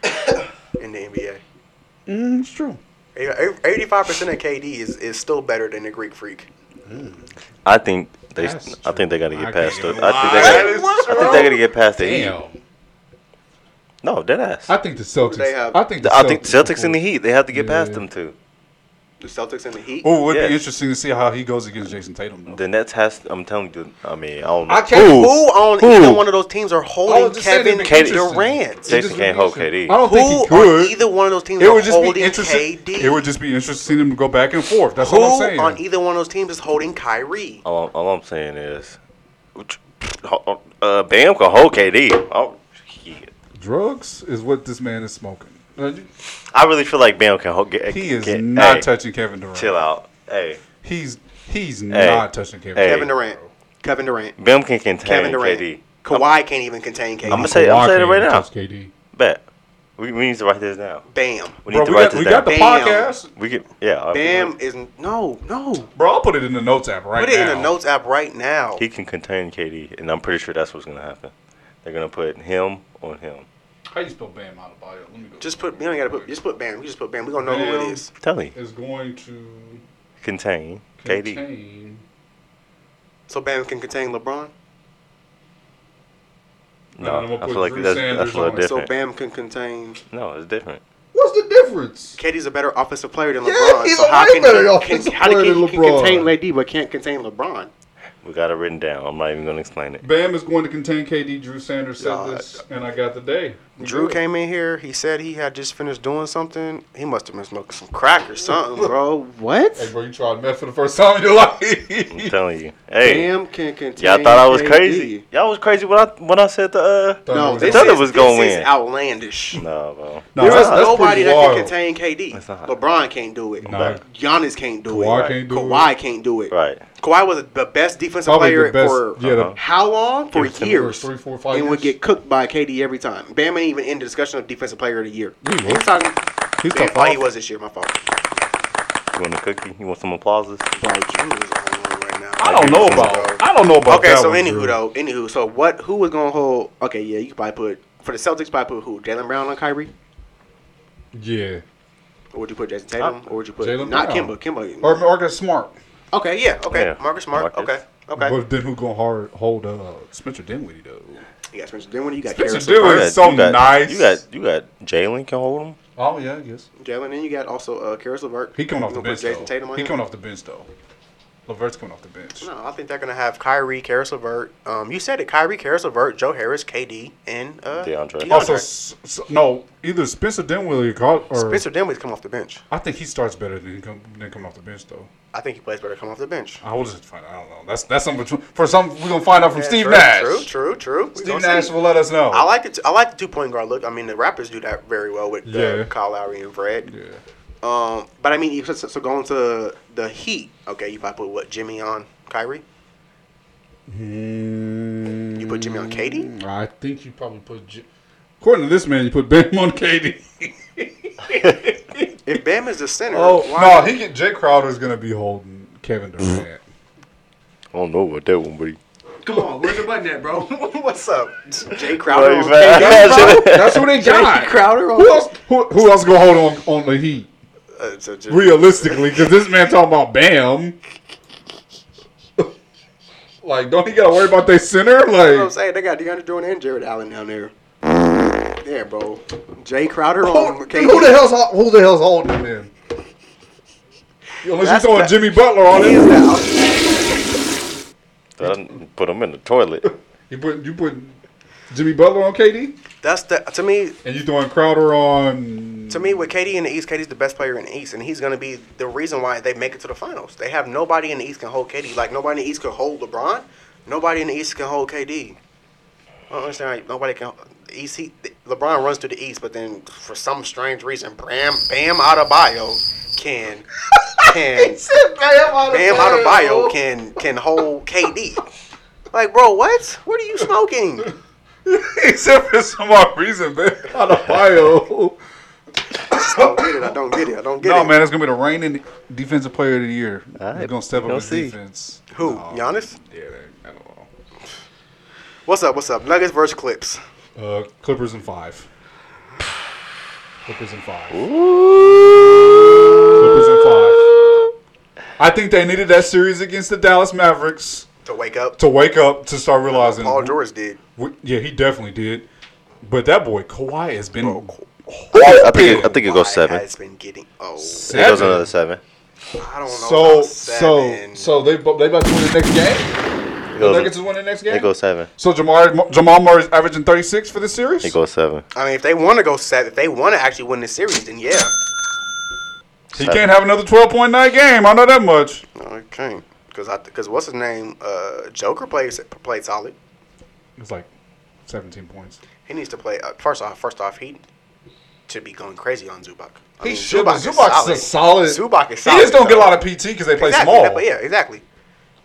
Speaker 1: in the NBA.
Speaker 4: Mm, it's true.
Speaker 1: 85 percent of KD is, is still better than the Greek Freak.
Speaker 5: I think they.
Speaker 4: That's
Speaker 5: I think they got to
Speaker 4: true.
Speaker 5: get
Speaker 4: I
Speaker 5: past.
Speaker 4: can't
Speaker 5: The,
Speaker 4: even
Speaker 5: I think
Speaker 4: lie.
Speaker 5: they got. I think they got to get past the Heat.
Speaker 4: Damn.
Speaker 5: No, dead ass.
Speaker 4: I
Speaker 5: I,
Speaker 4: think the Celtics.
Speaker 1: They have-
Speaker 4: I think
Speaker 5: think Celtics and the Heat. They have to get past
Speaker 4: Yeah.
Speaker 5: them too.
Speaker 1: The Celtics and the Heat.
Speaker 4: Oh, it would
Speaker 5: Yes.
Speaker 4: be interesting to see how he goes against Jason Tatum. Though.
Speaker 5: The Nets has. I'm telling you. I mean, I don't know.
Speaker 1: I can't.
Speaker 5: Who?
Speaker 1: Who, on
Speaker 5: Who?
Speaker 1: either one of those teams are
Speaker 4: I was
Speaker 1: holding
Speaker 4: just saying
Speaker 1: Kevin
Speaker 4: it'd be interesting.
Speaker 1: Durant?
Speaker 4: It just
Speaker 5: Jason
Speaker 4: would be
Speaker 5: can't hold
Speaker 4: interesting.
Speaker 5: KD.
Speaker 4: I don't think
Speaker 1: Who
Speaker 4: he
Speaker 1: on
Speaker 4: could.
Speaker 1: either one of those teams
Speaker 4: It
Speaker 1: are
Speaker 4: would just be
Speaker 1: holding
Speaker 4: interesting.
Speaker 1: KD?
Speaker 4: It would just be interesting to see them go back and forth. That's
Speaker 1: Who
Speaker 4: what I'm saying.
Speaker 1: on e- either one of those teams is holding Kyrie?
Speaker 5: All, I'm- all I'm saying is, uh, Bam can hold KD. Oh, shit.
Speaker 4: Drugs is what this man is smoking. Uh, you-
Speaker 5: I really feel like Bam can hold. Get,
Speaker 4: He is
Speaker 5: get-
Speaker 4: not
Speaker 5: hey,
Speaker 4: touching Kevin Durant.
Speaker 5: Chill out. Hey,
Speaker 4: He's he's not touching Kevin.
Speaker 5: Hey.
Speaker 4: Durant.
Speaker 1: Kevin Durant. Kevin Durant.
Speaker 5: Bam can contain
Speaker 1: Kevin Durant.
Speaker 5: KD.
Speaker 1: Kawhi can't even contain KD.
Speaker 5: I'ma say- I'm saying it right
Speaker 4: Kawhi
Speaker 5: now.
Speaker 4: can't touch KD.
Speaker 5: Bet. We, we need to write this down.
Speaker 1: Bam.
Speaker 5: We need
Speaker 4: Bro,
Speaker 5: to
Speaker 4: we
Speaker 5: write
Speaker 4: got,
Speaker 5: this
Speaker 4: we
Speaker 5: down.
Speaker 4: got the
Speaker 1: Bam.
Speaker 4: podcast.
Speaker 5: we can. Yeah. I-
Speaker 1: Bam is no, no.
Speaker 4: Bro, I'll put it in the notes app right
Speaker 1: Put it
Speaker 4: now.
Speaker 1: in the notes app right now.
Speaker 5: He can contain KD, and I'm pretty sure that's what's gonna happen. They're gonna put him on him.
Speaker 4: How you spell Bam out of bio? Let me go.
Speaker 1: Just put. You don't gotta put. Just put Bam. We just put Bam. We gonna know who
Speaker 4: Bam.
Speaker 1: it is.
Speaker 5: Tell me,
Speaker 4: Is going to
Speaker 5: contain KD.
Speaker 4: contain.
Speaker 1: So Bam can contain LeBron.
Speaker 4: I'm gonna
Speaker 5: No, I
Speaker 4: put
Speaker 5: feel like
Speaker 4: Drew
Speaker 5: that's,
Speaker 4: Sanders
Speaker 5: that's a
Speaker 4: on
Speaker 5: little
Speaker 4: it.
Speaker 1: So
Speaker 5: different.
Speaker 1: Bam can contain.
Speaker 5: No, it's different.
Speaker 4: What's the difference?
Speaker 1: KD's a better offensive player than
Speaker 4: Yeah,
Speaker 1: LeBron.
Speaker 4: he's
Speaker 1: so
Speaker 4: a
Speaker 1: how
Speaker 4: way
Speaker 1: can
Speaker 4: better
Speaker 1: he,
Speaker 4: offensive
Speaker 1: can, how
Speaker 4: player
Speaker 1: can
Speaker 4: than
Speaker 1: he can contain
Speaker 4: LeBron.
Speaker 1: Lady but can't contain LeBron?
Speaker 5: We got it written down. I'm not even gonna explain it.
Speaker 4: Bam is going to contain KD. Drew Sanders said
Speaker 1: God.
Speaker 4: this, and I got the day. We
Speaker 1: Drew
Speaker 4: good.
Speaker 1: came in here. He said he had just finished doing something. He must have been smoking some crack or something, bro.
Speaker 4: Hey,
Speaker 1: What?
Speaker 4: bro, you tried meth for the first time in your life.
Speaker 5: I'm telling you. Hey,
Speaker 1: Bam can contain.
Speaker 5: y'all thought I was
Speaker 1: KD.
Speaker 5: crazy. Y'all was crazy when I when I said the. Uh,
Speaker 1: No,
Speaker 4: Thought it
Speaker 1: this,
Speaker 5: thought it
Speaker 1: is,
Speaker 5: was
Speaker 1: was
Speaker 5: gonna
Speaker 1: going this
Speaker 5: win.
Speaker 1: is outlandish.
Speaker 5: no, bro.
Speaker 4: No,
Speaker 1: There's
Speaker 4: that's, that's
Speaker 1: nobody
Speaker 4: pretty
Speaker 1: that
Speaker 4: wild.
Speaker 1: can contain KD.
Speaker 5: It's not.
Speaker 1: LeBron can't do it.
Speaker 4: Nah.
Speaker 1: Giannis can't do
Speaker 4: Kawhi
Speaker 1: it.
Speaker 4: can't do
Speaker 1: Kawhi
Speaker 4: it.
Speaker 1: can't do it.
Speaker 5: Right.
Speaker 1: Kawhi was the best defensive
Speaker 4: Probably
Speaker 1: player
Speaker 4: the best.
Speaker 1: for
Speaker 4: yeah, the,
Speaker 5: Uh-huh.
Speaker 1: how long? For
Speaker 4: Give it to me for
Speaker 1: years.
Speaker 4: three, four, five
Speaker 1: and would
Speaker 4: years.
Speaker 1: get cooked by KD every time. Bam ain't even in the discussion of defensive player of the year.
Speaker 4: He was.
Speaker 1: He's talking.
Speaker 4: he's
Speaker 1: Bam,
Speaker 4: top
Speaker 1: oh, he
Speaker 4: five.
Speaker 1: was this year. My fault.
Speaker 5: You want a cookie? You want some applauses?
Speaker 1: Bro, Drew is on one right now.
Speaker 4: I don't know about. I don't know about.
Speaker 1: Okay,
Speaker 4: that
Speaker 1: so
Speaker 4: one,
Speaker 1: anywho
Speaker 4: Drew.
Speaker 1: though, anywho, so what? Who was gonna hold? Okay, yeah, you could probably put for the Celtics. Probably put who? Jalen Brown on Kyrie,
Speaker 4: Yeah.
Speaker 1: or would you put Jason Tatum, or would you put
Speaker 4: Uh, Jalen
Speaker 1: not
Speaker 4: Brown.
Speaker 1: Kimba? Kimba.
Speaker 4: Or Marcus Smart.
Speaker 1: okay, yeah, okay,
Speaker 5: Yeah.
Speaker 1: Marcus Smart.
Speaker 5: Marcus.
Speaker 1: Okay, okay.
Speaker 4: But then who gonna hard, hold uh, Spencer Dinwiddie though?
Speaker 1: You got Spencer Dinwiddie. You got
Speaker 4: Spencer
Speaker 1: Karis
Speaker 4: Dinwiddie.
Speaker 5: You
Speaker 1: LeBron,
Speaker 4: It's
Speaker 5: got-
Speaker 4: so
Speaker 5: you got-
Speaker 4: nice.
Speaker 5: You got you got Jalen can hold him.
Speaker 4: Oh yeah, I guess
Speaker 1: Jalen, and you got also uh, Karis LeVert.
Speaker 4: he coming off
Speaker 1: You
Speaker 4: the
Speaker 1: gonna
Speaker 4: bench
Speaker 1: put Jason
Speaker 4: though.
Speaker 1: Tatum on
Speaker 4: he
Speaker 1: him?
Speaker 4: coming off the bench though. Levert's coming off the bench.
Speaker 1: No, I think they're gonna have Kyrie, Karis LeVert. Um, you said it: Kyrie, Karis LeVert, Joe Harris, KD, and uh,
Speaker 5: DeAndre.
Speaker 4: Also, Oh, s- s- no, either Spencer Dinwiddie or, Car- or
Speaker 1: Spencer Dinwiddie's come off the bench.
Speaker 4: I think he starts better than he come, than come off the bench though.
Speaker 1: I think he plays better come off the bench.
Speaker 4: I will just find. I don't know. That's that's something between- for some we're gonna find out from
Speaker 1: Yeah,
Speaker 4: Steve
Speaker 1: true,
Speaker 4: Nash.
Speaker 1: True, true, true. We
Speaker 4: Steve
Speaker 1: gonna
Speaker 4: Nash
Speaker 1: see.
Speaker 4: will let us know.
Speaker 1: I like it. I like the two point guard look. I mean, the Raptors do that very well with uh,
Speaker 4: Yeah.
Speaker 1: Kyle Lowry and Fred.
Speaker 4: yeah.
Speaker 1: Um, but I mean, you- so, so going to the Heat, okay, you probably put what Jimmy on Kyrie.
Speaker 4: You
Speaker 1: put Jimmy on KD?
Speaker 4: Hmm, I think you probably put. J- According to this man, you put Bam on KD.
Speaker 1: If Bam is the center,
Speaker 4: Oh
Speaker 1: why-
Speaker 4: no, he get Jay Crowder is gonna be holding Kevin Durant.
Speaker 5: I don't know what that one be.
Speaker 1: come on, where's the button at, bro? What's up, Jay Crowder?
Speaker 5: Wait,
Speaker 1: on
Speaker 5: man.
Speaker 1: KD, bro?
Speaker 4: That's who they
Speaker 1: Jay
Speaker 4: got.
Speaker 1: Crowder on
Speaker 4: Who else? Who, who else gonna hold on on the Heat?
Speaker 1: Uh, so just,
Speaker 4: realistically, because this man talking about Bam. like, don't he gotta worry about their center?
Speaker 1: You know what I'm
Speaker 4: Like,
Speaker 1: saying? They got DeAndre Jordan and Jared Allen down there. Yeah, bro. Jay Crowder
Speaker 4: who,
Speaker 1: on KD.
Speaker 4: who the hell's ho- who the hell's holding him? Then? Unless you
Speaker 1: That's
Speaker 4: throwing
Speaker 1: the-
Speaker 4: Jimmy Butler on
Speaker 1: He is
Speaker 4: him,
Speaker 1: that-
Speaker 5: Done Put them in the toilet.
Speaker 4: you put you put Jimmy Butler on KD,
Speaker 1: That's the to me.
Speaker 4: and you throwing Crowder on.
Speaker 1: To me, with KD in the East, KD's the best player in the East, and he's gonna be the reason why they make it to the finals. They have nobody in the East can hold KD. Like nobody in the East can hold LeBron. Nobody in the East can hold KD. I don't understand. Like, nobody can. East, he, LeBron runs through the East, but then for some strange reason, Bam Bam Adebayo can can Bam Adebayo can can hold KD. Like, bro, what? What are you smoking?
Speaker 4: Except for some odd reason, man. Out of bio.
Speaker 1: I don't get it. I don't get it. I don't get
Speaker 4: No,
Speaker 1: it.
Speaker 4: man, it's gonna be the reigning defensive player of the year.
Speaker 5: All right,
Speaker 4: He's gonna step up
Speaker 5: we'll
Speaker 4: his
Speaker 5: see.
Speaker 4: defense.
Speaker 1: Who?
Speaker 4: No.
Speaker 1: Giannis?
Speaker 4: Yeah, that, I don't know.
Speaker 1: What's up? What's up? Nuggets versus Clips.
Speaker 4: Uh, Clippers in five. Clippers in five. Clippers in five. I think they needed that series against the Dallas Mavericks
Speaker 1: To wake up.
Speaker 4: to wake up to start realizing.
Speaker 1: Paul George did.
Speaker 4: we- yeah, he definitely did. But that boy Kawhi has been.
Speaker 5: I think it, I think it goes
Speaker 1: Kawhi
Speaker 5: seven.
Speaker 1: Has been getting. Oh,
Speaker 5: It goes another
Speaker 4: seven.
Speaker 5: seven.
Speaker 1: I don't know.
Speaker 4: So
Speaker 1: about
Speaker 4: so
Speaker 1: seven.
Speaker 4: so they bu- they about to win the next game.
Speaker 5: It
Speaker 4: The Nuggets
Speaker 5: goes,
Speaker 4: is winning the next
Speaker 5: it
Speaker 4: game.
Speaker 5: goes seven.
Speaker 4: So Jamar Jamal Murray's averaging thirty six for this series.
Speaker 5: It goes seven.
Speaker 1: I mean, if they want to go seven, if they want to actually win this series, then yeah.
Speaker 4: He can't have another twelve point nine game. I know that much.
Speaker 1: Okay. Because I because what's his name? Uh, Joker plays played solid.
Speaker 4: It's like seventeen points.
Speaker 1: He needs to play. Uh, first off, first off, he should be going crazy on Zubac. I
Speaker 4: He should, but Zubac's a solid-
Speaker 1: Zubac is solid.
Speaker 4: He just don't get a
Speaker 1: though.
Speaker 4: lot of PT because they play
Speaker 1: exactly,
Speaker 4: small.
Speaker 1: that- but yeah, exactly.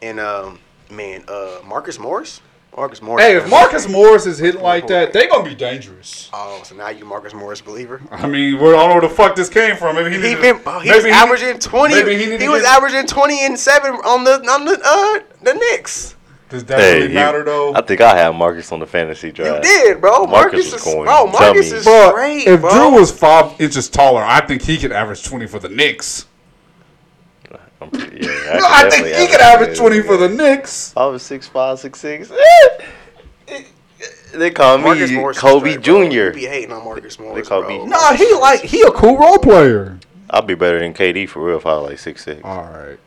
Speaker 1: And um, man, uh, Marcus Morris. Marcus Morris.
Speaker 4: Hey, if Marcus Morris is hitting like that, they gonna be dangerous.
Speaker 1: Oh, so now you Marcus Morris believer?
Speaker 4: I mean, we don't know where the fuck this came from. Maybe he,
Speaker 1: He
Speaker 4: needed-
Speaker 1: been oh, he
Speaker 4: maybe
Speaker 1: was
Speaker 4: he-
Speaker 1: averaging twenty.
Speaker 4: maybe
Speaker 1: He,
Speaker 4: need to
Speaker 1: was
Speaker 4: get-
Speaker 1: averaging twenty and seven on the on the uh the Knicks.
Speaker 4: Does that really
Speaker 5: you-
Speaker 4: matter though?
Speaker 5: I think I had Marcus on the fantasy
Speaker 1: You
Speaker 5: drive.
Speaker 1: did, bro. Marcus,
Speaker 5: Marcus was
Speaker 1: is
Speaker 5: going
Speaker 1: bro. Marcus
Speaker 5: dummy.
Speaker 1: is
Speaker 4: But
Speaker 1: great,
Speaker 4: if
Speaker 1: bro.
Speaker 4: Drew was five inches taller, I think he could average twenty for the Knicks.
Speaker 5: I'm pretty- yeah,
Speaker 4: No, I think he could average twenty for the Knicks.
Speaker 5: I was six five, six six. they call me
Speaker 1: Marcus Morris is
Speaker 5: Kobe
Speaker 1: great, bro. You
Speaker 5: Junior.
Speaker 1: be hating on Marcus Morris,
Speaker 5: call
Speaker 1: bro.
Speaker 5: me-
Speaker 4: Nah, he like he a cool role player.
Speaker 5: I'll be better than KD for real if I was like six six.
Speaker 4: All right.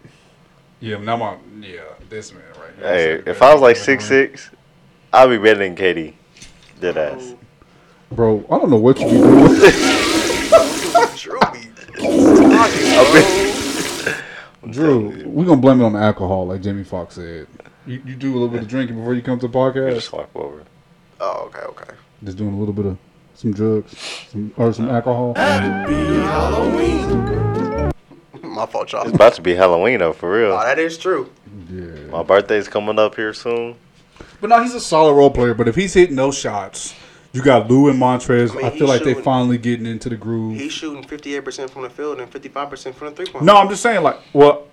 Speaker 4: Yeah, now my yeah, this man right here.
Speaker 5: Hey,
Speaker 4: Second
Speaker 5: if I was like
Speaker 4: baseman.
Speaker 5: six six, I'd be better than KD. Dead
Speaker 1: Oh.
Speaker 5: ass.
Speaker 2: Bro, I don't know what you be doing.
Speaker 1: Drew be talking,
Speaker 2: Drew, we're going to blame it on the alcohol, like Jamie Foxx said. You, you do a little bit of drinking before you come to the podcast.
Speaker 5: Just walk over.
Speaker 1: bro. Oh, okay, okay.
Speaker 2: Just doing a little bit of some drugs some, or some alcohol.
Speaker 1: My fault,
Speaker 5: It's
Speaker 1: y'all.
Speaker 5: about to be Halloween though, for
Speaker 1: Oh,
Speaker 5: real.
Speaker 1: that is true.
Speaker 2: Yeah.
Speaker 5: My birthday's coming up here soon.
Speaker 4: But no, he's a solid role player. But if he's hitting those shots, you got Lou and Montrez. I,
Speaker 1: I mean, he
Speaker 4: feel like they
Speaker 1: shooting-
Speaker 4: finally getting into the groove.
Speaker 1: He's shooting fifty eight percent from the field and fifty five percent from the three point.
Speaker 4: no, I'm just saying, like, well,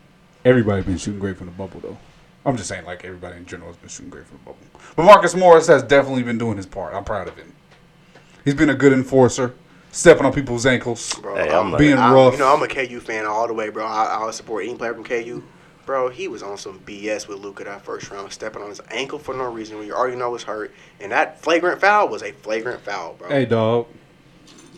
Speaker 4: everybody been shooting great from the bubble, though. I'm just saying, like, everybody in general has been shooting great from the bubble. But Marcus Morris has definitely been doing his part. I'm proud of him. He's been a good enforcer, stepping on people's ankles.
Speaker 1: bro.
Speaker 5: Hey,
Speaker 1: I'm-
Speaker 5: I'm like-
Speaker 4: Being
Speaker 1: I-
Speaker 4: rough.
Speaker 1: You know, I'm a KU fan all the way, bro. I, I would support any player from KU. Bro, he was on some BS with Luca that first round, stepping on his ankle for no reason when you already know it's hurt. And that flagrant foul was a flagrant foul, bro.
Speaker 4: Hey, dog.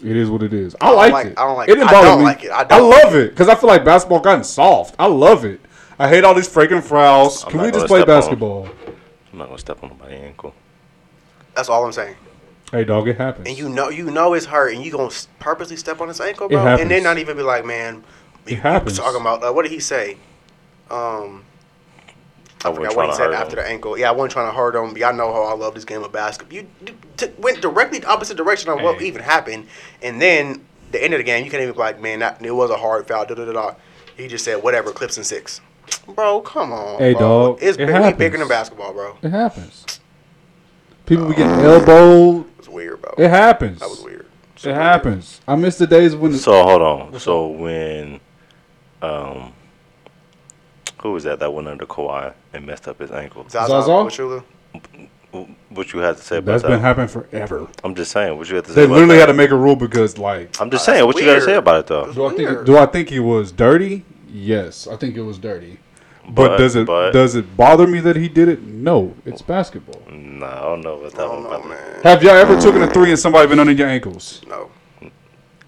Speaker 4: It is what it is. I
Speaker 1: don't
Speaker 4: liked
Speaker 1: like-
Speaker 4: it.
Speaker 1: I don't like
Speaker 4: it.
Speaker 1: it.
Speaker 4: Didn't
Speaker 1: I
Speaker 4: bother
Speaker 1: don't
Speaker 4: me.
Speaker 1: like it. I
Speaker 4: I,
Speaker 1: don't
Speaker 4: love it because I feel like basketball gotten soft. I love it. I hate all these freaking fouls.
Speaker 5: I'm
Speaker 4: Can
Speaker 5: not
Speaker 4: we just
Speaker 5: gonna
Speaker 4: play
Speaker 5: step on.
Speaker 4: basketball?
Speaker 5: I'm not gonna step on nobody's ankle.
Speaker 1: That's all I'm saying.
Speaker 4: Hey, dog, it happens.
Speaker 1: And you know, you know it's hurt, and you gonna s- purposely step on his ankle,
Speaker 4: It
Speaker 1: bro, and then
Speaker 4: happens.
Speaker 1: not even be like, man,
Speaker 4: It happens.
Speaker 1: talking about uh, what did he say? Um,
Speaker 5: I
Speaker 1: forgot
Speaker 5: wasn't
Speaker 1: what
Speaker 5: trying
Speaker 1: he
Speaker 5: to
Speaker 1: said
Speaker 5: hurt
Speaker 1: after
Speaker 5: him.
Speaker 1: the ankle. Yeah, I wasn't trying to hurt him. Y'all know how I love this game of basketball. You d- t- went directly the opposite direction of what
Speaker 4: Hey.
Speaker 1: even happened, and then the end of the game, you can't even be like, man, that it was a hard foul. Da da da da. He just said whatever. Clips and six. Bro, come on.
Speaker 4: Hey,
Speaker 1: bro.
Speaker 4: dog,
Speaker 1: It's
Speaker 4: it
Speaker 1: big, we
Speaker 4: happens.
Speaker 1: bigger than basketball, bro.
Speaker 2: It happens. People be getting elbowed.
Speaker 1: It's weird, bro.
Speaker 2: It happens.
Speaker 1: That was weird.
Speaker 4: It happens.
Speaker 2: I miss the days when the
Speaker 5: So hold on. So when, um, who was that that went under Kawhi and messed up his ankle?
Speaker 1: Zaza,
Speaker 2: Zaza?
Speaker 1: Pachulia.
Speaker 5: what you have to say about
Speaker 4: That's
Speaker 5: that.
Speaker 4: been happening forever.
Speaker 5: I'm just saying what you have to say.
Speaker 4: They
Speaker 5: about
Speaker 4: literally
Speaker 5: that.
Speaker 4: had to make a rule because, like,
Speaker 5: I'm just
Speaker 1: Oh,
Speaker 5: saying
Speaker 1: that's
Speaker 5: what you got to say
Speaker 1: weird.
Speaker 5: about it though.
Speaker 1: That's
Speaker 4: do I think
Speaker 1: weird.
Speaker 4: it, do I think he was dirty? Yes, I think it was dirty. But,
Speaker 5: But-
Speaker 4: does it
Speaker 5: but-
Speaker 4: does it bother me that he did it? No, it's basketball.
Speaker 5: Nah, I don't know about
Speaker 1: I
Speaker 5: that
Speaker 1: don't
Speaker 5: one,
Speaker 1: know,
Speaker 5: brother.
Speaker 1: Oh, man.
Speaker 4: Have y'all ever taken a three and somebody been under your ankles?
Speaker 1: No.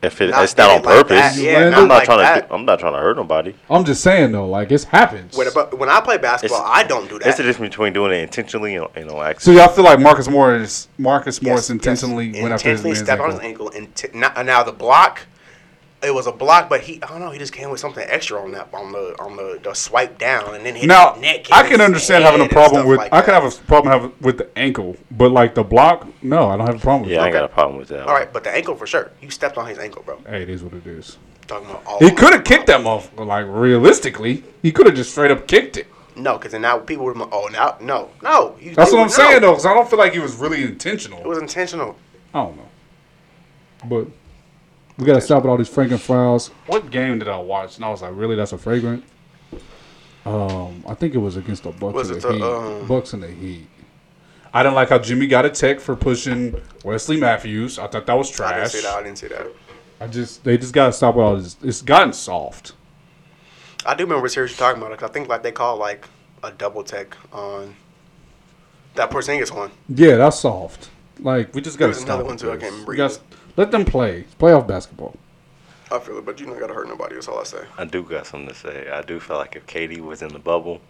Speaker 5: If it,
Speaker 1: Not
Speaker 5: it's not
Speaker 1: did
Speaker 5: on
Speaker 1: it like
Speaker 5: purpose,
Speaker 1: that. Yeah,
Speaker 5: I'm
Speaker 1: not
Speaker 5: not
Speaker 1: like
Speaker 5: trying
Speaker 1: that.
Speaker 5: to. do- I'm not trying to hurt nobody.
Speaker 4: I'm just saying though, like it's happens.
Speaker 1: When, about, when I play basketball,
Speaker 5: It's-
Speaker 1: I don't do
Speaker 5: That's the
Speaker 1: that.
Speaker 5: difference between doing it intentionally and, and on
Speaker 4: So
Speaker 5: accident.
Speaker 4: y'all feel like Marcus Morris, Marcus Morris
Speaker 1: Yes,
Speaker 4: intentionally
Speaker 1: yes.
Speaker 4: went after his
Speaker 1: Intentionally
Speaker 4: man's
Speaker 1: stepped on his
Speaker 4: ankle.
Speaker 1: ankle. And t- now, now the block, it was a block, but he, I don't know, he just came with something extra on that, on the, on the, the swipe down, and then hit
Speaker 4: Now
Speaker 1: his neck. and
Speaker 4: I
Speaker 1: his
Speaker 4: can understand
Speaker 1: head
Speaker 4: having a
Speaker 1: and
Speaker 4: problem
Speaker 1: stuff
Speaker 4: with.
Speaker 1: like
Speaker 4: I could
Speaker 1: that.
Speaker 4: have a problem have with the ankle, but like the block, no, I don't have a
Speaker 1: Mm,
Speaker 4: problem with.
Speaker 5: Yeah, I ain't
Speaker 4: that.
Speaker 5: got a problem with that.
Speaker 1: All right, but the ankle for sure. You stepped on his ankle, bro.
Speaker 4: Hey, it is what it is.
Speaker 1: Talking about all
Speaker 4: He could have kicked that motherfucker. Like realistically, he could have just straight up kicked it.
Speaker 1: No, because then now people would have oh, now, no, no. You
Speaker 4: That's what I'm
Speaker 1: no.
Speaker 4: saying though, because I don't feel like he was really intentional.
Speaker 1: It was intentional.
Speaker 4: I don't know. But we gotta stop at all these fragrant files. What game did I watch? And I was like, really? That's a fragrant. Um, I think it was against the Bucks
Speaker 1: Was
Speaker 4: and
Speaker 1: it
Speaker 4: the,
Speaker 1: the,
Speaker 4: Heat.
Speaker 1: um,
Speaker 4: Bucks and the Heat. I didn't like how Jimmy got a tech for pushing Wesley Matthews. I thought that was
Speaker 1: I didn't
Speaker 4: trash.
Speaker 1: see that. I didn't see that.
Speaker 4: I just they just gotta stop with all this. It's gotten soft.
Speaker 1: I do remember what series you're talking about. Cause I think like they call like a double tech on that Porzingis one.
Speaker 4: Yeah, that's soft. Like we just gotta
Speaker 1: There's
Speaker 4: stop.
Speaker 1: another one
Speaker 4: with
Speaker 1: too, I
Speaker 4: this.
Speaker 1: can't remember
Speaker 4: We gotta
Speaker 1: either.
Speaker 4: s- let them play playoff basketball.
Speaker 1: I feel it, but you not gotta hurt nobody. That's all I say.
Speaker 5: I do got something to say. I do feel like if Katie was in the bubble,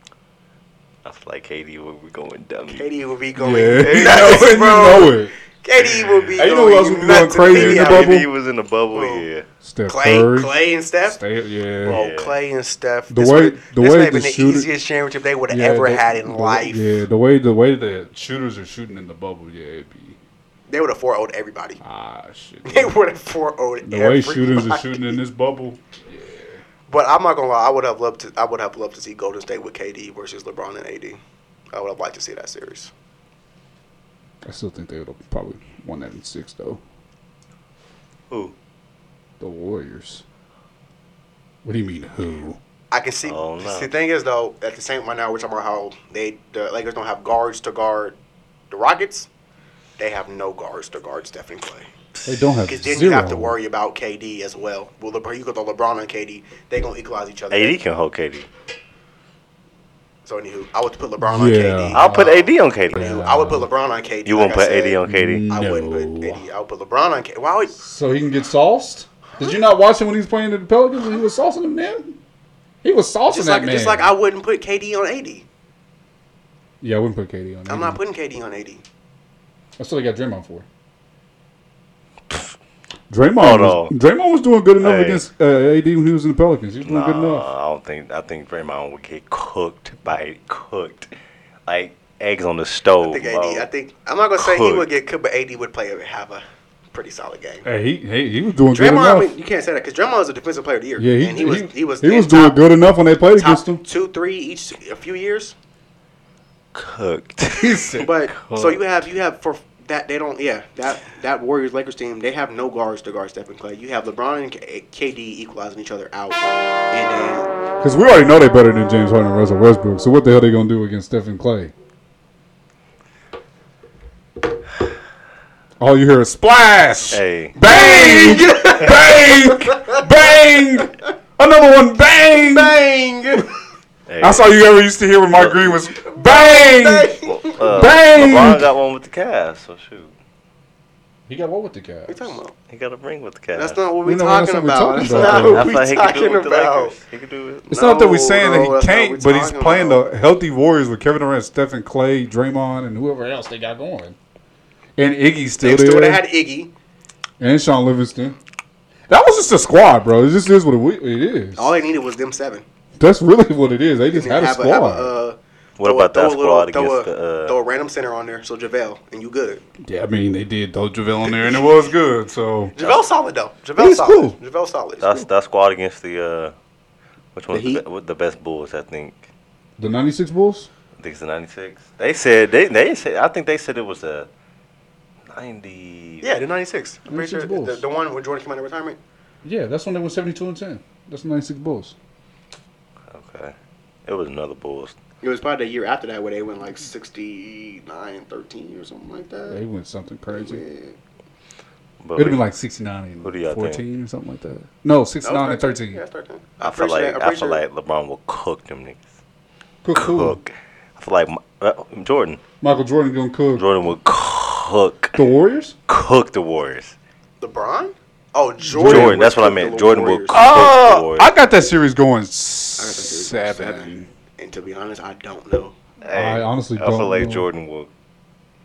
Speaker 5: I feel like Katie would be going dumb.
Speaker 1: Katie will be
Speaker 4: Yeah,
Speaker 1: going. nuts,
Speaker 4: you know it. You
Speaker 1: bro.
Speaker 4: know it.
Speaker 1: Katie will be.
Speaker 4: Hey, you know
Speaker 1: going
Speaker 4: who else would be going
Speaker 1: nuts
Speaker 4: crazy in the
Speaker 1: media.
Speaker 4: bubble?
Speaker 5: If he was in the bubble,
Speaker 1: Bro.
Speaker 5: yeah.
Speaker 4: Steph
Speaker 1: Clay,
Speaker 4: Curry.
Speaker 1: Clay and Steph.
Speaker 4: Stay, yeah.
Speaker 1: Bro,
Speaker 5: Yeah.
Speaker 1: Clay and Steph. The
Speaker 4: way- the way
Speaker 1: may
Speaker 4: the
Speaker 1: have been the
Speaker 4: shooter-
Speaker 1: easiest championship they would have
Speaker 4: Yeah,
Speaker 1: ever
Speaker 4: the-
Speaker 1: had in
Speaker 4: the way-
Speaker 1: life.
Speaker 4: Yeah, the way the way the shooters are shooting in the bubble, yeah, it'd be
Speaker 1: They would have 4 0'd everybody.
Speaker 4: ah shit.
Speaker 1: They
Speaker 4: the
Speaker 1: would have 4 0'd
Speaker 4: way
Speaker 1: everybody.
Speaker 4: shooters are shooting in this bubble,
Speaker 1: But I'm not gonna lie, I would have loved to. I would have loved to see Golden State with KD versus LeBron and AD. I would have liked to see that series.
Speaker 4: I still think they would have probably won that in six though.
Speaker 5: Who?
Speaker 4: The Warriors. What do you mean who?
Speaker 1: I can see.
Speaker 5: Oh, no.
Speaker 1: The thing is, though, at the same right now, we're talking about how they the Lakers don't have guards to guard the Rockets. They have no guards to guard Stephen Clay.
Speaker 4: They don't have
Speaker 1: Because then
Speaker 4: zero.
Speaker 1: you have to worry about KD as well. Well, LeBron, you could throw LeBron and KD. They gonna equalize each other.
Speaker 5: AD can hold Katie.
Speaker 1: So anywho, I would put LeBron
Speaker 4: Yeah.
Speaker 1: on KD.
Speaker 5: I'll put AD on Katie.
Speaker 1: Anywho, I would put LeBron on KD.
Speaker 5: You
Speaker 1: like
Speaker 5: won't
Speaker 1: I
Speaker 5: put
Speaker 1: said.
Speaker 5: AD on Katie?
Speaker 1: I wouldn't put AD. I would put LeBron on KD. Why would?
Speaker 4: So he can get sauced. Did you not watch him when he was playing in the Pelicans? and He was saucing him then. He was saucing
Speaker 1: Just
Speaker 4: that
Speaker 1: like
Speaker 4: man.
Speaker 1: just like I wouldn't put KD on AD.
Speaker 4: yeah, I wouldn't put Katie on.
Speaker 1: I'm
Speaker 4: either.
Speaker 1: not putting KD on AD.
Speaker 4: That's what they got Draymond for. Draymond,
Speaker 5: Hold
Speaker 4: was,
Speaker 5: on.
Speaker 4: Draymond was doing good enough
Speaker 5: Hey.
Speaker 4: against uh, AD when he was in the Pelicans. He was doing good enough.
Speaker 5: Nah, I don't think. I think Draymond would get cooked by cooked, like eggs on the stove.
Speaker 1: I think
Speaker 5: bro.
Speaker 1: AD. I think I'm not gonna say he
Speaker 5: Could.
Speaker 1: would get cooked, but AD would play a- have a pretty solid game.
Speaker 4: Hey, he, hey, he was doing good
Speaker 1: Draymond,
Speaker 4: enough.
Speaker 1: I mean, you can't say that because Draymond was a defensive player of the year.
Speaker 4: yeah, he,
Speaker 1: and he was he was
Speaker 4: he was
Speaker 1: in
Speaker 4: doing
Speaker 1: top-
Speaker 4: good enough when they played
Speaker 1: Top
Speaker 4: against him.
Speaker 1: two, three each a few years,
Speaker 5: cooked.
Speaker 1: but so you have you have for that they don't yeah that that Warriors Lakers team they have no guards to guard Stephen Clay. You have LeBron and K- KD equalizing each other out, and then
Speaker 4: Because we already know they're better than James Harden and Russell Westbrook. So what the hell they gonna do against Stephen Clay? All you hear is splash,
Speaker 5: Hey.
Speaker 4: bang, bang, bang, another one, bang,
Speaker 1: bang.
Speaker 5: Hey,
Speaker 4: That's all you ever used to hear when Mark Green was bang.
Speaker 5: well, uh,
Speaker 4: Bang!
Speaker 5: LeBron got one with the Cavs. So shoot,
Speaker 4: He got what with the Cavs?
Speaker 1: we talking about?
Speaker 5: he got a ring with the Cavs.
Speaker 1: That's not what
Speaker 4: We
Speaker 1: we're
Speaker 4: know that's
Speaker 1: talking
Speaker 4: not what
Speaker 1: about.
Speaker 4: we're
Speaker 1: That's not what
Speaker 4: talking about.
Speaker 1: we're
Speaker 5: That's what he can do
Speaker 1: talking
Speaker 5: with the
Speaker 1: about.
Speaker 5: Lakers. He can do it.
Speaker 4: It's not that we're
Speaker 1: No,
Speaker 4: saying
Speaker 1: bro,
Speaker 4: that
Speaker 1: that's
Speaker 4: he
Speaker 1: not
Speaker 4: can't,
Speaker 1: what
Speaker 4: but
Speaker 1: we're
Speaker 4: he's
Speaker 1: talking
Speaker 4: playing
Speaker 1: about.
Speaker 4: the healthy Warriors with Kevin Durant, Stephen Clay, Draymond, and whoever else they got going. And Iggy
Speaker 1: They
Speaker 4: still
Speaker 1: still would
Speaker 4: there,
Speaker 1: have had Iggy.
Speaker 4: and Sean Livingston. That was just a squad, bro. It just is what it, we- it is.
Speaker 1: All they needed was them seven.
Speaker 4: That's really what it is. They just had a
Speaker 1: Have
Speaker 4: squad.
Speaker 1: a- have a, uh,
Speaker 5: What
Speaker 1: throw a-
Speaker 5: about
Speaker 1: throw
Speaker 5: that
Speaker 1: a little-
Speaker 5: squad
Speaker 1: throw
Speaker 5: against
Speaker 1: a-
Speaker 5: the?
Speaker 1: throw
Speaker 5: Uh,
Speaker 1: a random center on there, so JaVale, and you good.
Speaker 4: yeah, I mean they did throw Javale in there, and it was good. So
Speaker 1: JaVale solid though. JaVale
Speaker 4: He's
Speaker 1: solid.
Speaker 4: cool.
Speaker 1: JaVale solid.
Speaker 5: that's that squad against the. Uh, which one's the,
Speaker 1: Heat?
Speaker 5: be- what the best Bulls? I think.
Speaker 4: the '96 Bulls.
Speaker 5: I think it's the '96. They said they they said I think they said it was a '90.
Speaker 1: yeah, the 96. I'm pretty sure
Speaker 4: 96
Speaker 1: the, the,
Speaker 4: Bulls.
Speaker 1: one when Jordan came out of retirement.
Speaker 4: Yeah, that's when they went 72 and 10. That's the '96 Bulls.
Speaker 5: Okay. It was another Bulls.
Speaker 1: It was probably the year after that where they went like 69, 13 or something like
Speaker 4: They
Speaker 1: that.
Speaker 4: went something crazy.
Speaker 1: Yeah.
Speaker 5: But
Speaker 4: It'd have been
Speaker 5: we-
Speaker 4: like 69 and
Speaker 5: Who do y'all think?
Speaker 4: 14 or something like that. No, 69
Speaker 1: That
Speaker 4: and
Speaker 1: was
Speaker 4: 13.
Speaker 1: Yeah, that's 13.
Speaker 5: I
Speaker 1: I'm
Speaker 5: feel
Speaker 1: pretty sure-
Speaker 5: like
Speaker 1: I'm
Speaker 5: I
Speaker 1: pretty sure-
Speaker 5: feel like LeBron will cook them niggas.
Speaker 4: Cook, cook.
Speaker 5: Cook. I feel like my, uh, Jordan.
Speaker 4: Michael Jordan going to cook.
Speaker 5: Jordan will cook
Speaker 4: The Warriors?
Speaker 5: cook the Warriors.
Speaker 1: LeBron? Oh, Jordan.
Speaker 5: Jordan.
Speaker 1: would
Speaker 5: that's what I
Speaker 1: cook the
Speaker 5: meant. Jordan will
Speaker 1: Warriors.
Speaker 5: cook the
Speaker 4: Oh,
Speaker 5: Warriors.
Speaker 4: I got that series going
Speaker 1: series
Speaker 4: seven.
Speaker 1: going seven. And to be honest, I don't know.
Speaker 4: I honestly
Speaker 5: I feel
Speaker 4: don't
Speaker 5: like
Speaker 4: know.
Speaker 5: Jordan will.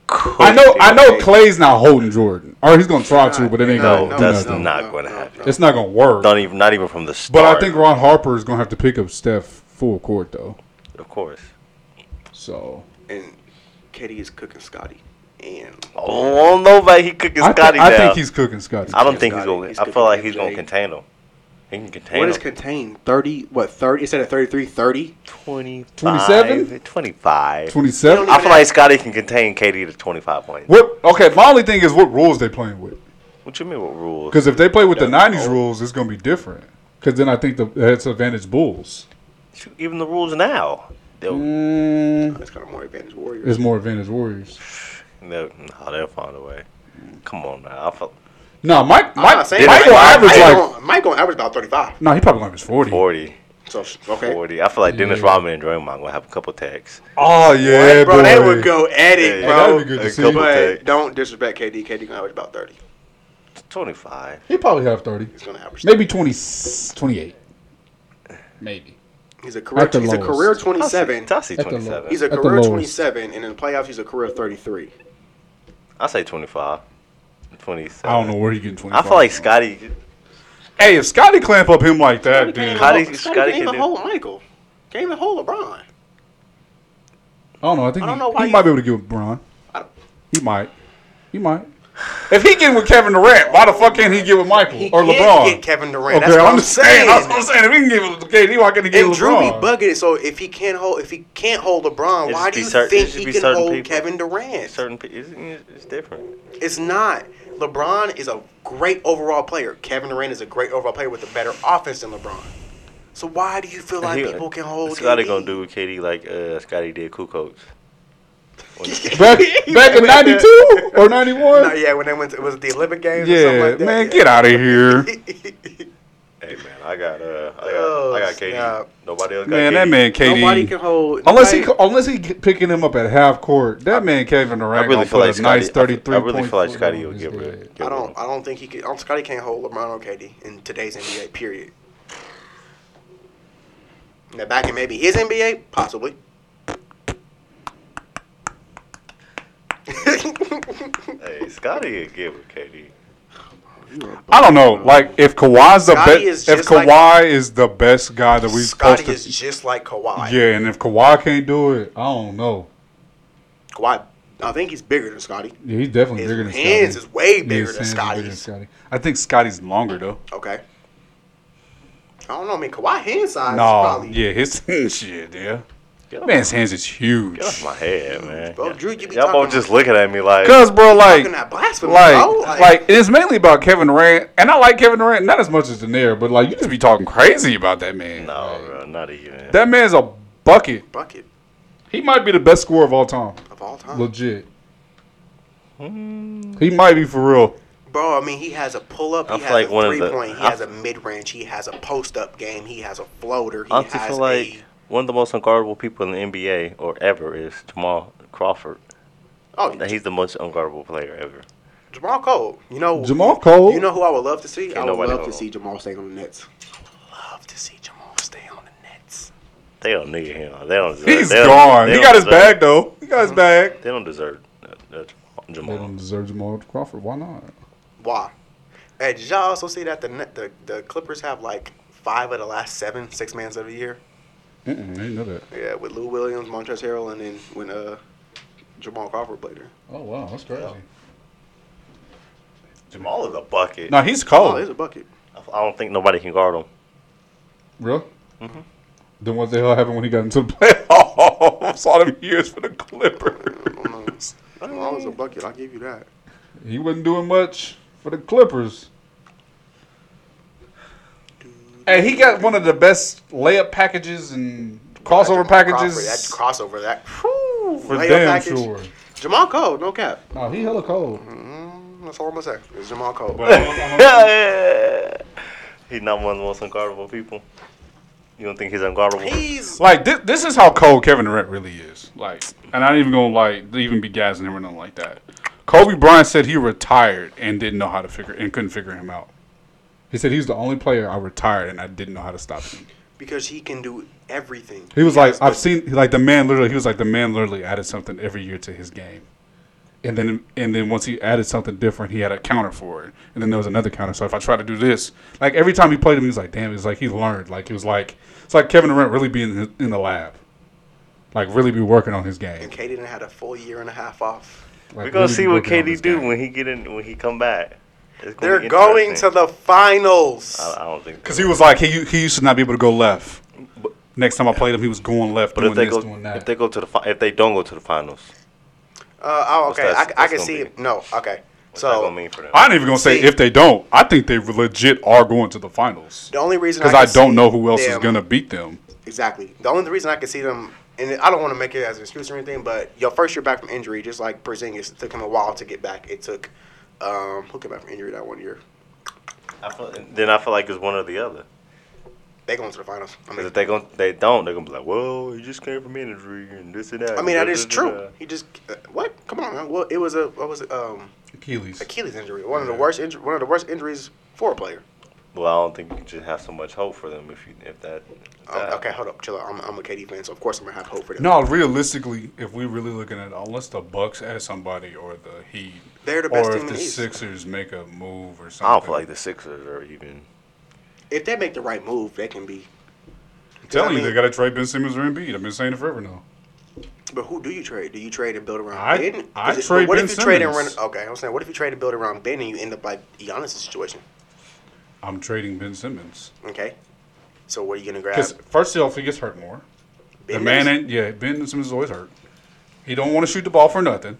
Speaker 5: Cook
Speaker 4: I know, I know.
Speaker 5: them.
Speaker 4: Clay's not holding Jordan, or he's gonna try to, but it ain't
Speaker 5: No,
Speaker 4: gonna. do
Speaker 5: that's
Speaker 4: nothing.
Speaker 5: not gonna happen.
Speaker 4: It's not gonna work.
Speaker 5: Not even not even from the start.
Speaker 4: But I think Ron Harper is gonna have to pick up Steph full court though.
Speaker 5: of course.
Speaker 4: So
Speaker 1: And Katie is cooking Scotty. And
Speaker 5: Oh, I don't know about he cooking
Speaker 4: I, thi-
Speaker 5: Scotty
Speaker 4: I
Speaker 5: down.
Speaker 4: think he's cooking Scotty.
Speaker 5: I don't
Speaker 1: He's
Speaker 5: think he's
Speaker 1: Scotty.
Speaker 5: gonna.
Speaker 1: He's
Speaker 5: I
Speaker 1: cooking
Speaker 5: feel like he's gonna
Speaker 1: MJ.
Speaker 5: contain him. He can contain
Speaker 1: what is
Speaker 5: him.
Speaker 1: contained? 30, what, 30? It said at 33, 30?
Speaker 4: 27?
Speaker 5: 27? 25.
Speaker 4: Twenty-seven.
Speaker 5: I feel like Scotty can contain KD to 25 points. What,
Speaker 4: What? Okay, my only thing is what rules they playing with.
Speaker 5: you mean with rules?
Speaker 4: Because if they play with the
Speaker 5: That's
Speaker 4: '90s
Speaker 5: all.
Speaker 4: rules, it's gonna be different. Because then I think the that's advantage Bulls.
Speaker 5: Shoot, even the rules now. They'll,
Speaker 4: Mm,
Speaker 1: That's kind of more advantage Warriors.
Speaker 4: it's more advantage Warriors.
Speaker 5: they'll, nah, they'll find a way.
Speaker 4: Mm.
Speaker 5: Come on now. I feel
Speaker 4: No, Mike.
Speaker 1: I'm
Speaker 4: Mike.
Speaker 1: not saying
Speaker 4: Mike
Speaker 1: that.
Speaker 4: will average
Speaker 1: Mike
Speaker 4: like.
Speaker 1: gonna- Mike gonna average about 35.
Speaker 4: No, he probably gonna average forty.
Speaker 5: 40.
Speaker 1: So, okay.
Speaker 5: 40. I feel like Dennis
Speaker 4: Yeah.
Speaker 5: Rodman and Draymond going to have a couple tags.
Speaker 4: Oh yeah,
Speaker 1: Hey, bro,
Speaker 4: boy.
Speaker 1: they would go at it,
Speaker 5: Yeah,
Speaker 1: bro.
Speaker 4: that'd be good to
Speaker 5: a
Speaker 4: see.
Speaker 5: couple
Speaker 1: But
Speaker 5: tags.
Speaker 1: don't disrespect KD. KD gonna average about 30.
Speaker 5: 25.
Speaker 4: He probably have thirty.
Speaker 1: He's gonna average.
Speaker 4: Maybe 20, 28. Maybe.
Speaker 1: He's a career.
Speaker 4: At the
Speaker 1: He's a
Speaker 4: lowest.
Speaker 1: career
Speaker 5: I see-
Speaker 1: 27.
Speaker 5: I see
Speaker 4: At the low.
Speaker 5: 27.
Speaker 1: He's a
Speaker 4: At the
Speaker 1: career
Speaker 4: lowest.
Speaker 1: 27, and in the playoffs, he's a career 33.
Speaker 5: I say 25. 27.
Speaker 6: I don't know where he getting twenty.
Speaker 5: I feel like Scotty.
Speaker 6: Hey, if Scotty clamp up him like that, then
Speaker 5: How do-
Speaker 1: Scotty,
Speaker 5: Scotty
Speaker 1: can't
Speaker 5: can
Speaker 1: even
Speaker 5: do-
Speaker 1: hold Michael. Can't even hold LeBron.
Speaker 4: I don't know. I think
Speaker 1: I don't
Speaker 4: he,
Speaker 1: know why
Speaker 4: he
Speaker 1: you-
Speaker 4: might be able to get with Bron.
Speaker 1: I don't-
Speaker 4: He might. He might. If he getting with Kevin Durant, why the fuck can't he get with Michael
Speaker 1: He
Speaker 4: or
Speaker 1: can't
Speaker 4: LeBron?
Speaker 1: get Kevin Durant.
Speaker 4: okay,
Speaker 1: That's what
Speaker 4: I'm
Speaker 1: I'm
Speaker 4: just saying.
Speaker 1: saying.
Speaker 4: That's what I'm saying. If he can get with KD, why can't he get
Speaker 1: And
Speaker 4: with
Speaker 1: Drew be
Speaker 4: LeBron?
Speaker 1: bucketed. So if he can't hold, if he can't hold LeBron,
Speaker 5: It
Speaker 1: why do
Speaker 5: just be
Speaker 1: you
Speaker 5: certain- it
Speaker 1: think
Speaker 5: should
Speaker 1: he
Speaker 5: be
Speaker 1: can
Speaker 5: certain
Speaker 1: hold
Speaker 5: people.
Speaker 1: Kevern Durant?
Speaker 5: Certain pe- it's, it's different.
Speaker 1: It's not. LeBron is a great overall player. Kevin Durant is a great overall player with a better offense than LeBron. So why do you feel like
Speaker 5: He-
Speaker 1: people can hold?
Speaker 5: Scotty
Speaker 1: KD?
Speaker 5: gonna do with KD like uh, Scotty did Kukoc. When-
Speaker 4: back back in '92 or '91?
Speaker 1: No, yeah, when they went, to, was it the Olympic Games? or something
Speaker 4: yeah,
Speaker 1: like that?
Speaker 4: man, get out of here,
Speaker 5: Hey man, I got uh, I got,
Speaker 1: Oh,
Speaker 5: I got KD.
Speaker 1: snap.
Speaker 5: Nobody else got
Speaker 4: man. That
Speaker 5: KD.
Speaker 4: man, KD.
Speaker 1: Nobody can hold.
Speaker 4: Unless he
Speaker 1: nobody-
Speaker 4: unless he get- picking him up at half court, that man Kevin Durant
Speaker 5: I really
Speaker 4: gonna
Speaker 5: feel
Speaker 4: put
Speaker 5: like
Speaker 4: a nice
Speaker 5: Scotty.
Speaker 4: thirty
Speaker 5: I
Speaker 4: three.
Speaker 5: really feel like Scotty will get rid. Get
Speaker 1: I
Speaker 5: rid of
Speaker 1: don't.
Speaker 5: him.
Speaker 1: I don't think he can. um, Scotty can't hold LeBron or KD in today's NBA. Period. Now back in maybe his NBA, possibly.
Speaker 5: Hey, Scotty will get with KD.
Speaker 4: I don't know. Like if Kawhi's the
Speaker 1: Scotty
Speaker 4: best,
Speaker 1: is
Speaker 4: if
Speaker 1: just like-
Speaker 4: Kawhi is the best guy that we've
Speaker 1: Scotty
Speaker 4: supposed to,
Speaker 1: is just like Kawhi.
Speaker 4: yeah, and if Kawhi can't do it, I don't know.
Speaker 1: Kawhi, I think he's bigger than Scotty.
Speaker 4: Yeah, he's definitely
Speaker 1: His
Speaker 4: bigger than Scotty.
Speaker 1: hands is way
Speaker 4: Yeah,
Speaker 1: bigger
Speaker 4: his
Speaker 1: than
Speaker 4: hands are bigger than
Speaker 1: Scotty's.
Speaker 4: Scotty. I think Scotty's longer though.
Speaker 1: Okay. I don't know. I mean, Kawhi hand size
Speaker 4: No,
Speaker 1: is probably.
Speaker 4: yeah, his shit, yeah.
Speaker 5: Get off-
Speaker 4: Man's hands is huge.
Speaker 5: Get off my head, man.
Speaker 1: Bro, Drew, you be
Speaker 5: Y'all both
Speaker 1: talking-
Speaker 5: just looking at me like.
Speaker 4: Cause bro, like,
Speaker 1: Talking that blasphemy,
Speaker 4: like,
Speaker 5: Oh,
Speaker 1: bro.
Speaker 4: like, it's mainly about Kevin Durant, and I like Kevin Durant not as much as Denier, but like you just be talking crazy about that man.
Speaker 5: No,
Speaker 4: Like,
Speaker 5: bro, not even.
Speaker 4: That man's a bucket.
Speaker 1: bucket
Speaker 4: He might be the best scorer of all time.
Speaker 1: of all time.
Speaker 5: Uh-huh.
Speaker 4: Legit. He might be for real.
Speaker 1: Bro, I mean, he has a pull up.
Speaker 5: I
Speaker 1: He
Speaker 5: feel
Speaker 1: has
Speaker 5: like
Speaker 1: a
Speaker 5: one of
Speaker 1: three
Speaker 5: the-
Speaker 1: point. He
Speaker 5: I-
Speaker 1: has a mid range. He has a post up game. He has a floater. He
Speaker 5: I honestly
Speaker 1: has
Speaker 5: feel
Speaker 1: a.
Speaker 5: like one of the most unguardable people in the NBA or ever is Jamal Crawford.
Speaker 1: Oh,
Speaker 5: That he's the most unguardable player ever.
Speaker 1: Jamal Cole. You know
Speaker 4: Jamal Cole.
Speaker 1: You know who I would love to see? I would
Speaker 5: nobody
Speaker 1: love
Speaker 5: hold
Speaker 1: to
Speaker 5: him.
Speaker 1: see Jamal stay on the Nets. Love to see Jamal stay on the Nets.
Speaker 5: They don't need him. They don't. Deserve,
Speaker 4: he's
Speaker 5: they don't-
Speaker 4: gone.
Speaker 5: they
Speaker 4: He
Speaker 5: don't
Speaker 4: got his
Speaker 5: deserve- Uh-huh.
Speaker 4: bag though. He got his bag.
Speaker 5: They don't deserve uh, uh, Jamal.
Speaker 4: They don't deserve Jamal Crawford. Why not?
Speaker 1: Why? Hey, did y'all also see that the Net, the the Clippers have like five of the last seven six mans of the year?
Speaker 4: Mm-mm, I didn't know that.
Speaker 1: Yeah, with Lou Williams, Montrezl Harrell, and then when uh Jamal Crawford played there.
Speaker 4: Oh wow, that's crazy.
Speaker 5: Jamal is a bucket.
Speaker 4: No, he's
Speaker 1: Oh,
Speaker 4: cold.
Speaker 1: there's a bucket.
Speaker 5: I don't think nobody can guard him.
Speaker 4: Real?
Speaker 5: Mm-hmm.
Speaker 4: Then what the hell happened when he got into the playoffs? All them years for the Clippers.
Speaker 1: Jamal is a bucket. I will give you that.
Speaker 4: he wasn't doing much for the Clippers. And he got one of the best layup packages and Crossover packages.
Speaker 1: That crossover, that whew,
Speaker 4: for
Speaker 1: layup
Speaker 4: damn
Speaker 1: package.
Speaker 4: sure.
Speaker 1: Jamal Cole, no cap. Mm,
Speaker 4: No, he hella cold.
Speaker 1: That's all I'm gonna say. It's Jamal Cole.
Speaker 4: But I'm- I'm-
Speaker 5: He's not one of the most unguardable people. You don't think he's unguardable?
Speaker 1: He's
Speaker 4: Like this, this is how cold Kevin Durant really is. Like, and I ain't even gonna like even be gassing him or nothing like that. Kobe Bryant said he retired and didn't know how to figure and couldn't figure him out. He said he's the only player I retired and I didn't know how to stop him.
Speaker 1: because he can do everything.
Speaker 4: He was
Speaker 1: has
Speaker 4: like,
Speaker 1: the-
Speaker 4: I've seen like the man literally. He was like the man literally added something every year to his game, and then and then once he added something different, he had a counter for it, and then there was another counter. So if I try to do this, like every time he played him, he was like, damn, it's like he learned. Like he was like, it's like Kevin Durant really being in the, in the lab, like really be working on his game.
Speaker 1: And KD didn't had a full year and a half off.
Speaker 4: Like,
Speaker 5: We're gonna
Speaker 4: really
Speaker 5: see
Speaker 4: be
Speaker 5: what
Speaker 4: working on
Speaker 5: KD
Speaker 4: his
Speaker 5: do
Speaker 4: game.
Speaker 5: when he get in when he come back. It's gonna
Speaker 1: They're
Speaker 5: be
Speaker 1: going to
Speaker 5: interesting.
Speaker 1: the finals.
Speaker 5: I, I don't think.
Speaker 4: Cause he was like he he used to not be able to go left. Next time I played him, he was going left,
Speaker 5: But
Speaker 4: doing
Speaker 5: if they
Speaker 4: this,
Speaker 5: go,
Speaker 4: doing
Speaker 5: if
Speaker 4: that.
Speaker 5: they go to the fi- if they don't go to the finals,
Speaker 1: Uh, oh,
Speaker 5: What's
Speaker 1: okay.
Speaker 5: that-
Speaker 1: I, I
Speaker 5: what's
Speaker 1: can
Speaker 5: gonna
Speaker 1: see.
Speaker 5: be?
Speaker 1: No, okay.
Speaker 5: what's that
Speaker 1: so
Speaker 5: gonna mean for them?
Speaker 4: I ain't even gonna say
Speaker 1: See-
Speaker 4: if they don't. I think they legit are going to the finals.
Speaker 1: the only reason
Speaker 4: because I,
Speaker 1: can
Speaker 4: don't
Speaker 1: see
Speaker 4: know who else is
Speaker 1: them-
Speaker 4: gonna beat them.
Speaker 1: exactly. The only reason I can see them, and I don't want to make it as an excuse or anything, but your first year back from injury, just like Porzingis, it took him a while to get back. It took um, who came back from injury that one year?
Speaker 5: I feel, then I feel like it's one or the other.
Speaker 1: They going to the finals. I
Speaker 5: Because
Speaker 1: mean,
Speaker 5: if they gon' they don't, they're gonna be like, well, he just came from injury and this and that.
Speaker 1: I mean that is
Speaker 5: Da-da-da-da-da.
Speaker 1: true. He just uh, what? Come on, man. Well, it was a what was it? Um,
Speaker 4: Achilles.
Speaker 1: Achilles injury. One of the
Speaker 4: Yeah.
Speaker 1: worst injury. One of the worst injuries for a player.
Speaker 5: Well, I don't think you just have so much hope for them if you if that. if
Speaker 1: Oh,
Speaker 5: that-
Speaker 1: okay, hold up, chill out. I'm, I'm a KD fan, so of course I'm gonna have hope for them.
Speaker 4: No, realistically, if we're really looking at it, unless the Bucks add somebody or the Heat,
Speaker 1: They're the best
Speaker 4: or
Speaker 1: team
Speaker 4: if
Speaker 1: in
Speaker 4: the
Speaker 1: the East.
Speaker 4: Sixers make a move or something.
Speaker 5: I don't feel like the Sixers are even.
Speaker 1: If they make the right move, they can be.
Speaker 4: I'm telling
Speaker 1: I
Speaker 4: you, they
Speaker 1: mean-
Speaker 4: got to trade Ben Simmons or Embiid. I've been saying it forever now.
Speaker 1: But who do you trade? Do you trade and build around
Speaker 4: I-
Speaker 1: Ben?
Speaker 4: I
Speaker 1: 'Cause if-
Speaker 4: trade
Speaker 1: What
Speaker 4: Ben
Speaker 1: if you trade and run?
Speaker 4: Simmons.
Speaker 1: Okay, I'm saying, what if you trade and build around Ben and you end up like Giannis' situation?
Speaker 4: I'm trading Ben Simmons
Speaker 1: Okay, so what are you gonna grab?
Speaker 4: because first off, he gets hurt more.
Speaker 1: Ben
Speaker 4: the man
Speaker 1: Simmons?
Speaker 4: ain't yeah. Ben Simmons is always hurt. He don't want to shoot the ball for nothing.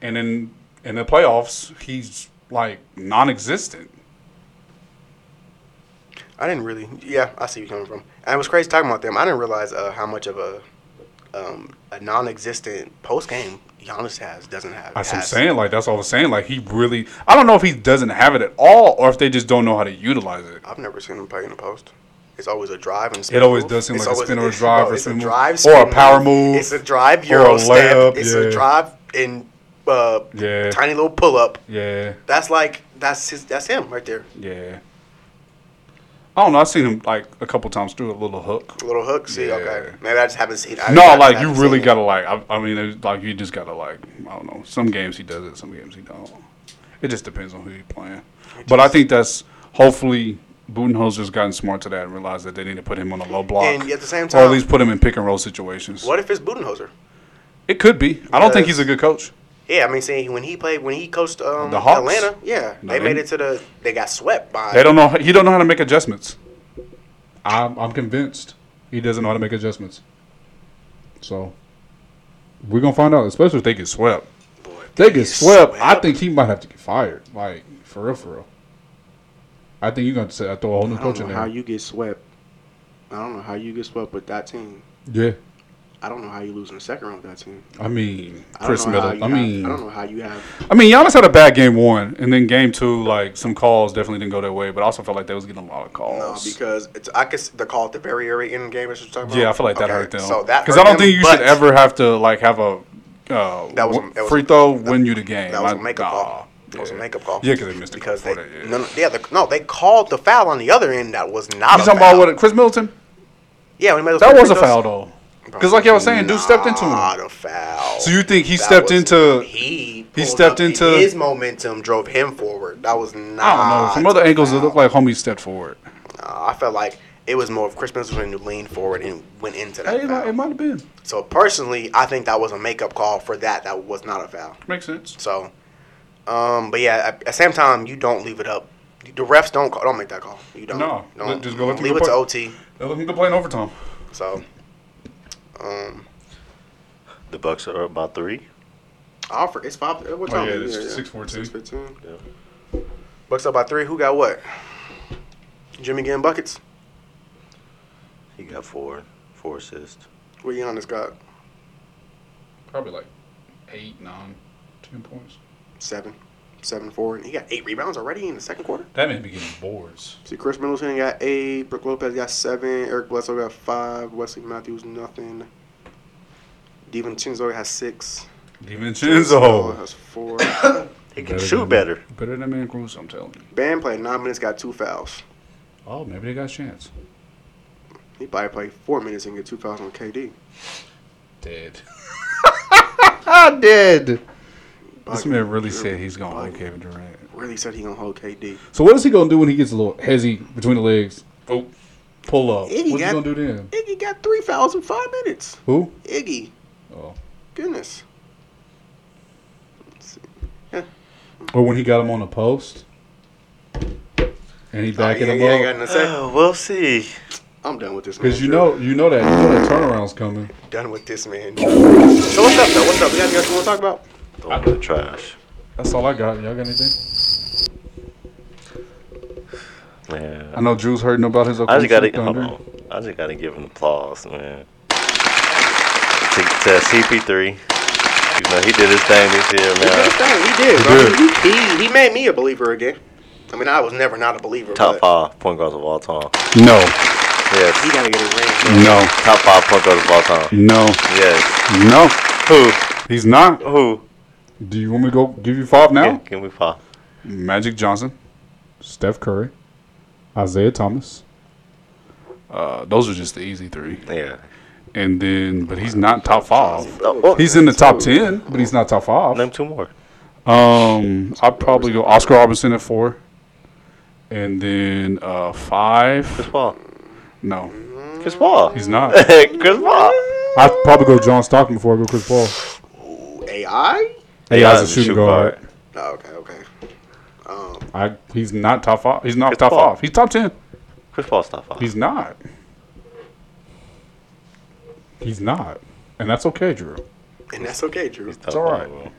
Speaker 4: And then in the playoffs, he's like non-existent.
Speaker 1: I didn't really. Yeah, I see you coming from. And it was crazy talking about them. I didn't realize uh, how much of a um, a non-existent post game Giannis has doesn't have.
Speaker 4: That's what I'm
Speaker 1: has.
Speaker 4: saying. Like that's what I was saying. Like he really, I don't know if he doesn't have it at all, or if they just don't know how to utilize it.
Speaker 1: I've never seen him play in the post. It's always a drive and spin
Speaker 4: It always
Speaker 1: move.
Speaker 4: does seem
Speaker 1: It's
Speaker 4: like a
Speaker 1: always-
Speaker 4: spin or a
Speaker 1: it's-
Speaker 4: drive
Speaker 1: no,
Speaker 4: or
Speaker 1: it's
Speaker 4: spin
Speaker 1: a
Speaker 4: move.
Speaker 1: drive,
Speaker 4: Or a
Speaker 1: spin
Speaker 4: power move.
Speaker 1: It's a drive
Speaker 4: Or a
Speaker 1: euro step.
Speaker 4: layup,
Speaker 1: it's
Speaker 4: yeah.
Speaker 1: a drive and uh,
Speaker 4: Yeah.
Speaker 1: tiny little pull up.
Speaker 4: Yeah,
Speaker 1: That's like that's his that's him right there.
Speaker 4: yeah. I don't know. I've seen him like a couple times through a little hook.
Speaker 1: Little hook. See,
Speaker 4: Yeah.
Speaker 1: okay, maybe I just haven't seen. I
Speaker 4: No,
Speaker 1: I
Speaker 4: like you
Speaker 1: haven't
Speaker 4: really
Speaker 1: seen it.
Speaker 4: gotta like. I, I mean, it- like you just gotta like. I don't know. Some games he does it. Some games he don't. It just depends on who you're playing. But I think that's hopefully Budenholzer's gotten smart to that and realized that they need to put him on a low block,
Speaker 1: And at the same
Speaker 4: or at
Speaker 1: time-
Speaker 4: least put him in pick and roll situations.
Speaker 1: What if it's Budenholzer?
Speaker 4: It could be. I don't think
Speaker 1: Because-
Speaker 4: he's a good coach.
Speaker 1: Yeah, I mean, saying when he played when he coached um,
Speaker 4: The Hawks?
Speaker 1: Atlanta, yeah,
Speaker 4: No,
Speaker 1: they
Speaker 4: they-
Speaker 1: made it to the. They got swept by.
Speaker 4: They don't know. He don't know how to make adjustments. I'm, I'm convinced he doesn't know how to make adjustments. So we're gonna find out, especially if they get swept.
Speaker 1: Boy,
Speaker 4: If they get swept, I think he might have to get fired. Like for real, for real. I think you're gonna say, throw a whole new
Speaker 1: I don't
Speaker 4: coach
Speaker 1: know
Speaker 4: in
Speaker 1: how
Speaker 4: there.
Speaker 1: you get swept. I don't know how you get swept with that team.
Speaker 4: yeah,
Speaker 1: I don't know how you lose in the second round with that team.
Speaker 4: I mean
Speaker 1: I don't
Speaker 4: Chris
Speaker 1: know how you
Speaker 4: Middleton. I
Speaker 1: have-
Speaker 4: mean,
Speaker 1: I don't know how you have.
Speaker 4: I mean, Giannis had a bad game one, and then game two, like some calls definitely didn't go their way, but I also felt like they was getting a lot of
Speaker 1: No,
Speaker 4: calls.
Speaker 1: because it's I guess the call at the very early end game is what you're talking about.
Speaker 4: Yeah, I feel like that
Speaker 1: Okay,
Speaker 4: hurt them.
Speaker 1: So that
Speaker 4: because
Speaker 1: hurt
Speaker 4: I don't
Speaker 1: them,
Speaker 4: think you should
Speaker 1: but
Speaker 4: ever have to like have a
Speaker 1: That was
Speaker 4: uh,
Speaker 1: a-
Speaker 4: w-
Speaker 1: that was
Speaker 4: free
Speaker 1: a-
Speaker 4: throw win you the game.
Speaker 1: That was
Speaker 4: Like,
Speaker 1: a makeup
Speaker 4: nah.
Speaker 1: call. That was a
Speaker 4: Yeah.
Speaker 1: makeup call.
Speaker 4: Yeah, 'cause they missed the
Speaker 1: because
Speaker 4: call
Speaker 1: they
Speaker 4: before that, yeah.
Speaker 1: no, no, yeah, the, no, they called the foul on the other end. That was not.
Speaker 4: You
Speaker 1: a
Speaker 4: talking
Speaker 1: foul.
Speaker 4: about what? Chris Middleton?
Speaker 1: Yeah, when he made those
Speaker 4: That
Speaker 1: free
Speaker 4: was a
Speaker 1: throws.
Speaker 4: foul though. Because like y'all was saying, dude stepped into him.
Speaker 1: Not a foul.
Speaker 4: So you think he
Speaker 1: That
Speaker 4: stepped
Speaker 1: was-
Speaker 4: into-
Speaker 1: He
Speaker 4: he
Speaker 1: pulled
Speaker 4: stepped
Speaker 1: up and
Speaker 4: into-
Speaker 1: his momentum drove him forward. That was not.
Speaker 4: I don't know. From other
Speaker 1: a
Speaker 4: angles, it
Speaker 1: foul.
Speaker 4: looked like homie stepped forward.
Speaker 1: Nah, Uh, I felt like it was more of Chris Middleton who leaned forward and went into that.
Speaker 4: Hey, it
Speaker 1: foul.
Speaker 4: might, it might have been.
Speaker 1: So personally, I think that was a makeup call for that. That was not a foul.
Speaker 4: Makes sense.
Speaker 1: So, um, but yeah, at, at the same time, you don't leave it up. The refs don't call, don't make that call. You don't.
Speaker 4: No,
Speaker 1: don't,
Speaker 4: just go let them
Speaker 1: leave
Speaker 4: go
Speaker 1: it to
Speaker 4: play.
Speaker 1: OT.
Speaker 4: They looked good playing overtime.
Speaker 1: So, um,
Speaker 5: The Bucks are up by three.
Speaker 1: offer it's five. uh, What
Speaker 4: Oh
Speaker 1: time?
Speaker 4: yeah,
Speaker 1: is it?
Speaker 4: it's
Speaker 1: Yeah, yeah.
Speaker 4: six fourteen.
Speaker 1: Six fifteen.
Speaker 5: Yeah.
Speaker 1: Bucks up by three. Who got what? Jimmy getting buckets.
Speaker 5: He got four, four assists.
Speaker 1: What Giannis got?
Speaker 4: Probably like eight, nine, ten points.
Speaker 1: Seven. Seven, four. And he got eight rebounds already in the second quarter.
Speaker 4: That man be getting boards.
Speaker 1: See, Chris Middleton got eight. Brooke Lopez got seven. Eric Bledsoe got five. Wesley Matthews, nothing. DiVincenzo has six. Noah
Speaker 4: DiVincenzo.
Speaker 1: has four.
Speaker 5: He can
Speaker 4: Better
Speaker 5: shoot
Speaker 4: than-
Speaker 5: better.
Speaker 4: Better than that man Cruz, I'm telling you.
Speaker 1: Bam played nine minutes, got two fouls.
Speaker 4: Oh, maybe they got a chance.
Speaker 1: He probably played four minutes and get two fouls on KD.
Speaker 4: Dead. I did. This
Speaker 1: Bugging.
Speaker 4: man really said he's going to
Speaker 1: Bugging.
Speaker 4: hold Kevin Durant.
Speaker 1: Really said he gonna hold KD.
Speaker 4: So what is he going to do when he gets a little hezzy between the legs? Oh, pull up.
Speaker 1: Iggy
Speaker 4: What's he
Speaker 1: got-
Speaker 4: going to do then?
Speaker 1: Iggy got three fouls in five minutes.
Speaker 4: Who?
Speaker 1: Iggy,
Speaker 4: Oh.
Speaker 1: goodness.
Speaker 4: Or when he got him on the post? And he backing
Speaker 1: yeah,
Speaker 4: him
Speaker 1: Oh, yeah, I ain't got nothing
Speaker 4: up?
Speaker 1: to say.
Speaker 5: Oh, we'll see.
Speaker 1: I'm done with this. man,
Speaker 4: Because Oh. you
Speaker 1: Drew.
Speaker 4: know, you know that, you know that turnaround's coming.
Speaker 1: done with this man. Drew. So what's up though? What's up? We got anything else you want to talk about?
Speaker 5: Throw him in the trash.
Speaker 4: That's all I got. Y'all got anything? I
Speaker 5: Yeah.
Speaker 4: know Drew's heard about his
Speaker 5: I just
Speaker 4: Oklahoma
Speaker 5: gotta
Speaker 4: City
Speaker 5: hold
Speaker 4: Thunder.
Speaker 5: on. I just gotta give him applause, man. To, to CP3, you know he did his thing this year,
Speaker 1: He did his
Speaker 5: man.
Speaker 1: thing. He did,
Speaker 4: did.
Speaker 1: bro. He, he he made me a believer again. I mean, I was never not a believer.
Speaker 5: Top
Speaker 1: but
Speaker 5: five point guards of all time.
Speaker 4: No,
Speaker 1: He
Speaker 5: Yes,
Speaker 1: gotta get a ring.
Speaker 4: no,
Speaker 5: top five point guards of all time.
Speaker 4: no,
Speaker 5: Yes.
Speaker 4: no.
Speaker 5: Who?
Speaker 4: He's not.
Speaker 5: Who?
Speaker 4: Do you want me to go give you five now?
Speaker 5: Yeah, give me five.
Speaker 4: Magic Johnson, Steph Curry, Isaiah Thomas. Uh, those are just the easy three.
Speaker 5: Yeah.
Speaker 4: And then, but he's not top five.
Speaker 5: Oh, oh,
Speaker 4: He's in the top ten, but he's not top five.
Speaker 5: name two more.
Speaker 4: Um, I'd probably go Oscar Robertson at four, and then uh
Speaker 5: Chris
Speaker 4: five.
Speaker 5: Paul.
Speaker 4: No,
Speaker 5: Chris Paul.
Speaker 4: he's not.
Speaker 5: Chris Paul.
Speaker 4: I'd probably go John Stockton before I go Chris Paul.
Speaker 1: Ooh, AI?
Speaker 4: Hey,
Speaker 5: Yeah,
Speaker 4: yeah, a
Speaker 5: he's a
Speaker 4: shooting
Speaker 5: shooting
Speaker 4: guard.
Speaker 1: Oh, okay, okay. Um,
Speaker 4: I he's not top five. He's not
Speaker 5: Chris
Speaker 4: top
Speaker 5: Paul.
Speaker 4: five. He's top ten.
Speaker 5: Chris Paul's top five.
Speaker 4: He's not. He's not, and that's okay, Drew.
Speaker 1: and that's okay, Drew.
Speaker 5: Top
Speaker 4: it's all right.
Speaker 5: five, bro.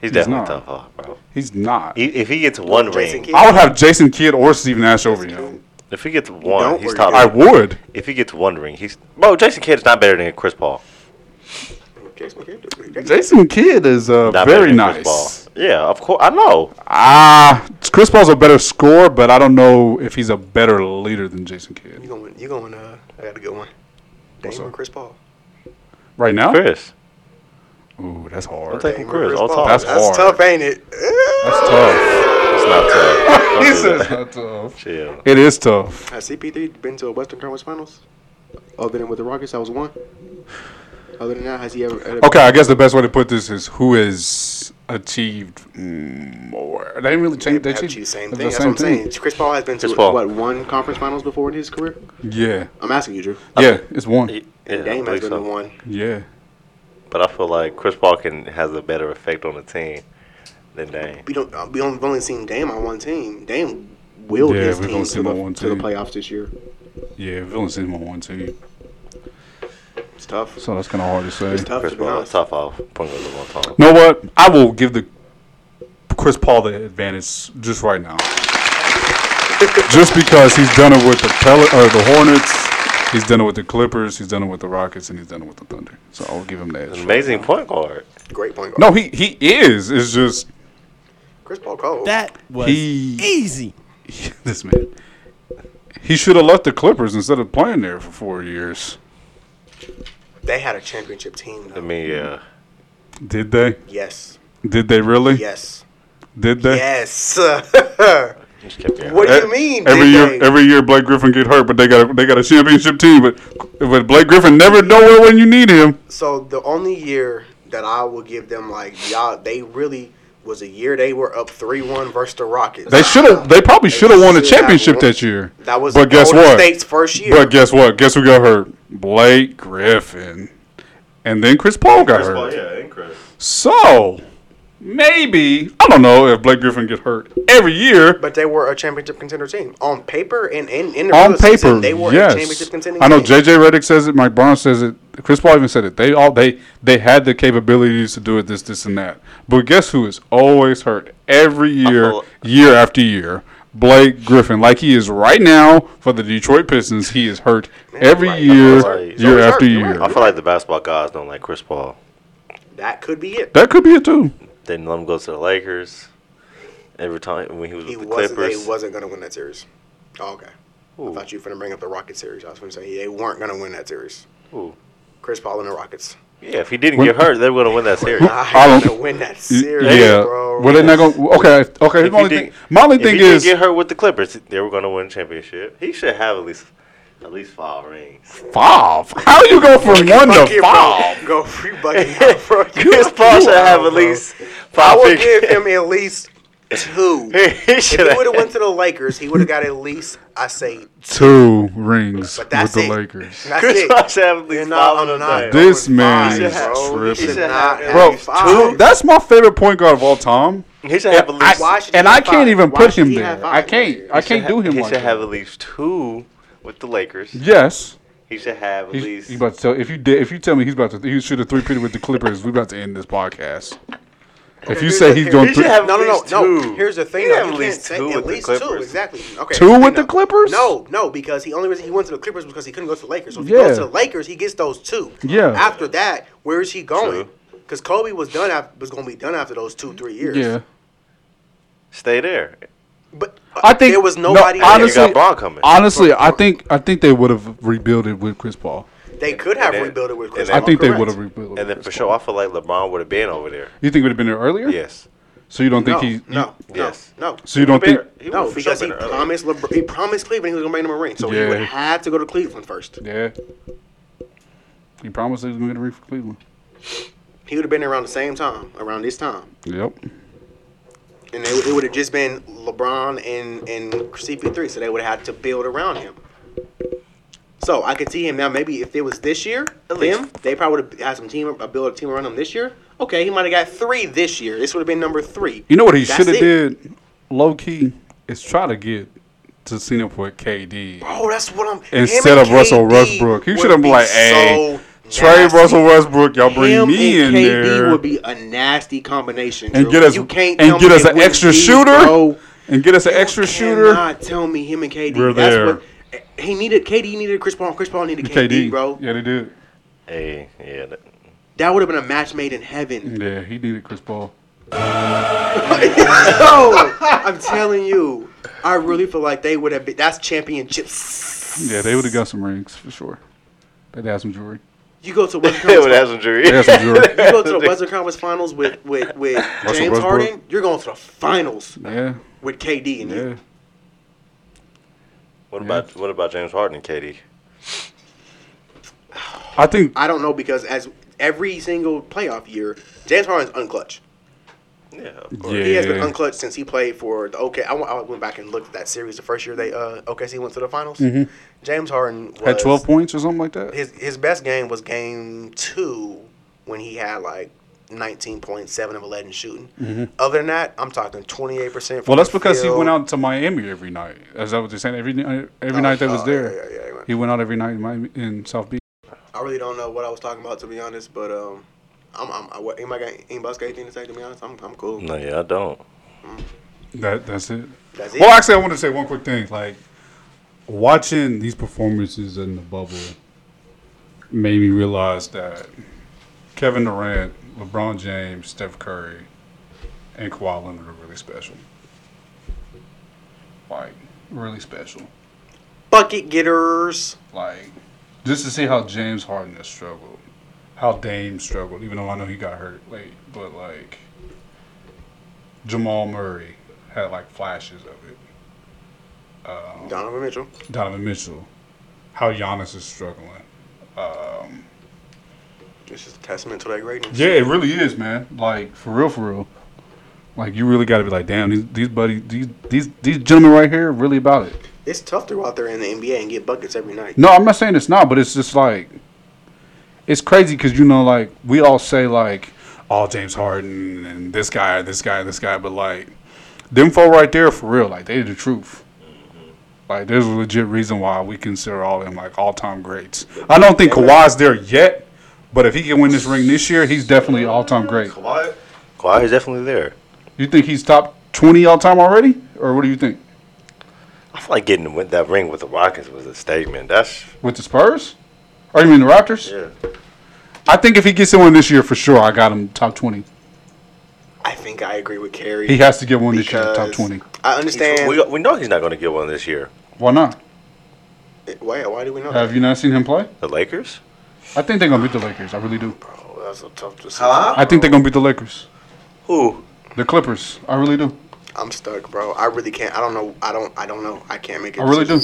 Speaker 5: He's definitely
Speaker 4: Oh, not.
Speaker 5: top five, bro.
Speaker 4: He's not.
Speaker 5: He, if he gets one
Speaker 1: Jason
Speaker 5: ring,
Speaker 1: Kidd.
Speaker 4: I would have Jason Kidd or Steve Nash over him.
Speaker 5: if he gets one,
Speaker 1: Don't
Speaker 5: he's
Speaker 1: worry,
Speaker 5: top.
Speaker 4: I would.
Speaker 5: If he gets one ring, he's bro. Jason Kidd is not better than Chris Paul.
Speaker 1: Jason Kidd. Jason
Speaker 4: Jason Kidd is uh,
Speaker 5: Not better
Speaker 4: very
Speaker 5: than Chris
Speaker 4: nice.
Speaker 5: Paul. Yeah, of course. I know.
Speaker 4: Ah, Chris Paul's a better scorer, but I don't know if he's a better leader than Jason
Speaker 1: You
Speaker 4: Kidd
Speaker 1: going? You going? Uh, I got a good one. Dame or Chris Paul?
Speaker 4: right now.
Speaker 5: Chris,
Speaker 4: Ooh, that's
Speaker 5: I'm
Speaker 4: hard.
Speaker 5: taking
Speaker 1: Dame or
Speaker 5: Chris. All
Speaker 1: Paul?
Speaker 5: time.
Speaker 4: That's
Speaker 1: That's,
Speaker 4: hard.
Speaker 1: tough, ain't it? Uh,
Speaker 4: That's tough.
Speaker 5: It's not tough. Don't
Speaker 4: He
Speaker 5: do
Speaker 4: says
Speaker 5: that.
Speaker 4: that's tough.
Speaker 5: Chill.
Speaker 4: It is tough.
Speaker 1: Has CP3 been to a Western Conference Finals? Other than with the Rockets, that was one. Other than that, has he ever? ever
Speaker 4: Okay, I guess the best way to put this is who has achieved more. They didn't really change. They
Speaker 1: Have
Speaker 4: achieved
Speaker 1: the same
Speaker 4: the
Speaker 1: thing. That's
Speaker 4: same
Speaker 1: what I'm
Speaker 4: thing.
Speaker 1: saying. Chris Paul has been
Speaker 5: Chris
Speaker 1: to
Speaker 5: Paul.
Speaker 1: what one conference finals before in his career?
Speaker 4: Yeah,
Speaker 1: I'm asking you, Drew.
Speaker 4: yeah, it's one.
Speaker 5: Yeah,
Speaker 1: And
Speaker 5: I
Speaker 1: Dame has
Speaker 5: think
Speaker 1: been
Speaker 5: so.
Speaker 1: the one.
Speaker 4: Yeah,
Speaker 5: But I feel like Chris Paul can has a better effect on the team than Dame.
Speaker 1: We don't. uh, We only, we've only seen Dame on one team. Dame willed
Speaker 4: Yeah,
Speaker 1: his
Speaker 4: we've
Speaker 1: team
Speaker 4: only
Speaker 1: to
Speaker 4: seen
Speaker 1: the,
Speaker 4: him on one
Speaker 1: to the
Speaker 4: team.
Speaker 1: playoffs this year.
Speaker 4: yeah. Villain seen him on one too,
Speaker 1: It's tough.
Speaker 4: so that's kind of hard to
Speaker 1: It's
Speaker 4: say.
Speaker 1: tough.
Speaker 5: Chris
Speaker 1: To be
Speaker 5: Paul,
Speaker 1: honest.
Speaker 5: top five point guard of all time.
Speaker 4: You know what? I will give the Chris Paul the advantage just right now, just because he's done it with the Pel- or the Hornets. He's done it with the Clippers. He's done it with the Rockets, and he's done it with the Thunder. So I'll give him that.
Speaker 5: An amazing point guard.
Speaker 1: Great point guard.
Speaker 4: No, he he is. It's just
Speaker 1: Chris Paul cold.
Speaker 7: That was
Speaker 4: He-
Speaker 7: easy.
Speaker 4: this man. He should have left the Clippers instead of playing there for four years.
Speaker 1: they had a championship team.
Speaker 5: I
Speaker 1: Though.
Speaker 5: mean, yeah.
Speaker 4: Did they?
Speaker 1: Yes.
Speaker 4: Did they really?
Speaker 1: Yes.
Speaker 4: Did they?
Speaker 1: Yes. what
Speaker 5: Just kept getting
Speaker 1: do
Speaker 5: hurt.
Speaker 1: you mean?
Speaker 4: Eh, Every
Speaker 1: did
Speaker 4: year,
Speaker 1: they?
Speaker 4: every year Blake Griffin get hurt, but they got a, they got a championship team. But but Blake Griffin never nowhere when you need him.
Speaker 1: so the only year that I will give them like y'all, they really was a year they were up three one versus the Rockets.
Speaker 4: They should have. They probably should have won a
Speaker 1: should have
Speaker 4: championship
Speaker 1: won.
Speaker 4: that year.
Speaker 1: that was
Speaker 4: But guess
Speaker 1: Golden
Speaker 4: what?
Speaker 1: State's first year.
Speaker 4: But guess what? Guess who got hurt? Blake Griffin, and then Chris Paul got hurt.
Speaker 5: yeah, incredible.
Speaker 4: So maybe I don't know if Blake Griffin get hurt every year.
Speaker 1: But they were a championship contender team on paper and in, in the
Speaker 4: on
Speaker 1: regular season,
Speaker 4: paper,
Speaker 1: they were
Speaker 4: yes.
Speaker 1: a championship contending.
Speaker 4: I know
Speaker 1: team.
Speaker 4: JJ Redick says it, Mike Brown says it, Chris Paul even said it. They all they they had the capabilities to do it,
Speaker 1: Uh,
Speaker 4: this, this, and that. But guess who is always hurt every year,
Speaker 5: feel-
Speaker 4: year after year? Blake Griffin, like he is right now for the Detroit Pistons, he is hurt every
Speaker 1: right.
Speaker 4: year,
Speaker 5: He's always
Speaker 4: year
Speaker 1: hurt.
Speaker 4: after
Speaker 1: You're
Speaker 4: year.
Speaker 5: I feel like the basketball guys don't like Chris Paul.
Speaker 1: That could be it.
Speaker 4: That could be it too.
Speaker 5: They didn't let him go to the Lakers. Every time when he was
Speaker 1: He
Speaker 5: with the
Speaker 1: wasn't.
Speaker 5: Clippers,
Speaker 1: They wasn't going to win that series. Oh, okay. I
Speaker 5: Ooh.
Speaker 1: thought you were going to bring up the Rockets series. I was going to say they weren't going to win that series.
Speaker 5: Ooh.
Speaker 1: Chris Paul and the Rockets.
Speaker 5: yeah, if he didn't
Speaker 4: When-
Speaker 5: get hurt, they were gonna win that series.
Speaker 1: Not
Speaker 4: don't-
Speaker 1: going to win that series,
Speaker 4: yeah.
Speaker 1: bro.
Speaker 4: Well, they're not going. Okay. Okay.
Speaker 5: If
Speaker 4: my only
Speaker 5: he
Speaker 4: thing,
Speaker 5: did-
Speaker 4: my only
Speaker 5: if
Speaker 4: thing
Speaker 5: he didn't
Speaker 4: is,
Speaker 5: get hurt with the Clippers, they were gonna win a championship. He should have at least at least five rings.
Speaker 4: five. How you go from one to
Speaker 1: Bucket, bro.
Speaker 4: five?
Speaker 1: Go free bucket, out, bro.
Speaker 5: Chris Paul should have at least
Speaker 1: I
Speaker 5: five.
Speaker 1: would
Speaker 5: big-
Speaker 1: give him at least two.
Speaker 5: he
Speaker 1: If
Speaker 5: should
Speaker 1: he would have
Speaker 5: have.
Speaker 1: went to the Lakers, he would have got at least, I say,
Speaker 4: Two rings
Speaker 1: But
Speaker 4: with
Speaker 1: that's
Speaker 4: the
Speaker 1: it.
Speaker 4: Lakers.
Speaker 1: that's
Speaker 5: Chris
Speaker 1: it.
Speaker 5: Paul should have at
Speaker 1: You're
Speaker 5: least
Speaker 1: not,
Speaker 5: five.
Speaker 1: I'm
Speaker 5: of
Speaker 1: not
Speaker 5: them.
Speaker 4: This
Speaker 1: going
Speaker 4: man
Speaker 1: five,
Speaker 5: is
Speaker 1: bro.
Speaker 4: tripping.
Speaker 1: He should not have
Speaker 4: Bro,
Speaker 1: five.
Speaker 4: That's my favorite point guard of all time,
Speaker 5: He should have at least.
Speaker 1: Why should he
Speaker 4: and I
Speaker 1: have
Speaker 4: can't
Speaker 1: five?
Speaker 4: even
Speaker 1: Why
Speaker 4: put
Speaker 1: should
Speaker 4: him
Speaker 1: he have
Speaker 4: there.
Speaker 1: five
Speaker 4: I
Speaker 1: this
Speaker 4: can't.
Speaker 1: year?
Speaker 4: I can't
Speaker 5: should
Speaker 4: do
Speaker 5: ha-
Speaker 4: him
Speaker 5: He
Speaker 4: like
Speaker 5: should have at
Speaker 4: that.
Speaker 5: least two with the Lakers.
Speaker 4: Yes.
Speaker 5: He should have at
Speaker 4: He's,
Speaker 5: least.
Speaker 4: you about to tell if you did if you tell me he's about to he shoot a three peater with the Clippers, we're about to end this podcast. If you
Speaker 1: here's
Speaker 4: say
Speaker 1: the-
Speaker 4: he's
Speaker 1: here-
Speaker 4: going
Speaker 5: he
Speaker 4: three,
Speaker 5: should have
Speaker 1: No,
Speaker 5: at
Speaker 1: no, no,
Speaker 5: least
Speaker 1: no.
Speaker 5: two.
Speaker 1: Here's the thing,
Speaker 5: He
Speaker 1: though.
Speaker 5: had
Speaker 1: You
Speaker 5: at
Speaker 1: can't
Speaker 5: least
Speaker 1: say
Speaker 5: two
Speaker 1: at
Speaker 5: with the
Speaker 1: least two,
Speaker 5: Clippers.
Speaker 1: exactly. Okay. here's
Speaker 4: two
Speaker 1: thing,
Speaker 4: with the
Speaker 1: though.
Speaker 4: Clippers.
Speaker 1: No, no, because he only reason he went to the Clippers was because he couldn't go to the Lakers. So if he
Speaker 4: Yeah.
Speaker 1: goes to the Lakers, he gets those two.
Speaker 4: Yeah.
Speaker 1: After that, where is he going?
Speaker 5: True.
Speaker 1: Because Kobe was done. After, was going to be done after those two, three years.
Speaker 4: Yeah.
Speaker 5: Stay there.
Speaker 1: But uh,
Speaker 4: I think
Speaker 1: there was
Speaker 4: no,
Speaker 1: nobody. there.
Speaker 4: honestly-
Speaker 5: you got Ball coming.
Speaker 4: Honestly, I think I think they would have rebuilt it with Chris Paul.
Speaker 1: they could have
Speaker 5: And then-
Speaker 1: rebuilt it with
Speaker 5: and
Speaker 1: Chris.
Speaker 5: then-
Speaker 4: I
Speaker 1: Paul,
Speaker 4: think they
Speaker 1: correct.
Speaker 4: would have rebuilt it.
Speaker 5: and
Speaker 4: with
Speaker 5: then
Speaker 4: Chris
Speaker 5: for
Speaker 4: Paul.
Speaker 5: sure, I feel like LeBron would have been over there.
Speaker 4: you think would have been there earlier?
Speaker 5: Yes.
Speaker 4: So you don't think
Speaker 1: No,
Speaker 4: he?
Speaker 1: no, no,
Speaker 5: Yes.
Speaker 1: no.
Speaker 4: So you don't think?
Speaker 5: Better- he
Speaker 1: No,
Speaker 5: would've for
Speaker 1: because
Speaker 5: sure
Speaker 1: he
Speaker 5: been earlier.
Speaker 1: promised LeBron, he promised Cleveland he was gonna bring him a ring, so he would
Speaker 4: Yeah.
Speaker 1: have to go to Cleveland first.
Speaker 4: Yeah. He promised he was going to read for Cleveland.
Speaker 1: He would have been there around the same time, around this time,
Speaker 4: Yep.
Speaker 1: and it, it would have just been LeBron and and CP3, so they would have had to build around him. So I could see him now. Maybe if it was this year, them they probably would have had some team, uh, build a team around him this year. Okay, he might have got three this year. This would have been number three.
Speaker 4: You know what he
Speaker 1: That's
Speaker 4: should have
Speaker 1: it.
Speaker 4: did? Low key is try to get to see him for KD.
Speaker 1: Oh, that's what I'm. him
Speaker 4: instead
Speaker 1: and
Speaker 4: of Russell
Speaker 1: KD
Speaker 4: Westbrook. He
Speaker 1: would
Speaker 4: should have
Speaker 1: be
Speaker 4: been like, "Hey,
Speaker 1: so
Speaker 4: trade
Speaker 1: nasty.
Speaker 4: Russell Westbrook. Y'all bring
Speaker 1: Him
Speaker 4: me
Speaker 1: and
Speaker 4: in
Speaker 1: KD
Speaker 4: there
Speaker 1: would be a nasty combination.
Speaker 4: and
Speaker 1: Drew.
Speaker 4: get us
Speaker 1: you can't
Speaker 4: and
Speaker 1: tell
Speaker 4: get
Speaker 1: me
Speaker 4: us
Speaker 1: it
Speaker 4: an
Speaker 1: wouldn't
Speaker 4: extra
Speaker 1: be,
Speaker 4: shooter
Speaker 1: bro.
Speaker 4: and get us an extra
Speaker 1: You
Speaker 4: shooter.
Speaker 1: cannot tell me him and KD.
Speaker 4: We're
Speaker 1: That's
Speaker 4: there.
Speaker 1: what eh, he needed. KD needed Chris Paul. Chris Paul needed KD, bro.
Speaker 4: Yeah, they did.
Speaker 5: Hey, yeah. that-
Speaker 1: That would have been a match made in heaven.
Speaker 4: Yeah, he needed Chris Paul.
Speaker 1: Yo, I'm telling you, I really feel like they would have been. That's championships.
Speaker 4: Yeah, they would have got some rings for sure. They'd have some jewelry.
Speaker 1: You go to Western
Speaker 5: They would
Speaker 1: Conference.
Speaker 5: have some jury.
Speaker 4: They have some jewelry.
Speaker 1: you go to the Western Conference Finals with with with James
Speaker 4: Westbrook.
Speaker 1: Harden. You're going to the finals
Speaker 4: Yeah,
Speaker 1: with KD and
Speaker 4: yeah.
Speaker 1: you.
Speaker 5: What about what about James Harden and KD?
Speaker 4: I think
Speaker 1: I don't know because as every single playoff year, James Harden's unclutch.
Speaker 5: Yeah, of course.
Speaker 4: yeah.
Speaker 1: He has been unclutch since he played for the OK. I, went- I went back and looked at that series the first year they uh, OKC went to the finals. James Harden was,
Speaker 4: Mm-hmm. Had twelve points or something like that.
Speaker 1: His his best game was game two when he had like. 19.7 of 11 shooting. Other than that, I'm talking 28%.
Speaker 4: Mm-hmm. Well, that's because he went out to Miami every night. As I was just saying, every night, every night that was there,
Speaker 1: Oh, Yeah, yeah, yeah, yeah.
Speaker 4: he went out every night in Miami in South Beach.
Speaker 1: I really don't know what I was talking about to be honest, but um, I'm, I'm I, what, anybody got anybody else got anything to say to be honest? I'm, I'm cool.
Speaker 5: No, yeah, I don't.
Speaker 4: That that's it.
Speaker 1: That's it.
Speaker 4: Well, actually, I want to say one quick thing. Like watching these performances in the bubble made me realize that Kevin Durant, LeBron James, Steph Curry, and Kawhi Leonard are really special. Like really special.
Speaker 1: Bucket getters.
Speaker 4: Like just to see how James Harden has struggled, how Dame struggled, even though I know he got hurt late, but like Jamal Murray had like flashes of it.
Speaker 1: Donovan Mitchell.
Speaker 4: Donovan Mitchell, how Giannis is struggling. Um,
Speaker 1: It's just a testament to that greatness.
Speaker 4: yeah, it really is, man. Like for real, for real. Like you really got to be like, damn, these these buddies, these these these gentlemen right here, are really about it.
Speaker 1: It's tough to go out there in the NBA and get buckets every night.
Speaker 4: No, I'm not saying it's not, but it's just like, it's crazy because you know, like we all say like, all James Harden and this guy, this guy, this guy, but like, them four right there for real, like they the truth. Like there's a legit reason why we consider all them like all time greats. I don't think Kawhi's there yet, but if he can win this ring this year, he's definitely all time great.
Speaker 5: Kawhi, Kawhi is definitely there.
Speaker 4: You think he's top twenty all time already, or what do you think?
Speaker 5: I feel like getting with that ring with the Rockets was a statement. That's
Speaker 4: With the Spurs? Or you mean the Raptors?
Speaker 5: yeah.
Speaker 4: I think if he gets in one this year for sure, I got him top twenty.
Speaker 1: I think I agree with Kerry.
Speaker 4: He has to get one this year, top
Speaker 1: because
Speaker 4: twenty.
Speaker 1: I understand.
Speaker 5: We, we know he's not going to get one this year.
Speaker 4: Why not?
Speaker 1: Why? Why do we know?
Speaker 4: Have
Speaker 1: that?
Speaker 4: you not seen him play?
Speaker 5: The Lakers?
Speaker 4: I think they're gonna beat the Lakers. I really do.
Speaker 1: Bro, Oh, that's a tough decision.
Speaker 4: I think they're gonna beat the Lakers.
Speaker 5: Who?
Speaker 4: The Clippers. I really do.
Speaker 1: I'm stuck, bro. I really can't. I don't know. I don't. I don't know. I can't make it.
Speaker 4: I really do.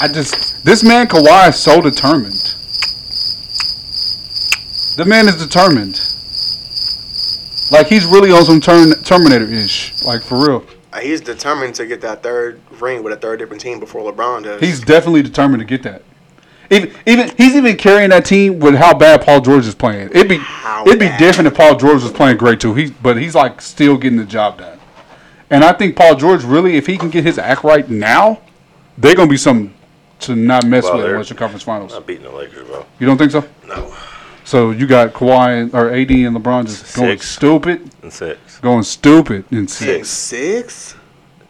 Speaker 4: I just this man Kawhi is so determined. The man is determined. Like he's really on some turn Terminator ish. Like for real.
Speaker 1: Uh, He's determined to get that third ring with a third different team before LeBron does.
Speaker 4: He's definitely determined to get that. Even, even he's even carrying that team with how bad Paul George is playing. It'd be
Speaker 1: How
Speaker 4: it'd be
Speaker 1: bad?
Speaker 4: different if Paul George was playing great too. He but he's like still getting the job done. And I think Paul George really, if he can get his act right now, they're gonna be something to not mess
Speaker 5: Well,
Speaker 4: with in
Speaker 5: they're-
Speaker 4: Western Conference Finals.
Speaker 5: Not beating the Lakers, bro.
Speaker 4: You don't think so?
Speaker 5: No.
Speaker 4: So you got Kawhi and, or AD and LeBron just going
Speaker 5: Six.
Speaker 4: stupid,
Speaker 5: And six.
Speaker 4: going stupid in six.
Speaker 5: Six.
Speaker 1: six.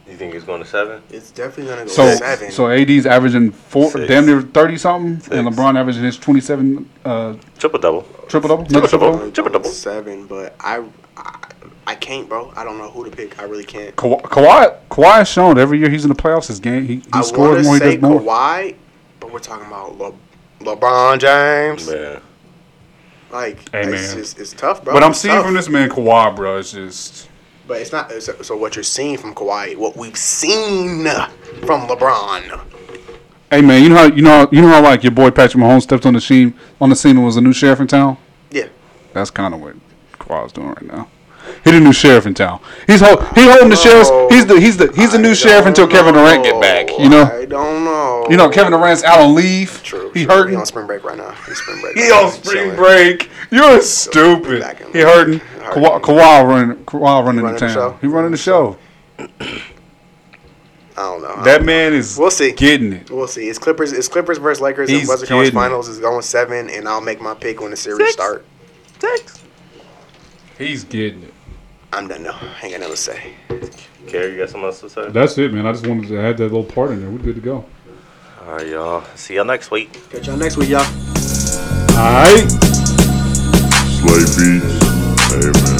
Speaker 5: You think he's going to seven?
Speaker 1: It's definitely gonna go
Speaker 4: So
Speaker 1: seven.
Speaker 4: so AD's averaging four,
Speaker 5: Six.
Speaker 4: damn near thirty something, and
Speaker 5: Six.
Speaker 4: LeBron averaging his twenty seven uh,
Speaker 5: Triple double.
Speaker 4: triple double. Another triple double.
Speaker 1: I'm
Speaker 5: triple
Speaker 1: going
Speaker 5: double.
Speaker 1: seven, but I, I, I can't, bro. I don't know who to pick. I really can't.
Speaker 4: Kawhi, Kawhi, Kawhi has shown every year he's in the playoffs. His game, he,
Speaker 1: I
Speaker 4: he
Speaker 1: wanna
Speaker 4: scores more, he
Speaker 1: say
Speaker 4: does more.
Speaker 1: Kawhi, but we're talking about Le- LeBron James.
Speaker 5: Man.
Speaker 1: Like,
Speaker 4: Hey,
Speaker 1: it's
Speaker 4: man.
Speaker 1: just it's tough, bro.
Speaker 4: But I'm
Speaker 1: It's
Speaker 4: seeing
Speaker 1: tough.
Speaker 4: from this man Kawhi, bro, it's just
Speaker 1: But it's not. So, so what you're seeing from Kawhi, what we've seen from LeBron.
Speaker 4: hey man, you know how you know how, you know how like your boy Patrick Mahomes stepped on the scene on the scene and was a new sheriff in town.
Speaker 1: Yeah.
Speaker 4: That's kind of what Kawhi's doing right now. He's the new sheriff in town. He's hold, he holding the sheriff. He's the he's the he's the new
Speaker 1: I
Speaker 4: sheriff until
Speaker 1: don't
Speaker 4: Kevin Durant get
Speaker 1: know.
Speaker 4: back. You know,
Speaker 1: I don't know.
Speaker 4: you know Kevin Durant's out on leave.
Speaker 1: True.
Speaker 4: He
Speaker 1: true.
Speaker 4: hurting.
Speaker 1: He on spring break right now. He's spring break.
Speaker 4: He
Speaker 1: right now.
Speaker 4: on
Speaker 1: He's chilling.
Speaker 4: spring break. You're stupid.
Speaker 1: back in
Speaker 4: He
Speaker 1: the-
Speaker 4: hurting.
Speaker 1: hurting.
Speaker 4: Kawhi, Kawhi running. Kawhi running
Speaker 1: running
Speaker 4: the
Speaker 1: the
Speaker 4: town.
Speaker 1: show.
Speaker 4: He running the show.
Speaker 1: I don't know.
Speaker 4: That man is.
Speaker 1: We'll see.
Speaker 4: Getting it.
Speaker 1: We'll see. It's Clippers. It's Clippers versus Lakers.
Speaker 4: He's
Speaker 1: and Western Conference
Speaker 4: kidding.
Speaker 1: Finals is going seven, and I'll make my pick when the series start.
Speaker 4: He's getting it.
Speaker 1: I'm done now. I ain't got nothing to say.
Speaker 5: Kerry, you got something else to say?
Speaker 2: That's it, man. I just wanted to add that little part in there. We're good to go.
Speaker 5: All right, y'all. See y'all next week.
Speaker 1: Catch y'all next week, y'all.
Speaker 2: All right.
Speaker 3: Slay Beats, amen.